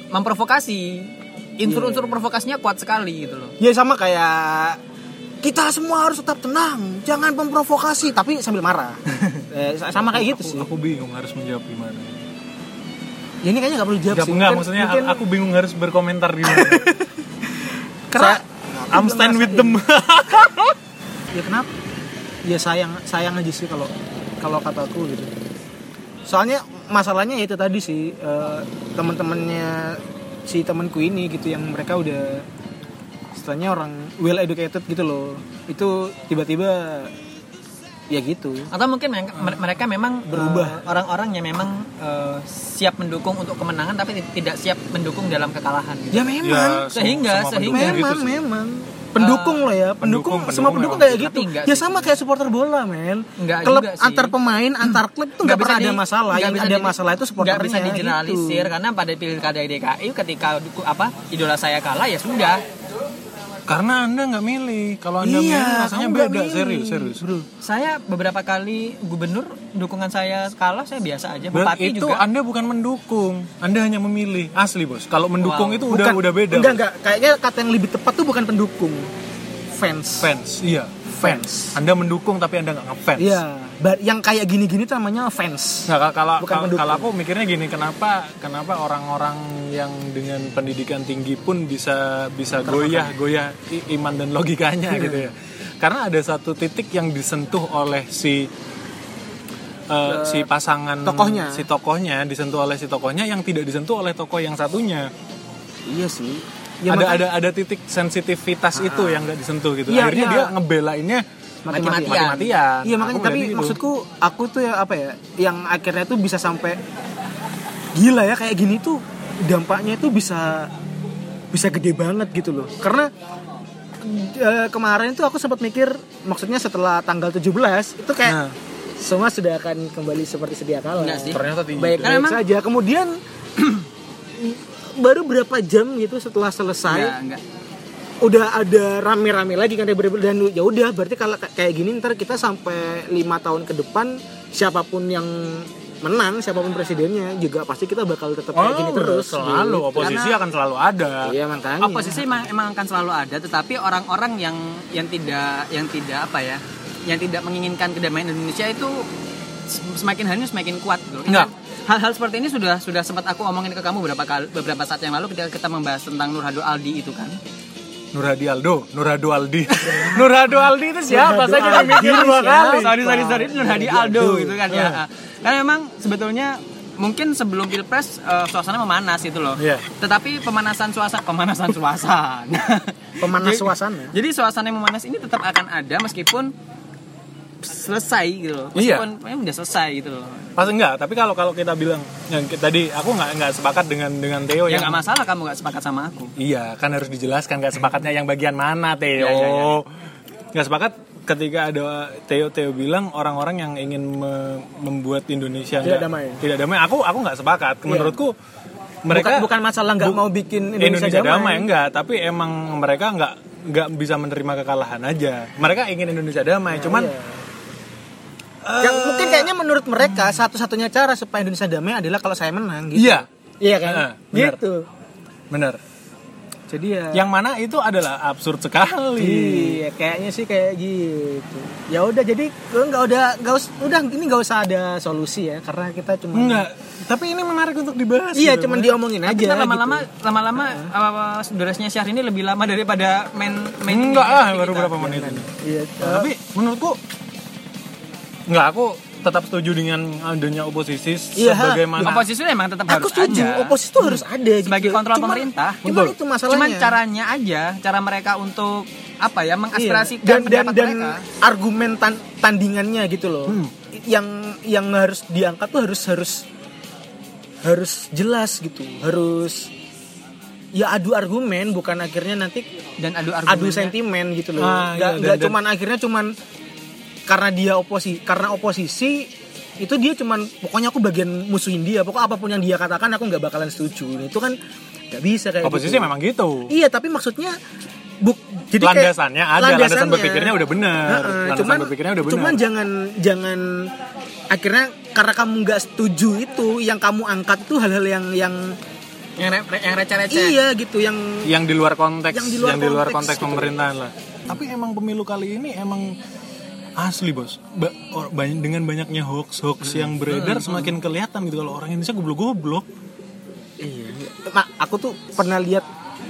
[SPEAKER 3] memprovokasi
[SPEAKER 2] Iya.
[SPEAKER 3] unsur-unsur provokasinya kuat sekali gitu loh
[SPEAKER 2] ya sama kayak kita semua harus tetap tenang, jangan memprovokasi tapi sambil marah. Eh, sama kayak gitu
[SPEAKER 1] Aku-
[SPEAKER 2] sih.
[SPEAKER 1] Aku bingung harus menjawab gimana.
[SPEAKER 2] Ya, ini kayaknya nggak perlu dijawab
[SPEAKER 1] Enggak,
[SPEAKER 2] sih.
[SPEAKER 1] enggak
[SPEAKER 2] Mungkin-
[SPEAKER 1] maksudnya
[SPEAKER 2] mungkin
[SPEAKER 1] aku bingung harus berkomentar gimana.
[SPEAKER 2] karena
[SPEAKER 1] I'm stand with them.
[SPEAKER 2] ya kenapa? Ya sayang sayang aja sih kalau kalau kataku gitu. Soalnya masalahnya ya itu tadi sih eh, teman-temannya si temanku ini gitu yang mereka udah istilahnya orang well educated gitu loh. Itu tiba-tiba ya gitu.
[SPEAKER 3] atau mungkin mereka, mereka memang
[SPEAKER 2] Berubah.
[SPEAKER 3] eh, orang-orang yang memang eh, siap mendukung untuk kemenangan tapi ti- tidak siap mendukung dalam kekalahan gitu.
[SPEAKER 2] Ya memang.
[SPEAKER 1] sem-
[SPEAKER 3] Sehingga-
[SPEAKER 1] semua pendukung
[SPEAKER 3] sehingga-
[SPEAKER 2] memang
[SPEAKER 1] gitu sih. Eh,
[SPEAKER 2] memang. Pendukung loh ya, pendukung,
[SPEAKER 1] pendukung,
[SPEAKER 2] semua
[SPEAKER 1] pendukung
[SPEAKER 2] pendukung
[SPEAKER 1] memang.
[SPEAKER 2] kayak
[SPEAKER 3] Tapi
[SPEAKER 2] gitu.
[SPEAKER 3] enggak
[SPEAKER 2] Ya
[SPEAKER 3] sih.
[SPEAKER 2] sama kayak supporter bola, men.
[SPEAKER 3] Enggak
[SPEAKER 2] Klub
[SPEAKER 3] juga sih.
[SPEAKER 2] antar pemain, antar klub itu enggak
[SPEAKER 3] Nggak
[SPEAKER 2] pernah ada
[SPEAKER 3] di-
[SPEAKER 2] masalah.
[SPEAKER 3] nggak
[SPEAKER 2] Yang
[SPEAKER 3] bisa
[SPEAKER 2] ada
[SPEAKER 3] di-
[SPEAKER 2] masalah itu supporternya.
[SPEAKER 3] nggak bisa digeneralisir
[SPEAKER 2] gitu.
[SPEAKER 3] karena pada pilkada DKI ketika duku, apa idola saya kalah ya sudah
[SPEAKER 1] Karena Anda nggak milih. Kalau Anda
[SPEAKER 2] Iya,
[SPEAKER 1] milih rasanya
[SPEAKER 2] kamu nggak
[SPEAKER 1] beda,
[SPEAKER 2] milih.
[SPEAKER 1] serius, serius.
[SPEAKER 3] saya beberapa kali gubernur dukungan saya kalah saya biasa aja
[SPEAKER 1] Berarti
[SPEAKER 3] bupati
[SPEAKER 1] itu
[SPEAKER 3] juga
[SPEAKER 1] Anda bukan mendukung, Anda hanya memilih. Asli, Bos. Kalau mendukung
[SPEAKER 3] Wow.
[SPEAKER 1] itu udah
[SPEAKER 2] Bukan-
[SPEAKER 1] udah beda.
[SPEAKER 2] Enggak,
[SPEAKER 1] Bos.
[SPEAKER 2] enggak. Kayaknya kata yang lebih tepat tuh bukan pendukung. Fans.
[SPEAKER 1] Fans, iya, fans. Anda mendukung tapi Anda nggak ngefans.
[SPEAKER 2] Iya, ba- yang kayak gini-gini tuh namanya fans.
[SPEAKER 1] Nah, ka- kalau
[SPEAKER 2] Bukan
[SPEAKER 1] ka-
[SPEAKER 2] pendukung.
[SPEAKER 1] kalau aku mikirnya gini, kenapa kenapa orang-orang yang dengan pendidikan tinggi pun bisa bisa goyah goyah i- iman dan
[SPEAKER 2] Hmm.
[SPEAKER 1] logikanya gitu ya. Karena ada satu titik yang disentuh oleh si eh, si pasangan
[SPEAKER 2] tokohnya.
[SPEAKER 1] si tokohnya disentuh oleh si tokohnya yang tidak disentuh oleh tokoh yang satunya.
[SPEAKER 2] Iya sih.
[SPEAKER 3] Ya,
[SPEAKER 1] ada
[SPEAKER 2] makanya- Ah.
[SPEAKER 1] ada ada titik sensitivitas itu yang nggak disentuh gitu.
[SPEAKER 2] Iya,
[SPEAKER 1] Akhirnya
[SPEAKER 2] iya.
[SPEAKER 1] dia ngebelainnya
[SPEAKER 2] Mati-matian.
[SPEAKER 1] mati-matian.
[SPEAKER 2] Iya makanya
[SPEAKER 1] Aku
[SPEAKER 2] tapi
[SPEAKER 1] berarti gitu.
[SPEAKER 2] maksudku aku tuh ya apa ya yang akhirnya tuh bisa sampai gila ya kayak gini tuh dampaknya tuh bisa bisa gede banget gitu loh. Karena eh, kemarin tuh aku sempat mikir maksudnya setelah tanggal 17 itu kayak
[SPEAKER 1] Nah.
[SPEAKER 2] semua sudah akan kembali seperti sedia kala.
[SPEAKER 3] Enggak sih.
[SPEAKER 1] ternyata tinggi.
[SPEAKER 2] baik baik
[SPEAKER 3] Karena emang-
[SPEAKER 2] saja. Kemudian baru berapa jam gitu setelah selesai
[SPEAKER 3] Enggak, enggak.
[SPEAKER 2] udah ada rame-rame lagi kan ribet-ribet. dan ya udah berarti kalau ka- kayak gini ntar kita sampai lima tahun ke depan siapapun yang menang siapapun presidennya juga pasti kita bakal tetap kayak gini
[SPEAKER 1] Oh,
[SPEAKER 2] terus
[SPEAKER 1] selalu
[SPEAKER 2] gitu.
[SPEAKER 1] oposisi akan selalu ada.
[SPEAKER 2] iya makanya
[SPEAKER 3] oposisi emang, emang akan selalu ada tetapi orang-orang yang yang tidak yang tidak apa ya yang tidak menginginkan kedamaian Indonesia itu sem- semakin hari semakin kuat gitu. Ini
[SPEAKER 1] Enggak.
[SPEAKER 3] kan Hal-hal seperti ini sudah sudah sempat aku omongin ke kamu beberapa kali beberapa saat yang lalu ketika kita membahas tentang Nur Hado Aldi itu kan.
[SPEAKER 1] Nurhadi Aldo, Nurhado Aldi. Nurhado Aldi itu siapa? Saya tidak mikir dua kali.
[SPEAKER 3] Ya, Sorry sorry sorry itu
[SPEAKER 1] iya,
[SPEAKER 3] Nur Hadi Aldo gitu kan ya. Karena memang sebetulnya mungkin sebelum pilpres eh, suasana memanas gitu loh.
[SPEAKER 1] Iya.
[SPEAKER 3] Tetapi pemanasan suasana pemanasan suasana.
[SPEAKER 2] Pemanas
[SPEAKER 3] Jadi-
[SPEAKER 2] suasana.
[SPEAKER 3] Jadi suasana yang memanas ini tetap akan ada meskipun selesai gitu loh.
[SPEAKER 1] Iya.
[SPEAKER 3] Meskipun ya udah selesai gitu loh.
[SPEAKER 2] Oh,
[SPEAKER 1] Pas enggak, tapi kalau kalau kita bilang yang ki- tadi aku nggak nggak sepakat dengan dengan Theo
[SPEAKER 3] Ya
[SPEAKER 1] yang
[SPEAKER 3] nggak masalah kamu nggak sepakat sama aku.
[SPEAKER 1] Iya, kan harus dijelaskan nggak sepakatnya yang bagian mana Theo.
[SPEAKER 3] Iya, iya, iya.
[SPEAKER 1] Nggak sepakat ketika ada Theo Theo bilang orang-orang yang ingin me- membuat Indonesia
[SPEAKER 2] Tidak
[SPEAKER 1] nggak-
[SPEAKER 2] damai.
[SPEAKER 1] Tidak damai. Iya. Aku aku nggak sepakat. Menurutku mereka
[SPEAKER 2] mereka bukan, masalah
[SPEAKER 1] bu-
[SPEAKER 2] nggak mau bikin Indonesia,
[SPEAKER 1] Indonesia, damai.
[SPEAKER 2] damai,
[SPEAKER 1] enggak, tapi emang mereka enggak enggak bisa menerima kekalahan aja. Mereka ingin Indonesia damai, cuman
[SPEAKER 2] Iya. yang mungkin kayaknya menurut mereka satu-satunya cara supaya iya. Indonesia damai adalah kalau saya menang gitu
[SPEAKER 1] iya,
[SPEAKER 2] iya kan
[SPEAKER 1] Eh, benar.
[SPEAKER 2] gitu
[SPEAKER 1] iya, bener.
[SPEAKER 2] jadi ya
[SPEAKER 1] Yang mana itu adalah absurd sekali.
[SPEAKER 2] Iya, kayaknya sih kayak gitu. Ya udah, jadi lu nggak udah nggak us- udah ini nggak usah ada solusi ya, karena kita cuma
[SPEAKER 3] Hmm,
[SPEAKER 1] Enggak, tapi ini menarik untuk dibahas.
[SPEAKER 2] Iya,
[SPEAKER 1] sebenarnya.
[SPEAKER 2] cuman diomongin aja.
[SPEAKER 3] Kita
[SPEAKER 2] gitu.
[SPEAKER 3] lama-lama lama-lama apa durasinya Syahrini ini lebih lama daripada main main
[SPEAKER 1] enggak ah,
[SPEAKER 3] ini gitu.
[SPEAKER 1] baru
[SPEAKER 3] kita.
[SPEAKER 1] berapa menit ini.
[SPEAKER 2] Iya.
[SPEAKER 1] Tapi menurutku enggak aku tetap setuju dengan adanya oposisi
[SPEAKER 2] Iya, ha.
[SPEAKER 1] sebagaimana
[SPEAKER 3] Oposisi emang tetap
[SPEAKER 2] aku
[SPEAKER 3] harus
[SPEAKER 2] setuju,
[SPEAKER 3] ada. Hmm.
[SPEAKER 2] oposisi itu harus ada gitu.
[SPEAKER 3] sebagai kontrol
[SPEAKER 2] Cuman-
[SPEAKER 3] pemerintah.
[SPEAKER 2] Cuman
[SPEAKER 1] Betul.
[SPEAKER 2] itu masalahnya.
[SPEAKER 3] Cuman caranya aja, cara mereka untuk apa ya
[SPEAKER 2] Iya.
[SPEAKER 3] mengaspirasikan
[SPEAKER 2] dan dan
[SPEAKER 3] pendapat
[SPEAKER 2] dan
[SPEAKER 3] mereka. Hmm.
[SPEAKER 2] argumen tan- tandingannya gitu loh. Yang yang harus diangkat tuh harus harus harus jelas gitu. Harus ya adu argumen bukan akhirnya nanti
[SPEAKER 3] Dan adu
[SPEAKER 2] adu
[SPEAKER 3] argumen.
[SPEAKER 2] sentimen gitu loh.
[SPEAKER 1] Ah, iya,
[SPEAKER 2] Nggak- nggak
[SPEAKER 1] dan- dan-
[SPEAKER 2] cuman akhirnya cuman karena dia oposisi, karena oposisi itu dia cuman pokoknya aku bagian musuhin dia, pokoknya apapun yang dia katakan aku nggak bakalan setuju. Itu kan nggak bisa kayak
[SPEAKER 1] oposisi
[SPEAKER 2] gitu.
[SPEAKER 1] memang gitu.
[SPEAKER 2] Iya, tapi maksudnya buk, jadi kayak-
[SPEAKER 1] Landasannya ada, landasan berpikirnya udah bener.
[SPEAKER 2] Heeh,
[SPEAKER 1] Landasan
[SPEAKER 2] cuman
[SPEAKER 1] berpikirnya udah bener.
[SPEAKER 2] cuman jangan jangan akhirnya karena kamu nggak setuju itu yang kamu angkat tuh hal-hal yang yang
[SPEAKER 3] yang re- yang receh-receh.
[SPEAKER 2] iya gitu yang
[SPEAKER 1] yang di luar konteks
[SPEAKER 2] Yang di luar konteks,
[SPEAKER 1] konteks
[SPEAKER 2] gitu.
[SPEAKER 1] pemerintahan lah tapi emang pemilu kali ini emang asli bos Ba- or- banyak- dengan banyaknya hoax hoax yang beredar semakin kelihatan gitu kalau orang Indonesia goblok goblok
[SPEAKER 2] Iya. Mak, aku tuh pernah lihat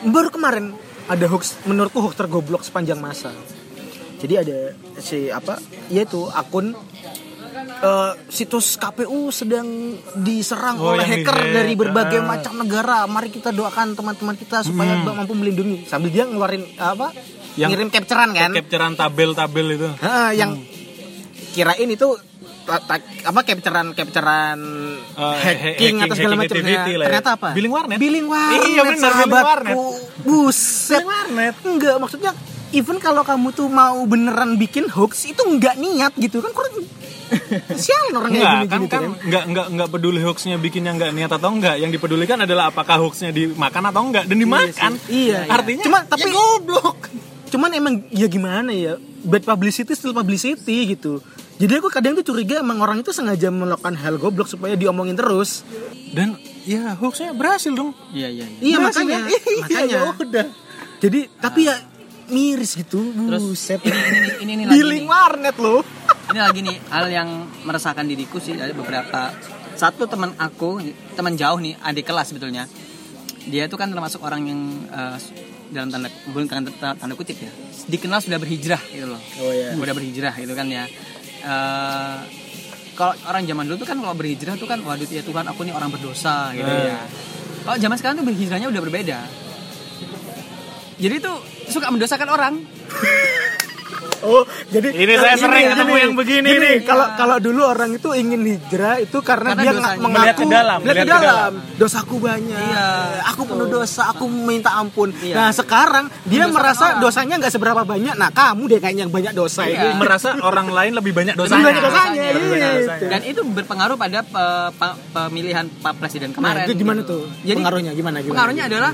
[SPEAKER 2] baru kemarin ada hoax menurutku hoax tergoblok sepanjang masa. Jadi ada si apa? Yaitu akun eh, situs KPU sedang diserang
[SPEAKER 1] Oh,
[SPEAKER 2] oleh
[SPEAKER 1] yang
[SPEAKER 2] hacker
[SPEAKER 1] di-hack.
[SPEAKER 2] dari berbagai
[SPEAKER 1] Ah. Hmm.
[SPEAKER 2] macam negara. Mari kita doakan teman-teman kita supaya mampu melindungi. Sambil dia ngeluarin eh, apa?
[SPEAKER 1] Yang-
[SPEAKER 2] ngirim capturean kan?
[SPEAKER 1] capturean tabel-tabel itu
[SPEAKER 2] Heeh, yang kirain itu ta- ta- apa capturean capturean
[SPEAKER 1] Eh,
[SPEAKER 2] hacking,
[SPEAKER 1] hacking,
[SPEAKER 2] atau segala
[SPEAKER 1] hacking
[SPEAKER 2] macam
[SPEAKER 1] activity lah ya.
[SPEAKER 2] ternyata apa
[SPEAKER 1] Billing warnet.
[SPEAKER 2] billing warnet
[SPEAKER 1] Iya, benar, billing
[SPEAKER 2] sahabatku.
[SPEAKER 1] warnet.
[SPEAKER 2] buset
[SPEAKER 1] Billing warnet.
[SPEAKER 2] enggak maksudnya even kalau kamu tuh mau beneran bikin hoax itu enggak niat gitu kan kurang sialan orang kayak
[SPEAKER 1] Enggak,
[SPEAKER 2] gini
[SPEAKER 1] kan,
[SPEAKER 2] gitu
[SPEAKER 1] kan,
[SPEAKER 2] kan
[SPEAKER 1] enggak, enggak, enggak peduli hoaxnya bikin yang enggak niat atau enggak Yang dipedulikan adalah apakah hoaxnya dimakan atau enggak Dan dimakan
[SPEAKER 2] iya
[SPEAKER 1] Artinya ya
[SPEAKER 2] cuma tapi goblok cuman emang ya gimana ya bad publicity still publicity gitu jadi aku kadang tuh curiga emang orang itu sengaja melakukan hal goblok supaya diomongin terus
[SPEAKER 1] Dan ya hoaxnya berhasil dong
[SPEAKER 3] Iya, iya. iya.
[SPEAKER 2] Iya
[SPEAKER 1] Berhasil,
[SPEAKER 2] makanya,
[SPEAKER 1] kan? Iya,
[SPEAKER 2] makanya.
[SPEAKER 1] udah.
[SPEAKER 2] Jadi tapi ya miris gitu.
[SPEAKER 3] Terus
[SPEAKER 2] Buset.
[SPEAKER 3] ini ini ini, ini lagi
[SPEAKER 2] Billing
[SPEAKER 3] nih.
[SPEAKER 2] warnet loh.
[SPEAKER 3] ini lagi nih hal yang meresahkan diriku sih ada beberapa satu teman aku teman jauh nih adik kelas sebetulnya dia itu kan termasuk orang yang eh, dalam tanda mungkin tanda, tanda kutip ya dikenal sudah berhijrah gitu loh
[SPEAKER 2] Oh, iya.
[SPEAKER 3] sudah berhijrah gitu kan ya Eh, kalau orang zaman dulu tuh kan kalau berhijrah tuh kan waduh ya Tuhan aku nih orang berdosa gitu
[SPEAKER 2] Hmm.
[SPEAKER 3] ya kalau zaman sekarang tuh berhijrahnya udah berbeda jadi tuh suka mendosakan orang
[SPEAKER 2] Oh, jadi
[SPEAKER 1] Ini saya
[SPEAKER 2] kalau-
[SPEAKER 1] sering
[SPEAKER 2] gini,
[SPEAKER 1] ketemu
[SPEAKER 2] gini,
[SPEAKER 1] yang begini
[SPEAKER 2] gini,
[SPEAKER 1] nih.
[SPEAKER 2] Kalau kalau dulu orang itu ingin hijrah itu karena,
[SPEAKER 3] Karena
[SPEAKER 2] dia
[SPEAKER 3] dosanya.
[SPEAKER 2] nggak mengaku
[SPEAKER 1] Melihat ke dalam,
[SPEAKER 2] melihat ke
[SPEAKER 1] melihat ke
[SPEAKER 2] dalam. Dosaku banyak.
[SPEAKER 3] Iya,
[SPEAKER 2] Eh, aku penuh dosa, aku minta ampun.
[SPEAKER 3] Iya.
[SPEAKER 2] Nah, sekarang dia
[SPEAKER 3] Mendosakan
[SPEAKER 2] merasa
[SPEAKER 3] orang.
[SPEAKER 2] dosanya nggak seberapa banyak. Nah, kamu deh kayaknya yang banyak dosa
[SPEAKER 3] Iya.
[SPEAKER 2] ini. Nah,
[SPEAKER 1] Merasa orang lain lebih banyak
[SPEAKER 2] Lebih
[SPEAKER 1] dosanya
[SPEAKER 2] banyak dosanya.
[SPEAKER 3] Lebih
[SPEAKER 1] banyak
[SPEAKER 2] gitu.
[SPEAKER 1] dosanya.
[SPEAKER 3] dan itu berpengaruh pada pe- pe- pemilihan pak presiden
[SPEAKER 2] Nah,
[SPEAKER 3] kemarin.
[SPEAKER 2] itu gimana
[SPEAKER 3] gitu.
[SPEAKER 2] tuh?
[SPEAKER 3] Jadi
[SPEAKER 2] pengaruhnya gimana gimana? Iya,
[SPEAKER 3] pengaruhnya adalah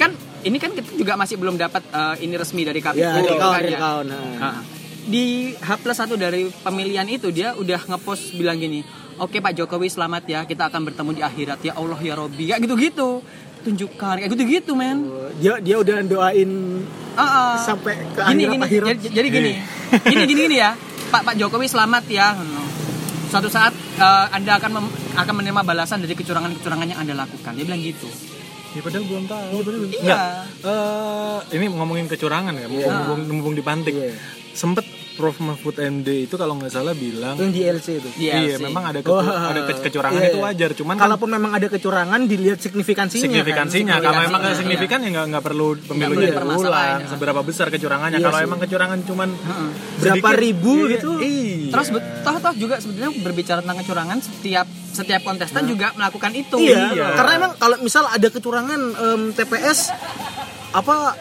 [SPEAKER 3] kan ini kan kita juga masih belum dapat eh, ini resmi dari KPU
[SPEAKER 2] Ya,
[SPEAKER 3] gitu
[SPEAKER 2] recount,
[SPEAKER 3] kan ya.
[SPEAKER 2] recount, nah.
[SPEAKER 3] Ah. Di H plus satu dari pemilihan itu dia udah ngepost bilang gini, oke Pak Jokowi selamat ya, kita akan bertemu di akhirat ya Allah ya Robi ya gitu-gitu tunjukkan kayak gitu-gitu men.
[SPEAKER 2] dia dia udah doain
[SPEAKER 3] Ah, ah.
[SPEAKER 2] sampai ke
[SPEAKER 3] gini,
[SPEAKER 2] akhirat
[SPEAKER 3] gini,
[SPEAKER 2] akhirat.
[SPEAKER 3] Jadi, jadi gini,
[SPEAKER 1] Iya.
[SPEAKER 3] gini, gini, gini ya, Pak Pak Jokowi selamat ya. Suatu saat eh, anda akan mem- akan menerima balasan dari kecurangan-kecurangan yang anda lakukan. Dia bilang gitu.
[SPEAKER 1] Ya padahal belum tahu.
[SPEAKER 3] Iya.
[SPEAKER 1] Nggak, eh, ini ngomongin kecurangan ya, mumpung, mumpung- mumpung dipantik.
[SPEAKER 2] Iya.
[SPEAKER 1] Sempet Prof Mahfud MD itu kalau nggak salah bilang
[SPEAKER 2] yang di LC itu.
[SPEAKER 3] Iya
[SPEAKER 1] Iya,
[SPEAKER 3] sih.
[SPEAKER 1] memang ada kecu-
[SPEAKER 2] Oh,
[SPEAKER 1] ada ke- kecurangan
[SPEAKER 2] iya,
[SPEAKER 1] itu
[SPEAKER 2] iya.
[SPEAKER 1] wajar, cuman kan
[SPEAKER 2] kalaupun memang ada kecurangan dilihat signifikansinya.
[SPEAKER 1] signifikansinya. Kalau
[SPEAKER 2] kan?
[SPEAKER 3] Signifikansinya,
[SPEAKER 1] emang nggak
[SPEAKER 3] iya.
[SPEAKER 1] signifikan ya nggak nggak perlu
[SPEAKER 3] perlu
[SPEAKER 1] pemilunya
[SPEAKER 3] dipermasalahin,
[SPEAKER 1] diulang.
[SPEAKER 3] ya.
[SPEAKER 1] Seberapa besar kecurangannya?
[SPEAKER 2] Iya
[SPEAKER 1] kalau
[SPEAKER 2] sih.
[SPEAKER 1] emang kecurangan cuman
[SPEAKER 3] Heeh.
[SPEAKER 2] Berapa ribu
[SPEAKER 1] iya,
[SPEAKER 2] gitu.
[SPEAKER 1] Hmm. Iya.
[SPEAKER 3] Terus bet- toh toh juga sebetulnya berbicara tentang kecurangan setiap setiap kontestan juga melakukan itu. Gitu.
[SPEAKER 2] Iya,
[SPEAKER 1] Iya.
[SPEAKER 2] karena emang kalau misal ada kecurangan em, TPS apa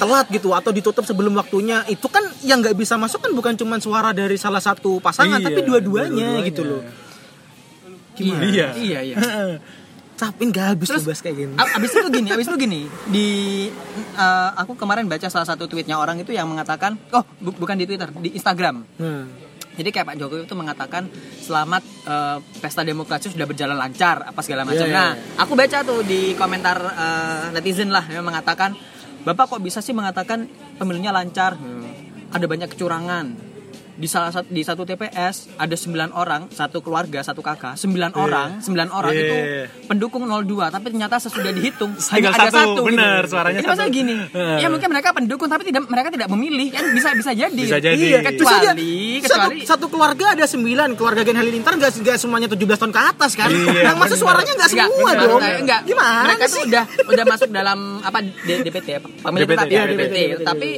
[SPEAKER 2] telat gitu atau ditutup sebelum waktunya itu kan yang nggak bisa masuk kan bukan cuma suara dari salah satu pasangan
[SPEAKER 1] Iya,
[SPEAKER 2] tapi dua-duanya
[SPEAKER 1] dua-duanya.
[SPEAKER 2] gitu loh.
[SPEAKER 3] Iya.
[SPEAKER 2] Gimana?
[SPEAKER 1] Iya.
[SPEAKER 3] Iya, iya.
[SPEAKER 2] Capin gak habis
[SPEAKER 3] Terus-
[SPEAKER 2] tuh bahas kayak gini.
[SPEAKER 3] A- Abis itu gini, abis itu gini. Di eh, aku kemarin baca salah satu tweetnya orang itu yang mengatakan, oh bu- bukan di Twitter, di Instagram.
[SPEAKER 2] Nah.
[SPEAKER 3] Jadi Jadi kayak Pak Jokowi itu mengatakan selamat eh, pesta demokrasi sudah berjalan lancar apa segala macam.
[SPEAKER 2] Iya, iya,
[SPEAKER 3] nah, aku baca tuh di komentar eh, netizen lah yang mengatakan Bapak kok bisa sih mengatakan pemilunya lancar?
[SPEAKER 1] Hmm.
[SPEAKER 3] Ada banyak kecurangan. Di salah satu di satu TPS ada 9 orang, satu keluarga, satu kakak, 9 orang, 9 orang
[SPEAKER 1] Iya,
[SPEAKER 3] itu
[SPEAKER 1] iya, iya.
[SPEAKER 3] pendukung 02, tapi ternyata sesudah dihitung
[SPEAKER 1] Tinggal
[SPEAKER 3] hanya ada
[SPEAKER 1] satu,
[SPEAKER 3] satu. gitu.
[SPEAKER 1] bener, suaranya
[SPEAKER 3] Jadi maksudnya
[SPEAKER 1] satu.
[SPEAKER 3] gini,
[SPEAKER 1] Heeh.
[SPEAKER 3] ya mungkin mereka pendukung tapi tidak mereka tidak memilih kan bisa bisa jadi.
[SPEAKER 1] Bisa jadi.
[SPEAKER 3] Iya,
[SPEAKER 2] Terus
[SPEAKER 3] kecuali
[SPEAKER 2] aja,
[SPEAKER 3] kecuali
[SPEAKER 2] satu, satu keluarga ada sembilan keluarga Gen Halilintar nggak nggak semuanya 17 tahun ke atas kan?
[SPEAKER 1] Iya,
[SPEAKER 2] Yang masuk
[SPEAKER 1] bener.
[SPEAKER 2] suaranya nggak
[SPEAKER 3] Enggak,
[SPEAKER 2] semua
[SPEAKER 3] enggak,
[SPEAKER 2] dong.
[SPEAKER 3] enggak, enggak.
[SPEAKER 2] Gimana
[SPEAKER 3] mereka
[SPEAKER 2] sih?
[SPEAKER 3] tuh udah udah masuk dalam apa D- DPT ya pemilih
[SPEAKER 1] DPT,
[SPEAKER 3] tetap ya
[SPEAKER 1] iya,
[SPEAKER 3] DPT,
[SPEAKER 1] DPT,
[SPEAKER 3] tapi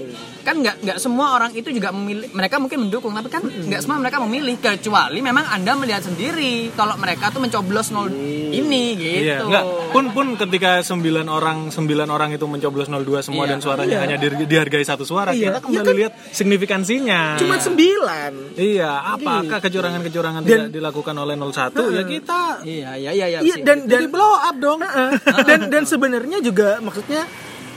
[SPEAKER 3] kan nggak nggak semua orang itu juga memilih mereka mungkin mendukung tapi kan
[SPEAKER 2] Hmm.
[SPEAKER 3] nggak semua mereka memilih kecuali memang anda melihat sendiri kalau mereka tuh mencoblos nol
[SPEAKER 2] Hmm.
[SPEAKER 3] ini gitu
[SPEAKER 1] Iya, enggak. Pun pun ketika 9 orang 9 orang itu mencoblos 02 semua
[SPEAKER 3] Iya.
[SPEAKER 1] dan suaranya hanya di- dihargai satu suara,
[SPEAKER 2] Iya.
[SPEAKER 1] kita kembali
[SPEAKER 2] Iya kan?
[SPEAKER 1] lihat signifikansinya.
[SPEAKER 2] Cuma sembilan.
[SPEAKER 1] Iya, apakah kecurangan-kecurangan tidak dilakukan oleh 01? ya kita
[SPEAKER 3] iya iya iya iya,
[SPEAKER 2] Iya
[SPEAKER 3] sih.
[SPEAKER 2] dan dan blow up dong. dan dan sebenarnya juga maksudnya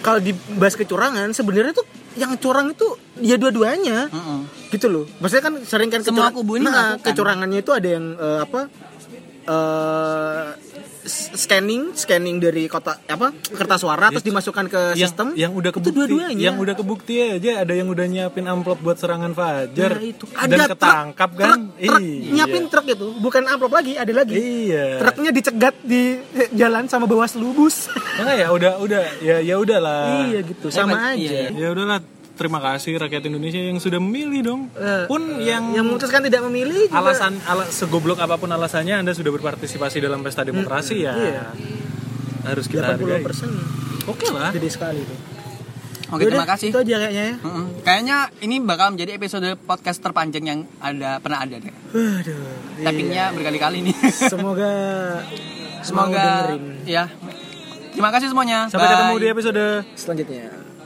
[SPEAKER 2] kalau dibahas kecurangan sebenarnya tuh yang curang itu ya dua-duanya.
[SPEAKER 3] Mm-mm.
[SPEAKER 2] Gitu loh. Maksudnya kan sering kan kecurang-
[SPEAKER 3] Semua kubu ini melakukan.
[SPEAKER 2] kecurangannya itu ada yang eh, apa? eh, s- scanning scanning dari kotak apa kertas suara terus dimasukkan ke
[SPEAKER 1] yang,
[SPEAKER 2] sistem
[SPEAKER 1] yang udah
[SPEAKER 2] itu
[SPEAKER 1] kebukti,
[SPEAKER 2] dua-duanya
[SPEAKER 1] yang udah kebukti aja ada yang udah nyiapin amplop buat serangan Fajar
[SPEAKER 2] Nah, itu
[SPEAKER 1] dan
[SPEAKER 2] ada
[SPEAKER 1] ketangkap
[SPEAKER 2] truk,
[SPEAKER 1] kan?
[SPEAKER 2] truk, truk,
[SPEAKER 1] Iya.
[SPEAKER 2] nyiapin truk itu bukan amplop lagi ada lagi
[SPEAKER 1] Iya.
[SPEAKER 2] truknya dicegat di jalan sama bawah selubus
[SPEAKER 1] Enggak ya, udah udah ya ya udahlah.
[SPEAKER 2] iya gitu sama
[SPEAKER 3] Iya,
[SPEAKER 2] aja
[SPEAKER 3] iya.
[SPEAKER 1] Ya udahlah, terima kasih rakyat Indonesia yang sudah memilih dong.
[SPEAKER 2] Eh,
[SPEAKER 1] Pun yang
[SPEAKER 2] yang memutuskan tidak memilih juga
[SPEAKER 3] Nah,
[SPEAKER 1] alasan ala, segoblok apapun alasannya Anda sudah berpartisipasi dalam pesta demokrasi ya.
[SPEAKER 2] iya.
[SPEAKER 1] Harus kita
[SPEAKER 2] 80
[SPEAKER 1] hargai.
[SPEAKER 2] persen
[SPEAKER 1] Oke lah.
[SPEAKER 2] gede sekali tuh
[SPEAKER 3] oke terima
[SPEAKER 2] Yaudah,
[SPEAKER 3] kasih
[SPEAKER 2] itu aja kayaknya ya
[SPEAKER 3] Mm-mm. kayaknya ini bakal menjadi episode podcast terpanjang yang ada pernah ada deh
[SPEAKER 2] Waduh, iya.
[SPEAKER 3] tappingnya berkali-kali nih
[SPEAKER 2] semoga mau
[SPEAKER 3] Semoga
[SPEAKER 2] dengerin
[SPEAKER 3] ya. Terima kasih semuanya.
[SPEAKER 1] Sampai
[SPEAKER 3] Bye.
[SPEAKER 1] ketemu di episode
[SPEAKER 2] selanjutnya